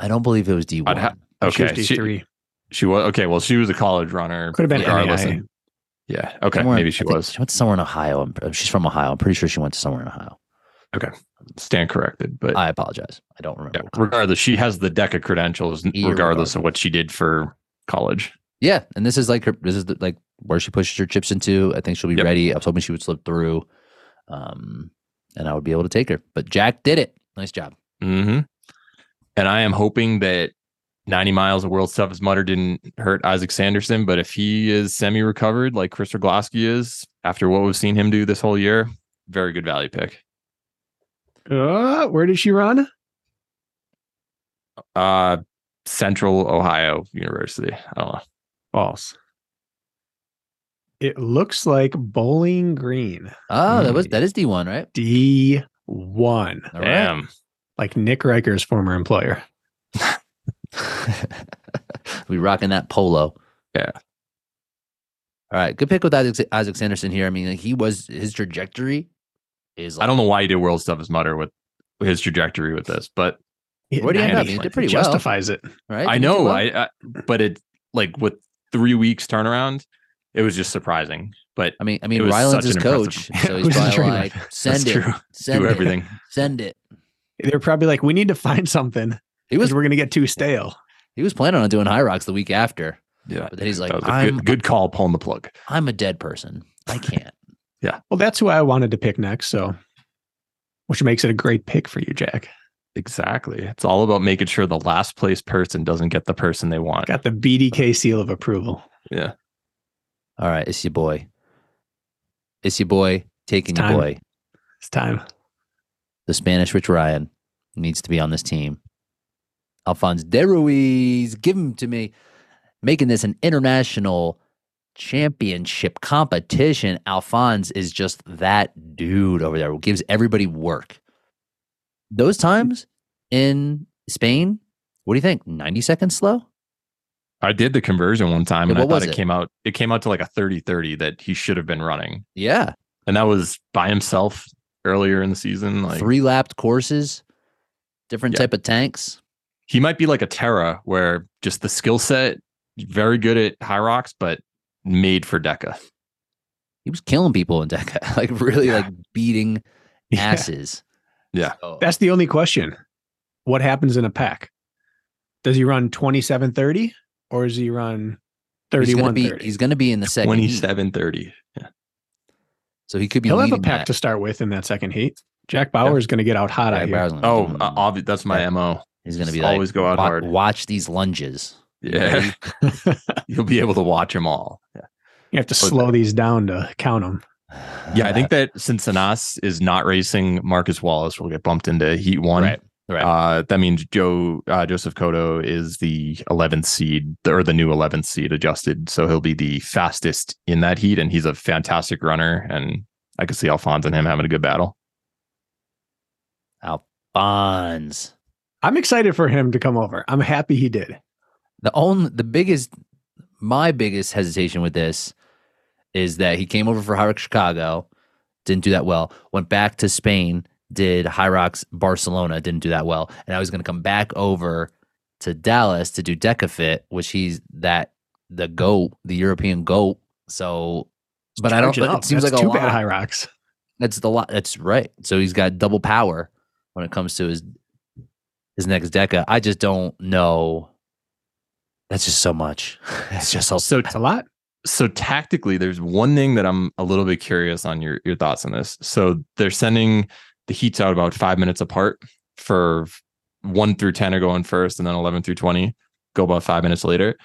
I don't believe it was D one. I'd ha- Okay. Okay, She was she, D3. she was okay. Well, she was a college runner. Could have been regardless of- NAIA. yeah. Okay, maybe she was. She went to somewhere in Ohio. I'm pr- She's from Ohio. I'm pretty sure she went to somewhere in Ohio. Stand corrected, but I apologize. I don't remember. Yeah, regardless, she has the DECA credentials, n- Yeah, regardless of what she did for college. Yeah, and this is like her. This is the, like where she pushes her chips into. I think she'll be Yep. ready. I was hoping she would slip through, um, and I would be able to take her. But Jack did it. Nice job. hmm And I am hoping that 90 miles of world's toughest mutter didn't hurt Isaac Sanderson. But if he is semi recovered, like Chris Roglaski is, after what we've seen him do this whole year, very good value pick. Uh, where did she run? Uh, Central Ohio University. I don't know. False. It looks like Bowling Green. Oh, that was Mm. that is D one, right? D1. All right. Damn. Like Nick Riker's former employer. *laughs* we rocking that polo. Yeah. All right, good pick with Isaac, Isaac Sanderson here. I mean, like, he was his trajectory is. I don't know why he did world's toughest mutter with his trajectory with this, but Where do you end Yeah, up? he He did did pretty well. justifies it. Right? Didn't I he do know, well? I, I but it like with three weeks turnaround, it was just surprising. But I mean, I mean, was Ryland's such his an coach, impressive- so *laughs* It he's was his probably training. like, that's send it, true. send Do it, everything. *laughs* send it. They're probably like, we need to find something. He was because we're gonna get too stale. He was planning on doing high rocks the week after, Yeah, but then he's like, that was a "I'm good, good call pulling the plug. I'm a dead person. I *laughs* can't." Well, that's who I wanted to pick next. So, which makes it a great pick for you, Jack. Exactly. It's all about making sure the last place person doesn't get the person they want. Got the BDK seal of approval. Yeah. All right, it's your boy. It's your boy taking It's your time. boy. It's time. The Spanish Rich Ryan needs to be on this team. Alphonse De Ruiz, give him to me. Making this an international championship competition. Alphonse is just that dude over there. Gives everybody work. Those times in Spain, what do you think? 90 seconds slow? I did the conversion one time Yeah, and I what thought was it, it? came out it came out to like a 30-30 that he should have been running. Yeah. And that was by himself earlier in the season. Like three lapped courses, different Yeah. type of tanks. he might be like a Terra where just the skill set, very good at high rocks, but made for Deca. He was killing people in Deca, *laughs* like really like *laughs* beating Yeah. asses. Yeah. So- That's the only question. What happens in a pack? Does he run twenty seven thirty or does he run he's thirty gonna one be thirty? he's gonna be in the second. heat. 2730. So he could be He'll have a leading pack that. to start with in that second heat. Jack Bauer is going to get out hot Jack out here. Bauer's gonna Oh, give him- uh, obvi- that's my Yeah. MO. he's gonna just be like, always go out "Wa- hard." Watch these lunges. Yeah. *laughs* You'll be able to watch them all. You have to Oh, slow these down to count them. Uh, Yeah, I think that since Sanas is not racing, Marcus Wallace will get bumped into Heat One. *sighs* Right. Right. Uh, that means Joe uh, Joseph Cotto is the 11th seed or the new 11th seed adjusted, so he'll be the fastest in that heat, and he's a fantastic runner, and I could see Alphonse and him having a good battle. Bonds. I'm excited for him to come over. I'm happy he did. The only the biggest my biggest hesitation with this is that he came over for High Rock Chicago, didn't do that well. Went back to Spain, did High Rocks Barcelona, didn't do that well. And I was going to come back over to Dallas to do Decafit, which he's that the goat, the European goat. So, but I don't. Charge It up. seems That's like a too lot. bad. High rocks. That's the lot. That's right. So he's got double power when it comes to his his next deca. I just don't know. That's just so much. *laughs* It's just all So It's a lot. so tactically, there's one thing that I'm a little bit curious on your your thoughts on this. So they're sending the heats out about five minutes apart for one through ten are going first, and then eleven through twenty go about five minutes later.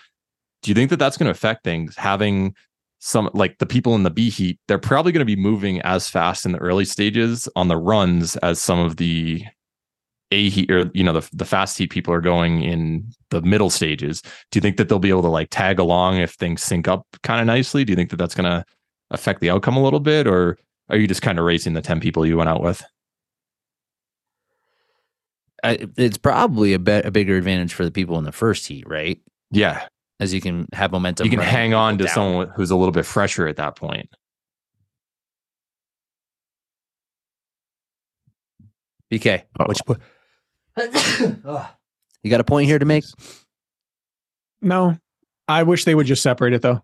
Do you think that that's going to affect things? Having some like the people in the B heat, they're probably going to be moving as fast in the early stages on the runs as some of the A heat or you know the the fast heat people are going in the middle stages do you think that they'll be able to like tag along if things sync up kind of nicely? Do you think that that's going to affect the outcome a little bit, or are you just kind of racing the ten people you went out with? I, it's probably a, bet a bigger advantage for the people in the first heat, right? Yeah, As you can have momentum. you can running hang people on to down. someone who's a little bit fresher at that point. BK, Uh-oh. what you put? Ugh. *coughs* you got a point here to make. No, I wish they would just separate it though.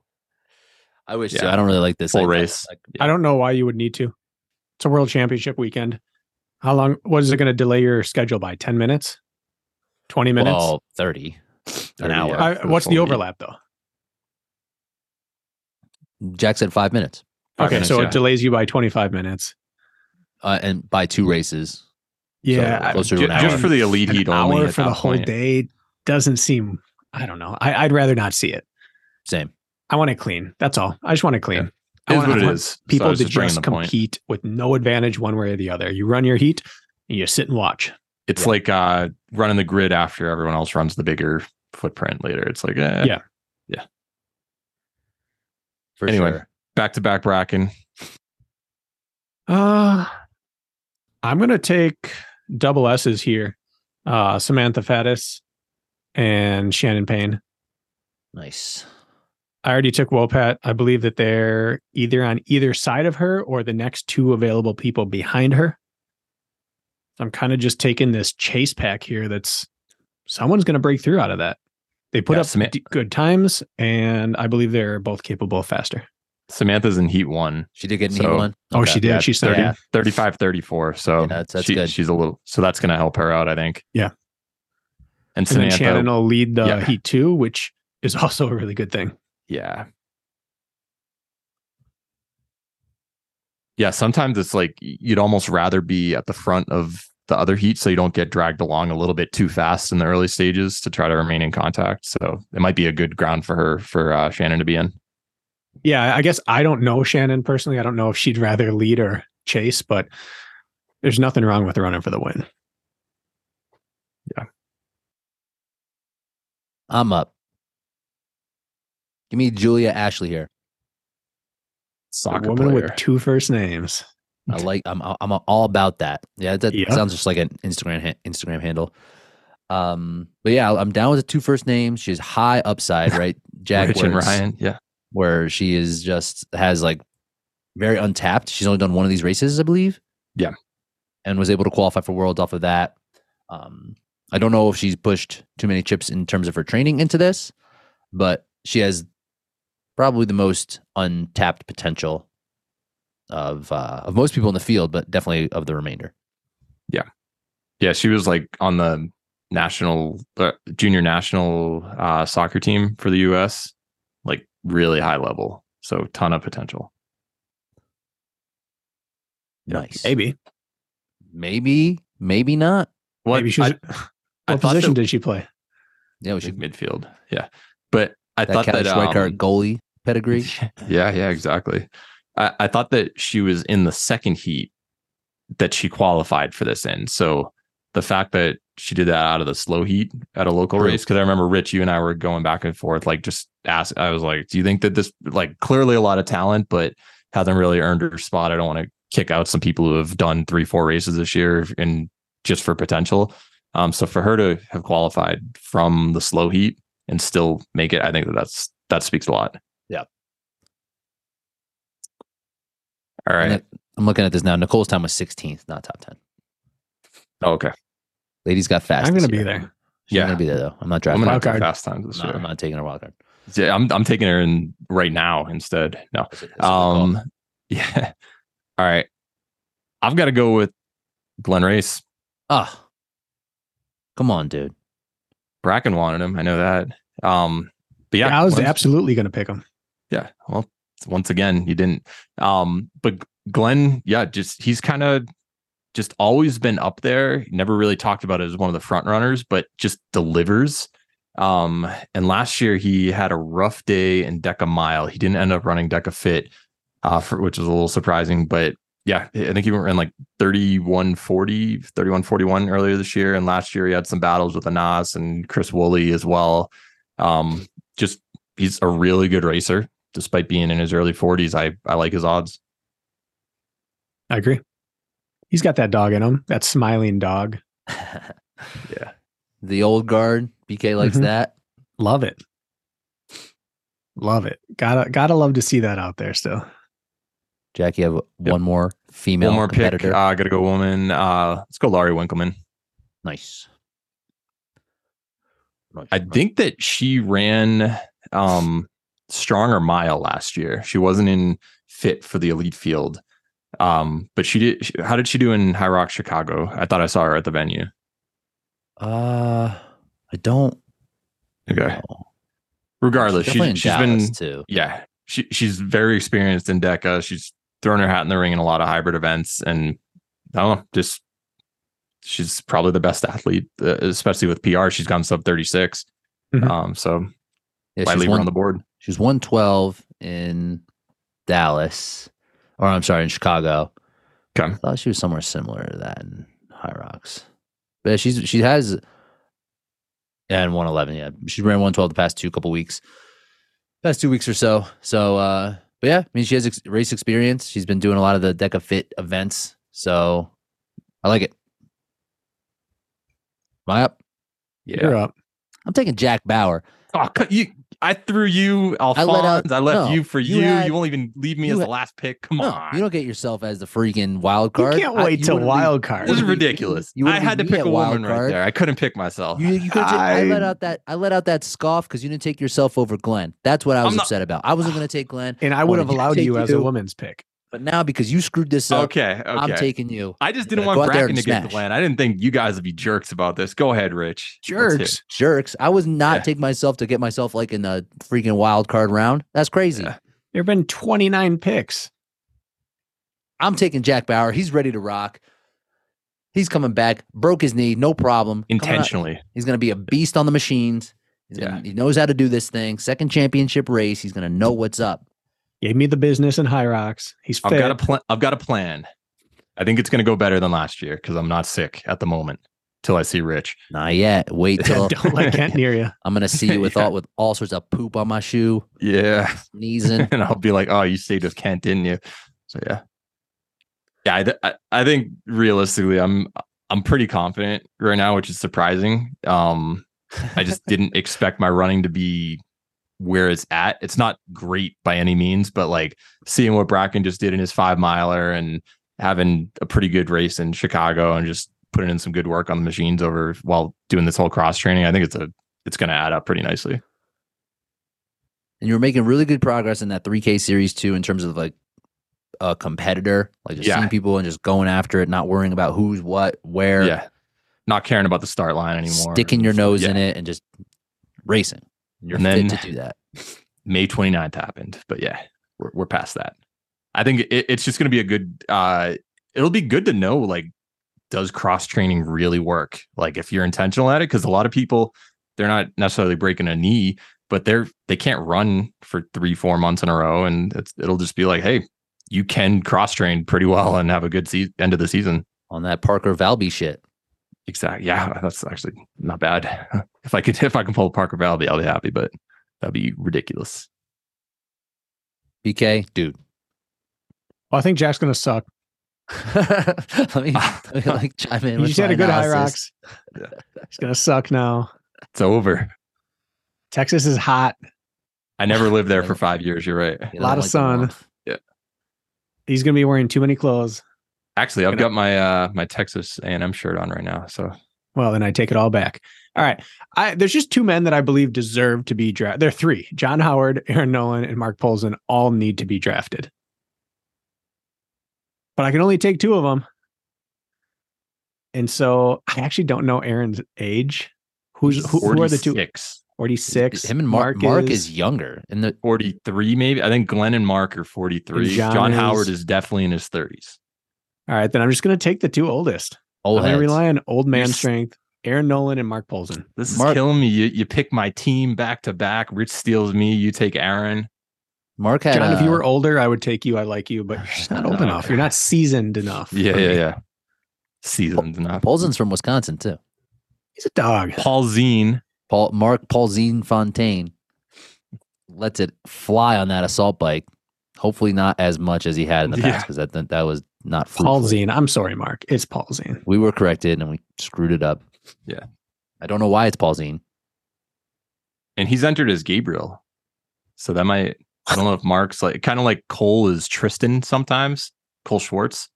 I wish. Yeah. So. I don't really like this Full idea. race. Like, I don't know why you would need to. It's a world championship weekend. How long? What is it going to delay your schedule by? Ten minutes? Twenty minutes? well, thirty an 30, hour. yeah. I- for the what's the full overlap though? Jack said five minutes, Five okay, minutes, so yeah. it delays you by twenty-five minutes. uh, and by two races. Yeah, I- closer to Ju- an just hour. for the elite an heat hour only at for the that whole point. day doesn't seem. I don't know. I, I'd rather not see it. Same. I want it clean. That's all. I just want it clean. Yeah. I Is want, what I it want is. So I People was to bringing just the point. compete with no advantage one way or the other. You run your heat and you sit and watch. It's like uh, running the grid after everyone else runs the bigger footprint later. It's like eh. Yeah. For Anyway. sure. back to back bracken. Uh I'm gonna take double S's here. Uh Samantha Faddis and Shannon Payne. Nice. I already took Wopat. I believe that they're either on either side of her or the next two available people behind her. I'm kind of just taking this chase pack here that's someone's gonna break through out of that. They put Yeah, up Saman- d- good times, and I believe they're both capable of faster. Samantha's in heat one. She did get an So- heat one. Oh, Okay. she did. She's thirty. 30. 30, 35, 34. So Yeah, that's- that's she- good. she's a little, so that's going to help her out, I think. Yeah. And And then Samantha, Shannon will lead the Yeah. Heat 2, which is *laughs* also a really good thing. yeah. Yeah. Sometimes it's like you'd almost rather be at the front of the other heat so you don't get dragged along a little bit too fast in the early stages to try to remain in contact. So it might be a good ground for her, for uh, Shannon to be in. Yeah, I guess I don't know Shannon personally. I don't know if she'd rather lead or chase, but there's nothing wrong with running for the win. I'm up. Give me Julia Ashley here. A Soccer woman player. with two first names. I like. I'm. I'm all about that. Yeah, that Yeah. sounds just like an Instagram ha- Instagram handle. Um, but yeah, I'm down with the two first names. She's high *laughs* upside, right? Jack Rich and words, Ryan. Yeah. where she is just has like very untapped. She's only done one of these races, I believe. Yeah. and was able to qualify for worlds off of that. Um, I don't know if she's pushed too many chips in terms of her training into this, but she has probably the most untapped potential of uh, of most people in the field, but definitely of the remainder. Yeah, she was like on the national uh, junior national uh, soccer team for the U.S. Like really high level, so ton of potential. Yeah. Nice. Maybe. Maybe, maybe not. What Maybe she was, I what thought position that- did she play? Yeah, we like should. midfield. Yeah, but I That thought Kelly that Schweickart um, goalie pedigree. yeah, yeah, exactly. I, I thought that she was in the second heat that she qualified for this in. So the fact that she did that out of the slow heat at a local True. race because I remember Rich, you and I were going back and forth, like just ask. I was like, "Do you think that this like clearly a lot of talent, but hasn't really earned her spot? I don't want to kick out some people who have done three, four races this year and just for potential." Um, so for her to have qualified from the slow heat and still make it, I think that that's that speaks a lot. Yeah. All *laughs* right. And it- I'm looking at this now. Nicole's time was 16th, not top 10. oh, okay. Ladies got fast. I'm this gonna be year. there. She's Yeah. gonna be there though. I'm not I'm driving. gonna Wild have to card. fast times this no, year. I'm not taking a wild card. Yeah, I'm I'm taking her in right now instead. No. That's a- that's a good call. Um *laughs* yeah. All right. I've got to go with Glenn Race. ah, come on, dude. *laughs* Bracken wanted him. I know that. Um but yeah, I was once- absolutely going to pick him. Yeah. Well, once again, you didn't. Um, but Glenn, yeah, just he's kind of just always been up there. Never really talked about it as one of the front runners, but just delivers. Um, and last year he had a rough day in Deca Mile. He didn't end up running Deca Fit, uh, for, which is a little surprising, but yeah, I think he ran like 3140, 3141 earlier this year. And last year he had some battles with Anas and Chris Woolley as well. Um, just he's a really good racer despite being in his early 40s i i like his odds I agree. He's got that dog in him. That smiling dog. yeah the old guard, BK likes Mhm. that. Love it. Love it. Gotta gotta love to see that out there still. Jack, you have one more female one more pick competitor. uh gotta go woman uh let's go laurie winkleman nice. Nice, i nice. think that she ran um stronger mile last year she wasn't in fit for the elite field um but she did she- how did she do in high rock chicago i thought i saw her at the venue Uh, I don't. okay regardless she's, she's, definitely in she's Dallas, been too. yeah, she she's very experienced in DECA. She's thrown her hat in the ring in a lot of hybrid events, and I don't know, just she's probably the best athlete, uh, especially with PR. She's gone sub thirty six, Mhm. um, so Yeah, I she's leave her won- on the board. She was 112 in Dallas, or I'm sorry, in Chicago. Okay. I thought she was somewhere similar to that in High Rocks. But yeah, she's she has yeah, and 111. Yeah, she ran 112 the past two couple weeks, past two weeks or so. So, uh, but yeah, I mean, she has ex- race experience. She's been doing a lot of the DECA Fit events. So, I like it. Am I up? Yeah. You're up. I'm taking Jack Bauer. Oh, cut- you. I threw you, Alphonse. I, let out- left no, you for you you. You, had- won't even leave me you as had- the last pick. Come No, on. you don't get yourself as the freaking wild You card. can't I- wait you till wouldn't be- wild you card. this is wouldn't be- ridiculous. you I wouldn't had be to me pick at a wild woman right card. there. I couldn't pick myself. You, you could I, I- let out that I let out that scoff because you didn't take yourself over Glenn. That's what I was I'm not- upset about. I wasn't *sighs* going to take Glenn, And I would have Wanted to allowed take you as a you. woman's pick. but now because you screwed this up, okay. Okay. I'm taking you. I just You're didn't gonna go want out there Bracken and to get the smash. land. I didn't think you guys would be jerks about this. Go ahead, Rich. Let's hit Jerks. Jerks! I was not Yeah. taking myself to get myself like in the freaking wild card round. That's crazy. Yeah. There have been 29 picks. I'm taking Jack Bauer. He's ready to rock. He's coming back. Broke his knee, no problem. Coming out- intentionally. He's going to be a beast on the machines. He's gonna, He knows how to do this thing. Second championship race. He's going to know what's up. Gave me the business in High Rocks. He's I've got a fit. plan. I've got a plan. I think it's going to go better than last year because I'm not sick at the moment. Till I see Rich. Not yet. *laughs* Wait till *laughs* Don't let Kent near you. I'm gonna *laughs* see you with Yeah. all with all sorts of poop on my shoe, Yeah, *laughs* *laughs* sneezing. and I'll be like, "Oh, you stayed with Kent, didn't you?" So yeah, yeah. I, th- I I think realistically, I'm I'm pretty confident right now, which is surprising. Um, I just didn't expect my running to be where it's at. It's not great by any means, but like seeing what Bracken just did in his five miler and having a pretty good race in Chicago and just putting in some good work on the machines over while doing this whole cross training, I think it's a it's going to add up pretty nicely. and you're making really good progress in that 3K series too, in terms of like a competitor, like just Yeah. seeing people and just going after it, not worrying about who's what, where, Yeah, not caring about the start line anymore. sticking your nose in Yeah. it, and just racing. You're And fit then- to do that. May 29th happened, but yeah, we're, we're past that. I think it, it's just going to be a good, uh, it'll be good to know like, does cross training really work? Like, if you're intentional at it, because a lot of people, they're not necessarily breaking a knee, but they're, they can't run for three, four months in a row. And it's, it'll just be like, hey, you can cross train pretty well and have a good se- end of the season. On that Parker Valby shit, Exactly. Yeah, *laughs* that's actually not bad. *laughs* if I could, if I can pull Parker Valley, I'll be happy. But that'd be ridiculous. BK, dude. Well, I think Jack's gonna suck. *laughs* let *laughs* me, let me like chime in. You with just had my a good high analysis. rocks. He's gonna suck now. It's over. Texas is hot. I never lived there for five years. You're right. You Lot of sun. month. He's gonna be wearing too many clothes. Actually, I've Gonna- got my uh my Texas A&M shirt on right now. So Well, then I take it all back. All right. I there's just two men that I believe deserve to be drafted. There are three. John Howard, Aaron Nolan, and Mark Polson all need to be drafted. But I can only take two of them. And so I actually don't know Aaron's age. Who's who, who are the two? 46, 46. Him and Mark. Mark is, younger, and the 43 maybe. I think Glenn and Mark are 43. And John John, is- Howard is definitely in his 30s. All right, then I'm just going to take the two oldest. old I'm going heads. to rely on old man You're s- strength, Aaron Nolan and Mark Polson. This is Mark- killing me. You you pick my team back to back. Rich steals me. You take Aaron. Mark had. John, if you uh, were older, I would take you. I like you, but you're just not old No. enough. You're not seasoned enough. Yeah, for yeah, me. yeah. Seasoned enough. Polson's from Wisconsin too. He's a dog. Paul Zine. Paul Mark Paulzine Fontaine lets it fly on that assault bike. Hopefully, not as much as he had in the Yeah. past because that, that that was not fruitful. Paul Zine. I'm sorry, Mark. It's Paul Zine. We were corrected and we screwed it up. Yeah. I don't know why it's Paulzine. and he's entered as Gabriel. So that might I don't know if Mark's like kind of like Cole is Tristan sometimes, Cole Schwartz.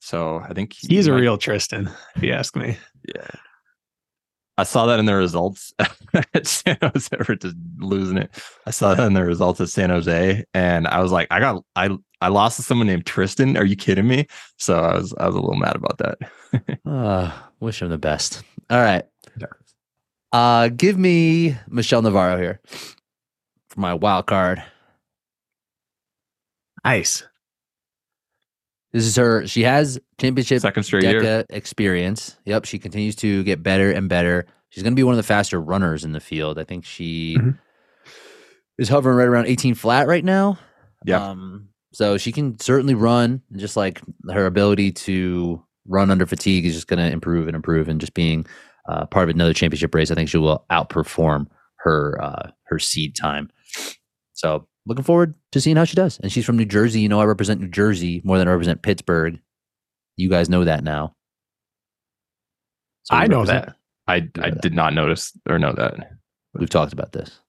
So I think he He's a might- real Tristan, if you ask me. yeah. I saw that in the results *laughs* at San Jose. We're just losing it. I saw that in the results at San Jose, and I was like, I got I I lost to someone named Tristan. Are you kidding me? So I was I was a little mad about that. Uh, wish him the best. All right. Uh, give me Michelle Navarro here for my wild card. Ice. This is her. She has championship Second straight year. DECA experience. Yep, she continues to get better and better. She's going to be one of the faster runners in the field. I think she Mhm. is hovering right around 18 flat right now. Yep. Um, so she can certainly run. Just like her ability to run under fatigue is just going to improve and improve. And just being uh, part of another championship race, I think she will outperform her uh, her seed time. So looking forward to seeing how she does. And she's from New Jersey. You know, I represent New Jersey more than I represent Pittsburgh. You guys know that now. So we I know represent- that. I I did not notice or know that. We've talked about this.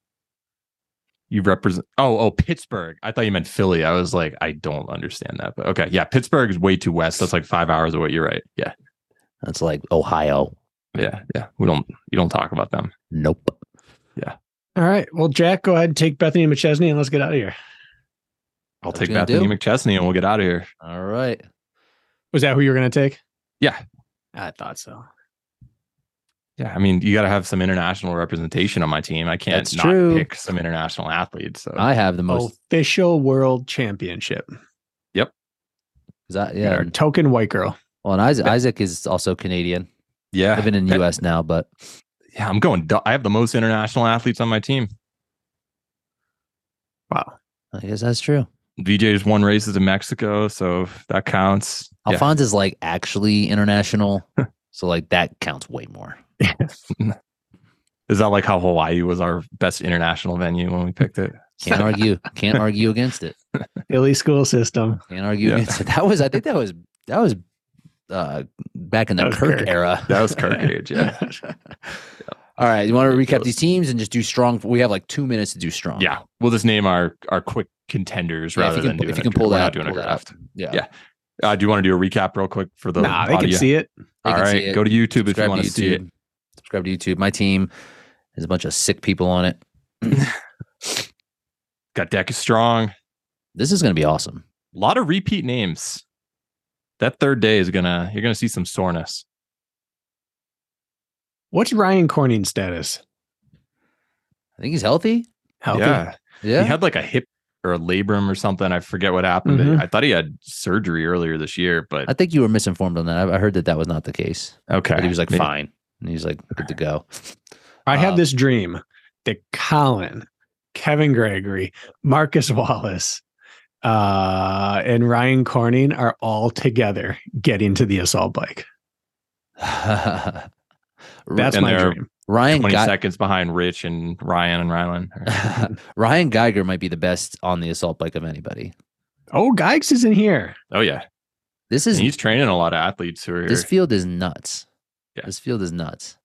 you represent oh oh pittsburgh i thought you meant philly i was like i don't understand that but okay yeah pittsburgh is way too west that's like five hours away you're right yeah That's like Ohio. yeah yeah we don't you don't talk about them Nope. All right. Well, Jack, go ahead and take Bethany McChesney and let's get out of here. i'll That's take what you bethany do? mcchesney and we'll get out of here All right. Was that who you were going to take? Yeah. I thought so. yeah i mean you got to have some international representation on my team i can't That's not true. pick some international athletes so I have the most. Official world championship. is that- Yeah. yeah. token white girl. Well, and Isaac, Isaac is also Canadian, yeah living in the that- U.S. now, but yeah i'm going du- i have the most international athletes on my team Wow. I guess that's true. vj's won races in mexico so that counts Yeah. Alphonse is like actually international. so like that counts way more. is that like how hawaii was our best international venue when we picked it Can't argue. Can't argue against it. Philly school system. Can't argue Yeah. against it. That was I think that was that was uh back in That the was Kirk, Kirk. era. that *laughs* was kirk age yeah All right. You want to recap Ridiculous. these teams and just do strong we have like two minutes to do strong. Yeah, we'll just name our our quick contenders Uh, Yeah, if rather you can than pu- doing if you a- can pull we're that- not doing a pull that up. draft. Yeah. Yeah. Uh, do you want to do a recap real quick for the Nah, they can audio? see it. They All can see right, it. go to YouTube if you Subscribe want to see it. Subscribe to YouTube. My team has a bunch of sick people on *laughs* it. Got Deck is strong. This is gonna be awesome. A lot of repeat names. That third day is gonna you're gonna see some soreness. What's Ryan Corning's status? I think he's healthy. Healthy? Yeah. Yeah. he had like a hip or a labrum or something. I forget what happened. but Mm-hmm. Mhm. I thought he had surgery earlier this year, but I think you were misinformed on that. I, I heard that that was not the case. okay. But he was like Maybe- fine. And he's like good to go. *laughs* I have Um, this dream that Colin, Kevin Gregory, Marcus Wallace, uh, and Ryan Corning are all together getting to the assault bike. That's And my they're- dream. Ryan 20 Gei- seconds behind Rich and Ryan and Rylan. *laughs* Ryan Geiger might be the best on the assault bike of anybody. Oh, Geigs is in here. Oh yeah, This and is he's training a lot of athletes who are. this field is nuts. Yeah. This field is nuts.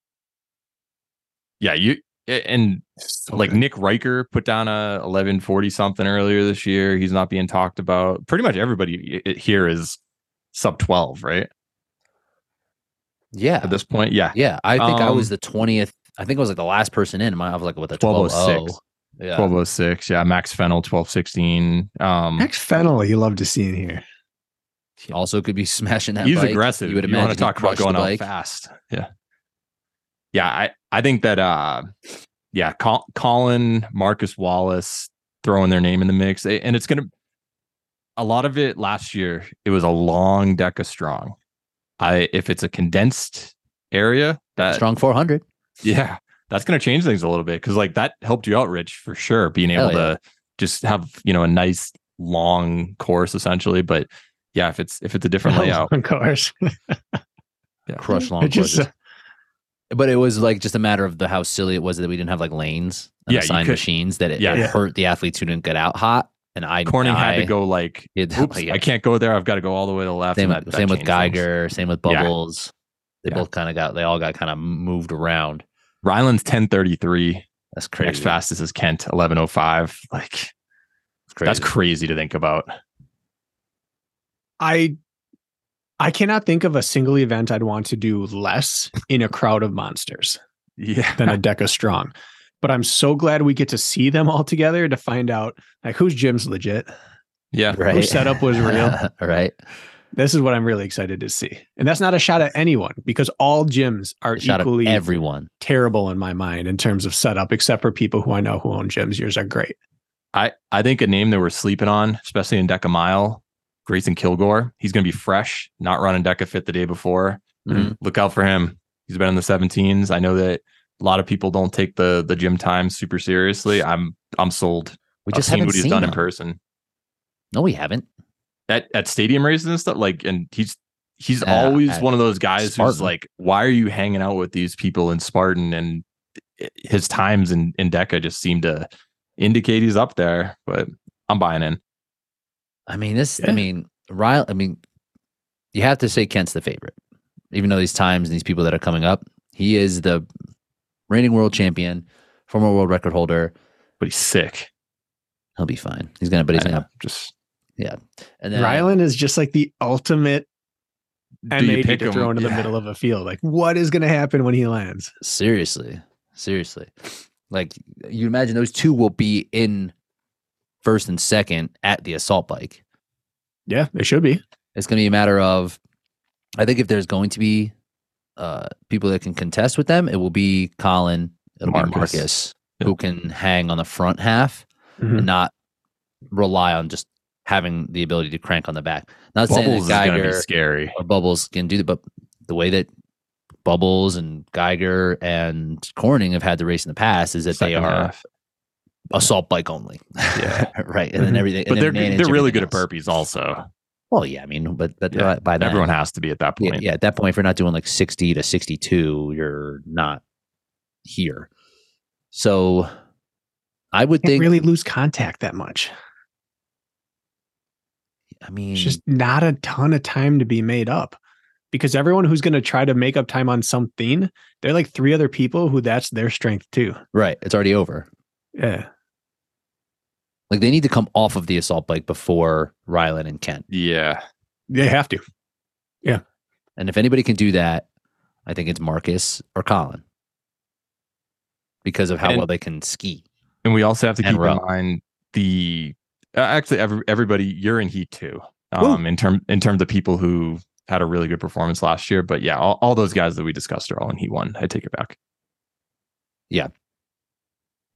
yeah, you and like Okay. Nick Riker put down a 1140 something earlier this year. He's not being talked about. Pretty much everybody i- i- here is sub 12, right? Yeah. At this point, yeah. Yeah. I think I was Um, the 20th. I think I was like the last person in. I was like, what, the 1206. 1206. Yeah. 1206. Yeah, Max Fennel 1216. Um Max Fennel, you love to see in here. He also could be *laughs* smashing that he's bike. aggressive. You would want imagine to talk about going out like fast. Yeah. Yeah, I, I think that uh yeah, Col- Colin, Marcus Wallace throwing their name in the mix. A- And it's gonna a lot of it last year, it was a long deca strong. I if it's a condensed area that strong 400. yeah, that's going to change things a little bit because like that helped you out, Rich, for sure. Being able Hell yeah. to just have you know a nice long course essentially, but yeah, if it's if it's a different layout, Of course. Crush long *laughs* It just, uh, courses. But it was like just a matter of the how silly it was that we didn't have like lanes and Yeah, you assigned could- machines that it, Yeah. it Yeah. hurt the athletes who didn't get out hot. And I Corning I, had to *laughs* go like, it- oops, yeah. I can't go there. I've got to go all the way to the left. Same, and that- with, that same with changed things. Geiger, same with Yeah. Bubbles. They Yeah. both kind of got, they all got kind of moved around. Ryland's ten thirty three. That's crazy. Next fastest is Kent eleven oh five. Like That's crazy. that's crazy to think about. I I cannot think of a single event I'd want to do less in a crowd of monsters Yeah, than a Deca Strong. But I'm so glad we get to see them all together to find out like whose gym's legit. *laughs* yeah. right. Whose *laughs* setup was real? right. This is what I'm really excited to see. And that's not a shot at anyone because all gyms are A shot of equally everyone. terrible in my mind in terms of setup, except for people who I know who own gyms. Yours are great. I, I think a name that we're sleeping on, especially in Deca Mile, Grayson Kilgore. He's going to be fresh, not running Deca Fit the day before. Mm. Mhm. Look out for him. He's been in the 17s. I know that a lot of people don't take the the gym time super seriously. I'm I'm sold. We I've just seen haven't what he's seen done in them. person No, we haven't. at at stadium races and stuff. Like, and he's he's Uh, always at one of those guys who's Spartan. like, why are you hanging out with these people in Spartan? And his times in in Deca just seem to indicate he's up there. But I'm buying in. I mean, this. I Yeah. mean, Ryle. I mean, you have to say Kent's the favorite, even though these times and these people that are coming up, he is the reigning world champion, former world record holder. But he's sick. He'll be fine. He's gonna, but he's I know, gonna. just And then Rylan is just like the ultimate Do you MAD pick to him? throw into the Yeah. middle of a field. Like, what is going to happen when he lands? seriously, seriously, like you imagine those two will be in first and second at the assault bike. Yeah, they should be. It's going to be a matter of, I think if there's going to be uh, people that can contest with them, it will be Colin, it'll be Marcus. Marcus, Yeah. who can hang on the front half Mm-hmm. Hmm. and not rely on just having the ability to crank on the back. Not Bubbles is saying gonna that be Geiger scary. or Bubbles can do that, but the way that Bubbles and Geiger and Corning have had the race in the past is that they Second are half. assault bike only. Yeah. *laughs* Mm-hmm. right. And then Mhm. everything. but and they're then manage they're really everything good else. at burpees. Also, Well, yeah, I mean, but but Yeah. by that everyone has to be at that yeah, point. yeah, at that point, if you're not doing like 60 to 62, you're not here. So I would Can't think, really lose contact that much. I mean, It's just not a ton of time to be made up because everyone who's going to try to make up time on something, they're like three other people who that's their strength too. right, it's already over. Yeah. Like they need to come off of the assault bike before Rylan and Kent. Yeah. They have to. And if anybody can do that, I think it's Marcus or Colin because of how And- well they can ski. And we also have to And keep row. in mind the uh, actually every, everybody you're in heat too. Um, in term in terms of people who had a really good performance last year, but yeah, all, all those guys that we discussed are all in heat one. I take it back. Yeah.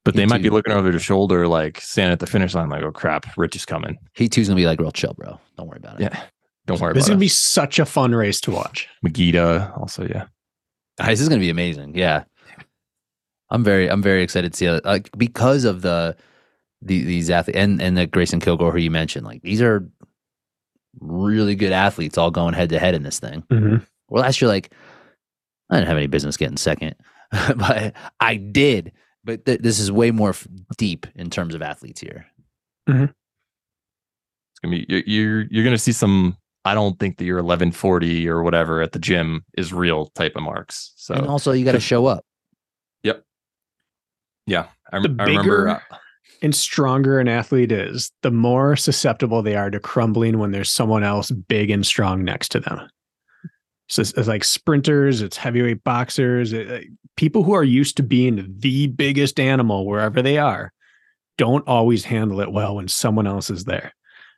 But they Heat might be two. looking over their shoulder, like standing at the finish line, like, "Oh crap, Rich is coming." He two's gonna be like real chill, bro. Don't worry about it. Yeah, don't worry This is about going it. to be such a fun race to watch. Megiddo, also, yeah. This is going to be amazing. Yeah. I'm very, I'm very excited to see it. Like because of the, the these athletes and and the Grayson Kilgore who you mentioned, like these are Mm-hmm. really good athletes all going head to head in this thing. Well, last year, like I didn't have any business getting second, *laughs* but I did. But th- this is way more f- deep in terms of athletes here. It's gonna be you're you're, you're gonna see some. I don't think that your 1140 or whatever at the gym is real type of marks. So and also, you got *laughs* to show up. I, rem- The I remember bigger- uh, and stronger an athlete is, the more susceptible they are to crumbling when there's someone else big and strong next to them. So it's, it's like sprinters, it's heavyweight boxers, it- it- people who are used to being the biggest animal wherever they are, don't always handle it well when someone else is there.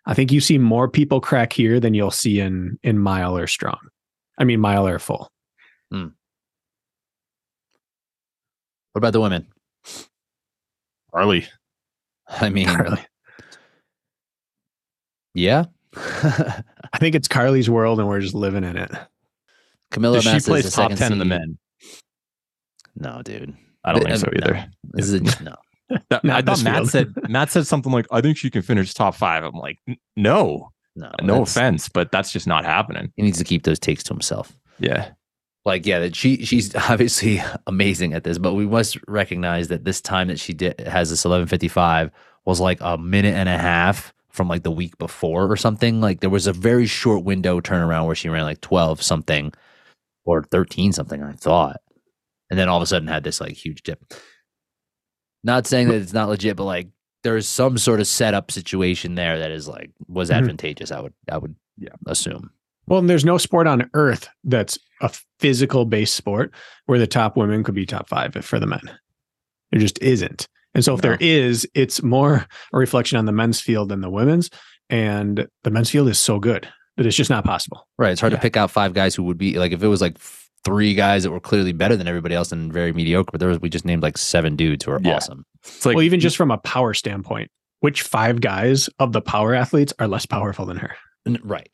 I think you see more people crack here than you'll see in in mile or strong. I mean mile or full. What about the women? Harley. I *laughs* mean, yeah. *laughs* I think it's Carly's world and we're just living in it. Camilla she Massa is plays the top second 10 in the seed. men. No, dude. I don't Uh, think so no. either. This *laughs* is no. That- Not I thought this Matt field. said Matt said something like, "I think she can finish top five. I'm like, "N- "No, No, Oh, no that's- offense, but that's just not happening." He needs to keep those takes to himself. Yeah, like yeah that she she's *laughs* obviously amazing at this but we must recognize that this time that she did has this 1155 was like a minute and a half from like the week before or something like there was a very short window turnaround where she ran like 12 something or 13 something i thought and then all of a sudden had this like huge dip not saying that it's not legit but like there's some sort of setup situation there that is like was Mhm. advantageous i would i would Yeah. assume Well, and there's no sport on earth that's a physical based sport where the top women could be top five for the men. There just isn't. And so if there No. is, it's more a reflection on the men's field than the women's. And the men's field is so good that it's just not possible. Right. It's hard to Yeah. pick out five guys who would be like if it was like f- three guys that were clearly better than everybody else and very mediocre, but there was we just named like seven dudes who are Yeah. awesome. it's like well, even just from a power standpoint, which five guys of the power athletes are less powerful than her? N- Right.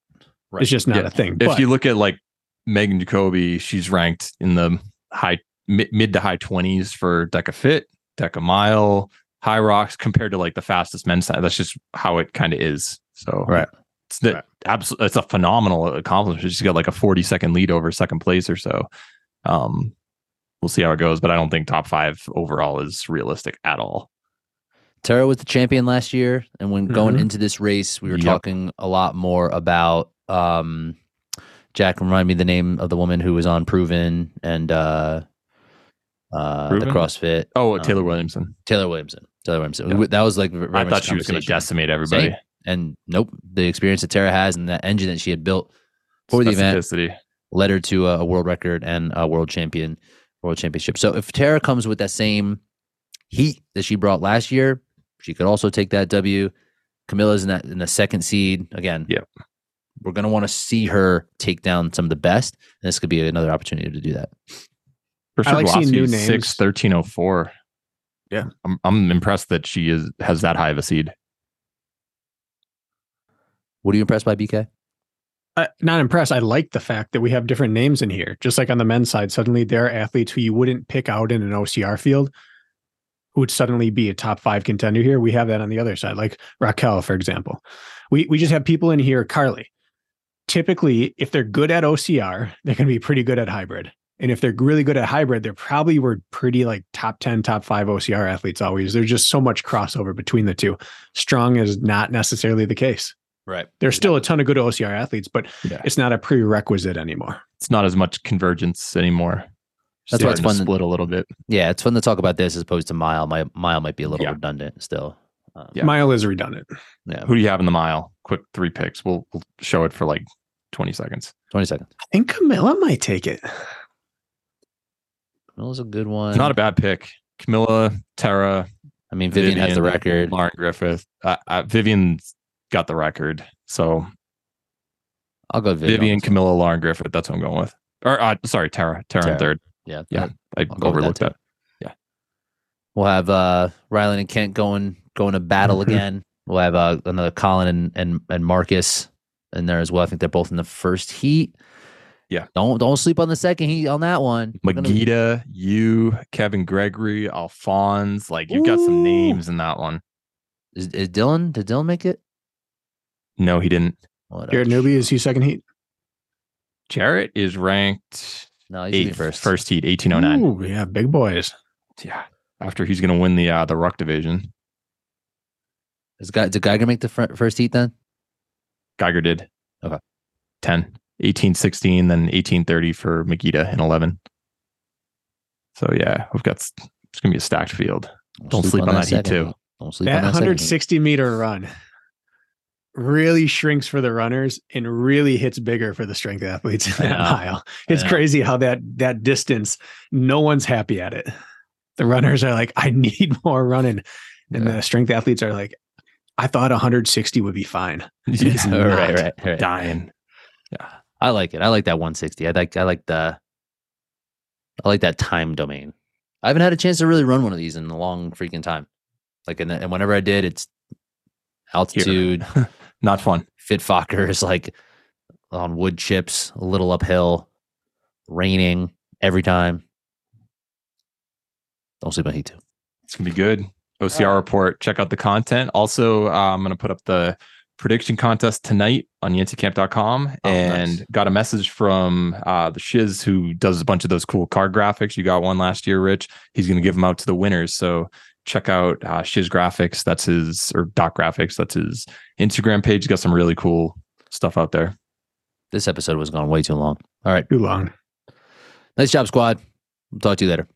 Right. It's just not Yeah. a thing. if But- you look at like Megan Jacoby, she's ranked in the high mid, mid to high twenties for Deca Fit, Deca Mile, High Rocks compared to like the fastest men's side. That's just how it kind of is. So Right. it's the Right. abso- it's a phenomenal accomplishment. She's got like a forty second lead over second place or so. Um, we'll see how it goes, but I don't think top five overall is realistic at all. Tara was the champion last year, and when going Mhm. into this race, we were Mm-hmm. Yep. talking a lot more about um Jack remind me the name of the woman who was on Proven and uh uh Proven? the CrossFit Oh, Um, Taylor Williamson. Taylor Williamson. Taylor Williamson. Yeah. That was like very I much thought the she was going to conversation. decimate everybody. Same. And nope, the experience that Tara has and that engine that she had built for the event Specificity. led her to a, a world record and a world champion, world championship. So if Tara comes with that same heat that she brought last year, she could also take that W. Camilla's in that in the second seed again. Yep. We're gonna want to see her take down some of the best, and this could be another opportunity to do that. First I like seeing new Six names. thirteen oh four. Yeah. I'm I'm impressed that she is has that high of a seed. What are you impressed by, BK? uh, not impressed. I like the fact that we have different names in here. Just like on the men's side, suddenly there are athletes who you wouldn't pick out in an OCR field who would suddenly be a top five contender here. We have that on the other side, like Raquel, for example. We we just have people in here, Carly. Typically, if they're good at OCR, they're going to be pretty good at hybrid. And if they're really good at hybrid, they're probably were pretty like top 10, top five OCR athletes always. There's just so much crossover between the two. Strong is not necessarily the case. Right. There's still a ton of good OCR athletes, but Yeah. it's not a prerequisite anymore. It's not as much convergence anymore. That's why it's Starting to fun that- Split a little bit. Yeah, it's fun to talk about this as opposed to mile. My mile might be a little Yeah. redundant still. Um, Yeah. Mile is redundant. yeah. Who do you have in the mile? Quick three picks. We'll we'll show it for like twenty seconds. Twenty seconds. I think Camilla might take it. That was a good one. It's not a bad pick. Camilla, Tara, I mean, Vivian, has the record. Lauren Griffith. Uh, uh, Vivian got the record. So I'll go Vivian. Vivian, also. Camilla, Lauren Griffith. That's what I'm going with. Or uh, sorry, Tara. Tara, Tara. in third. Yeah, Yeah. that- I go with that overlooked too. that. We'll have uh Rylan and Kent going going to battle Mhm. Mm-hmm. again. We'll have uh, another Colin and, and and Marcus in there as well. I think they're both in the first heat. Yeah. Don't don't sleep on the second heat on that one. We're gonna- Magida, you, Kevin Gregory, Alphonse. Like you've got some Ooh. names in that one. Is, is Dylan? Did Dylan make it? No, he didn't. What Jared else? Newby is he second heat? Jarrett is ranked No, he's gonna Eight be first first heat, eighteen oh nine. Ooh, yeah, big boys. Yeah. After he's gonna win the uh, the ruck division. Is guy, did Geiger make the fir- first heat then? Geiger did. Okay. 10, 1816, then 1830 for Megita and 11. So, yeah, we've got, it's going to be a *laughs* stacked field. *laughs* Don't sleep on that heat, second too. Don't sleep that on that second heat. 160 meter run really shrinks for the runners and really hits bigger for the strength athletes in I that know. mile. It's know. crazy how that that distance, no one's happy at it. The runners are like, I *laughs* need more running. And Yeah. the strength athletes are like, I thought 160 would be fine. It's Yeah, right, not right, right. Dying. I like it. I like that 160. I like I like the I like that time domain. I haven't had a chance to really run one of these in a long freaking time. Like and and whenever I did, it's altitude, Not fun. fit fockers, like on wood chips, a little uphill, raining every time. Don't sleep on heat too. It's going to be good. OCR report. Check out the content. Also, uh, I'm going to put up the prediction contest tonight on yancycamp.com Oh, and nice. got a message from uh, the shiz who does a bunch of those cool card graphics you got one last year rich he's going to give them out to the winners so check out uh, shiz graphics that's his or doc graphics that's his instagram page he's got some really cool stuff out there This episode was gone way too long. All right. Too long. Nice job, squad. We'll talk to you later.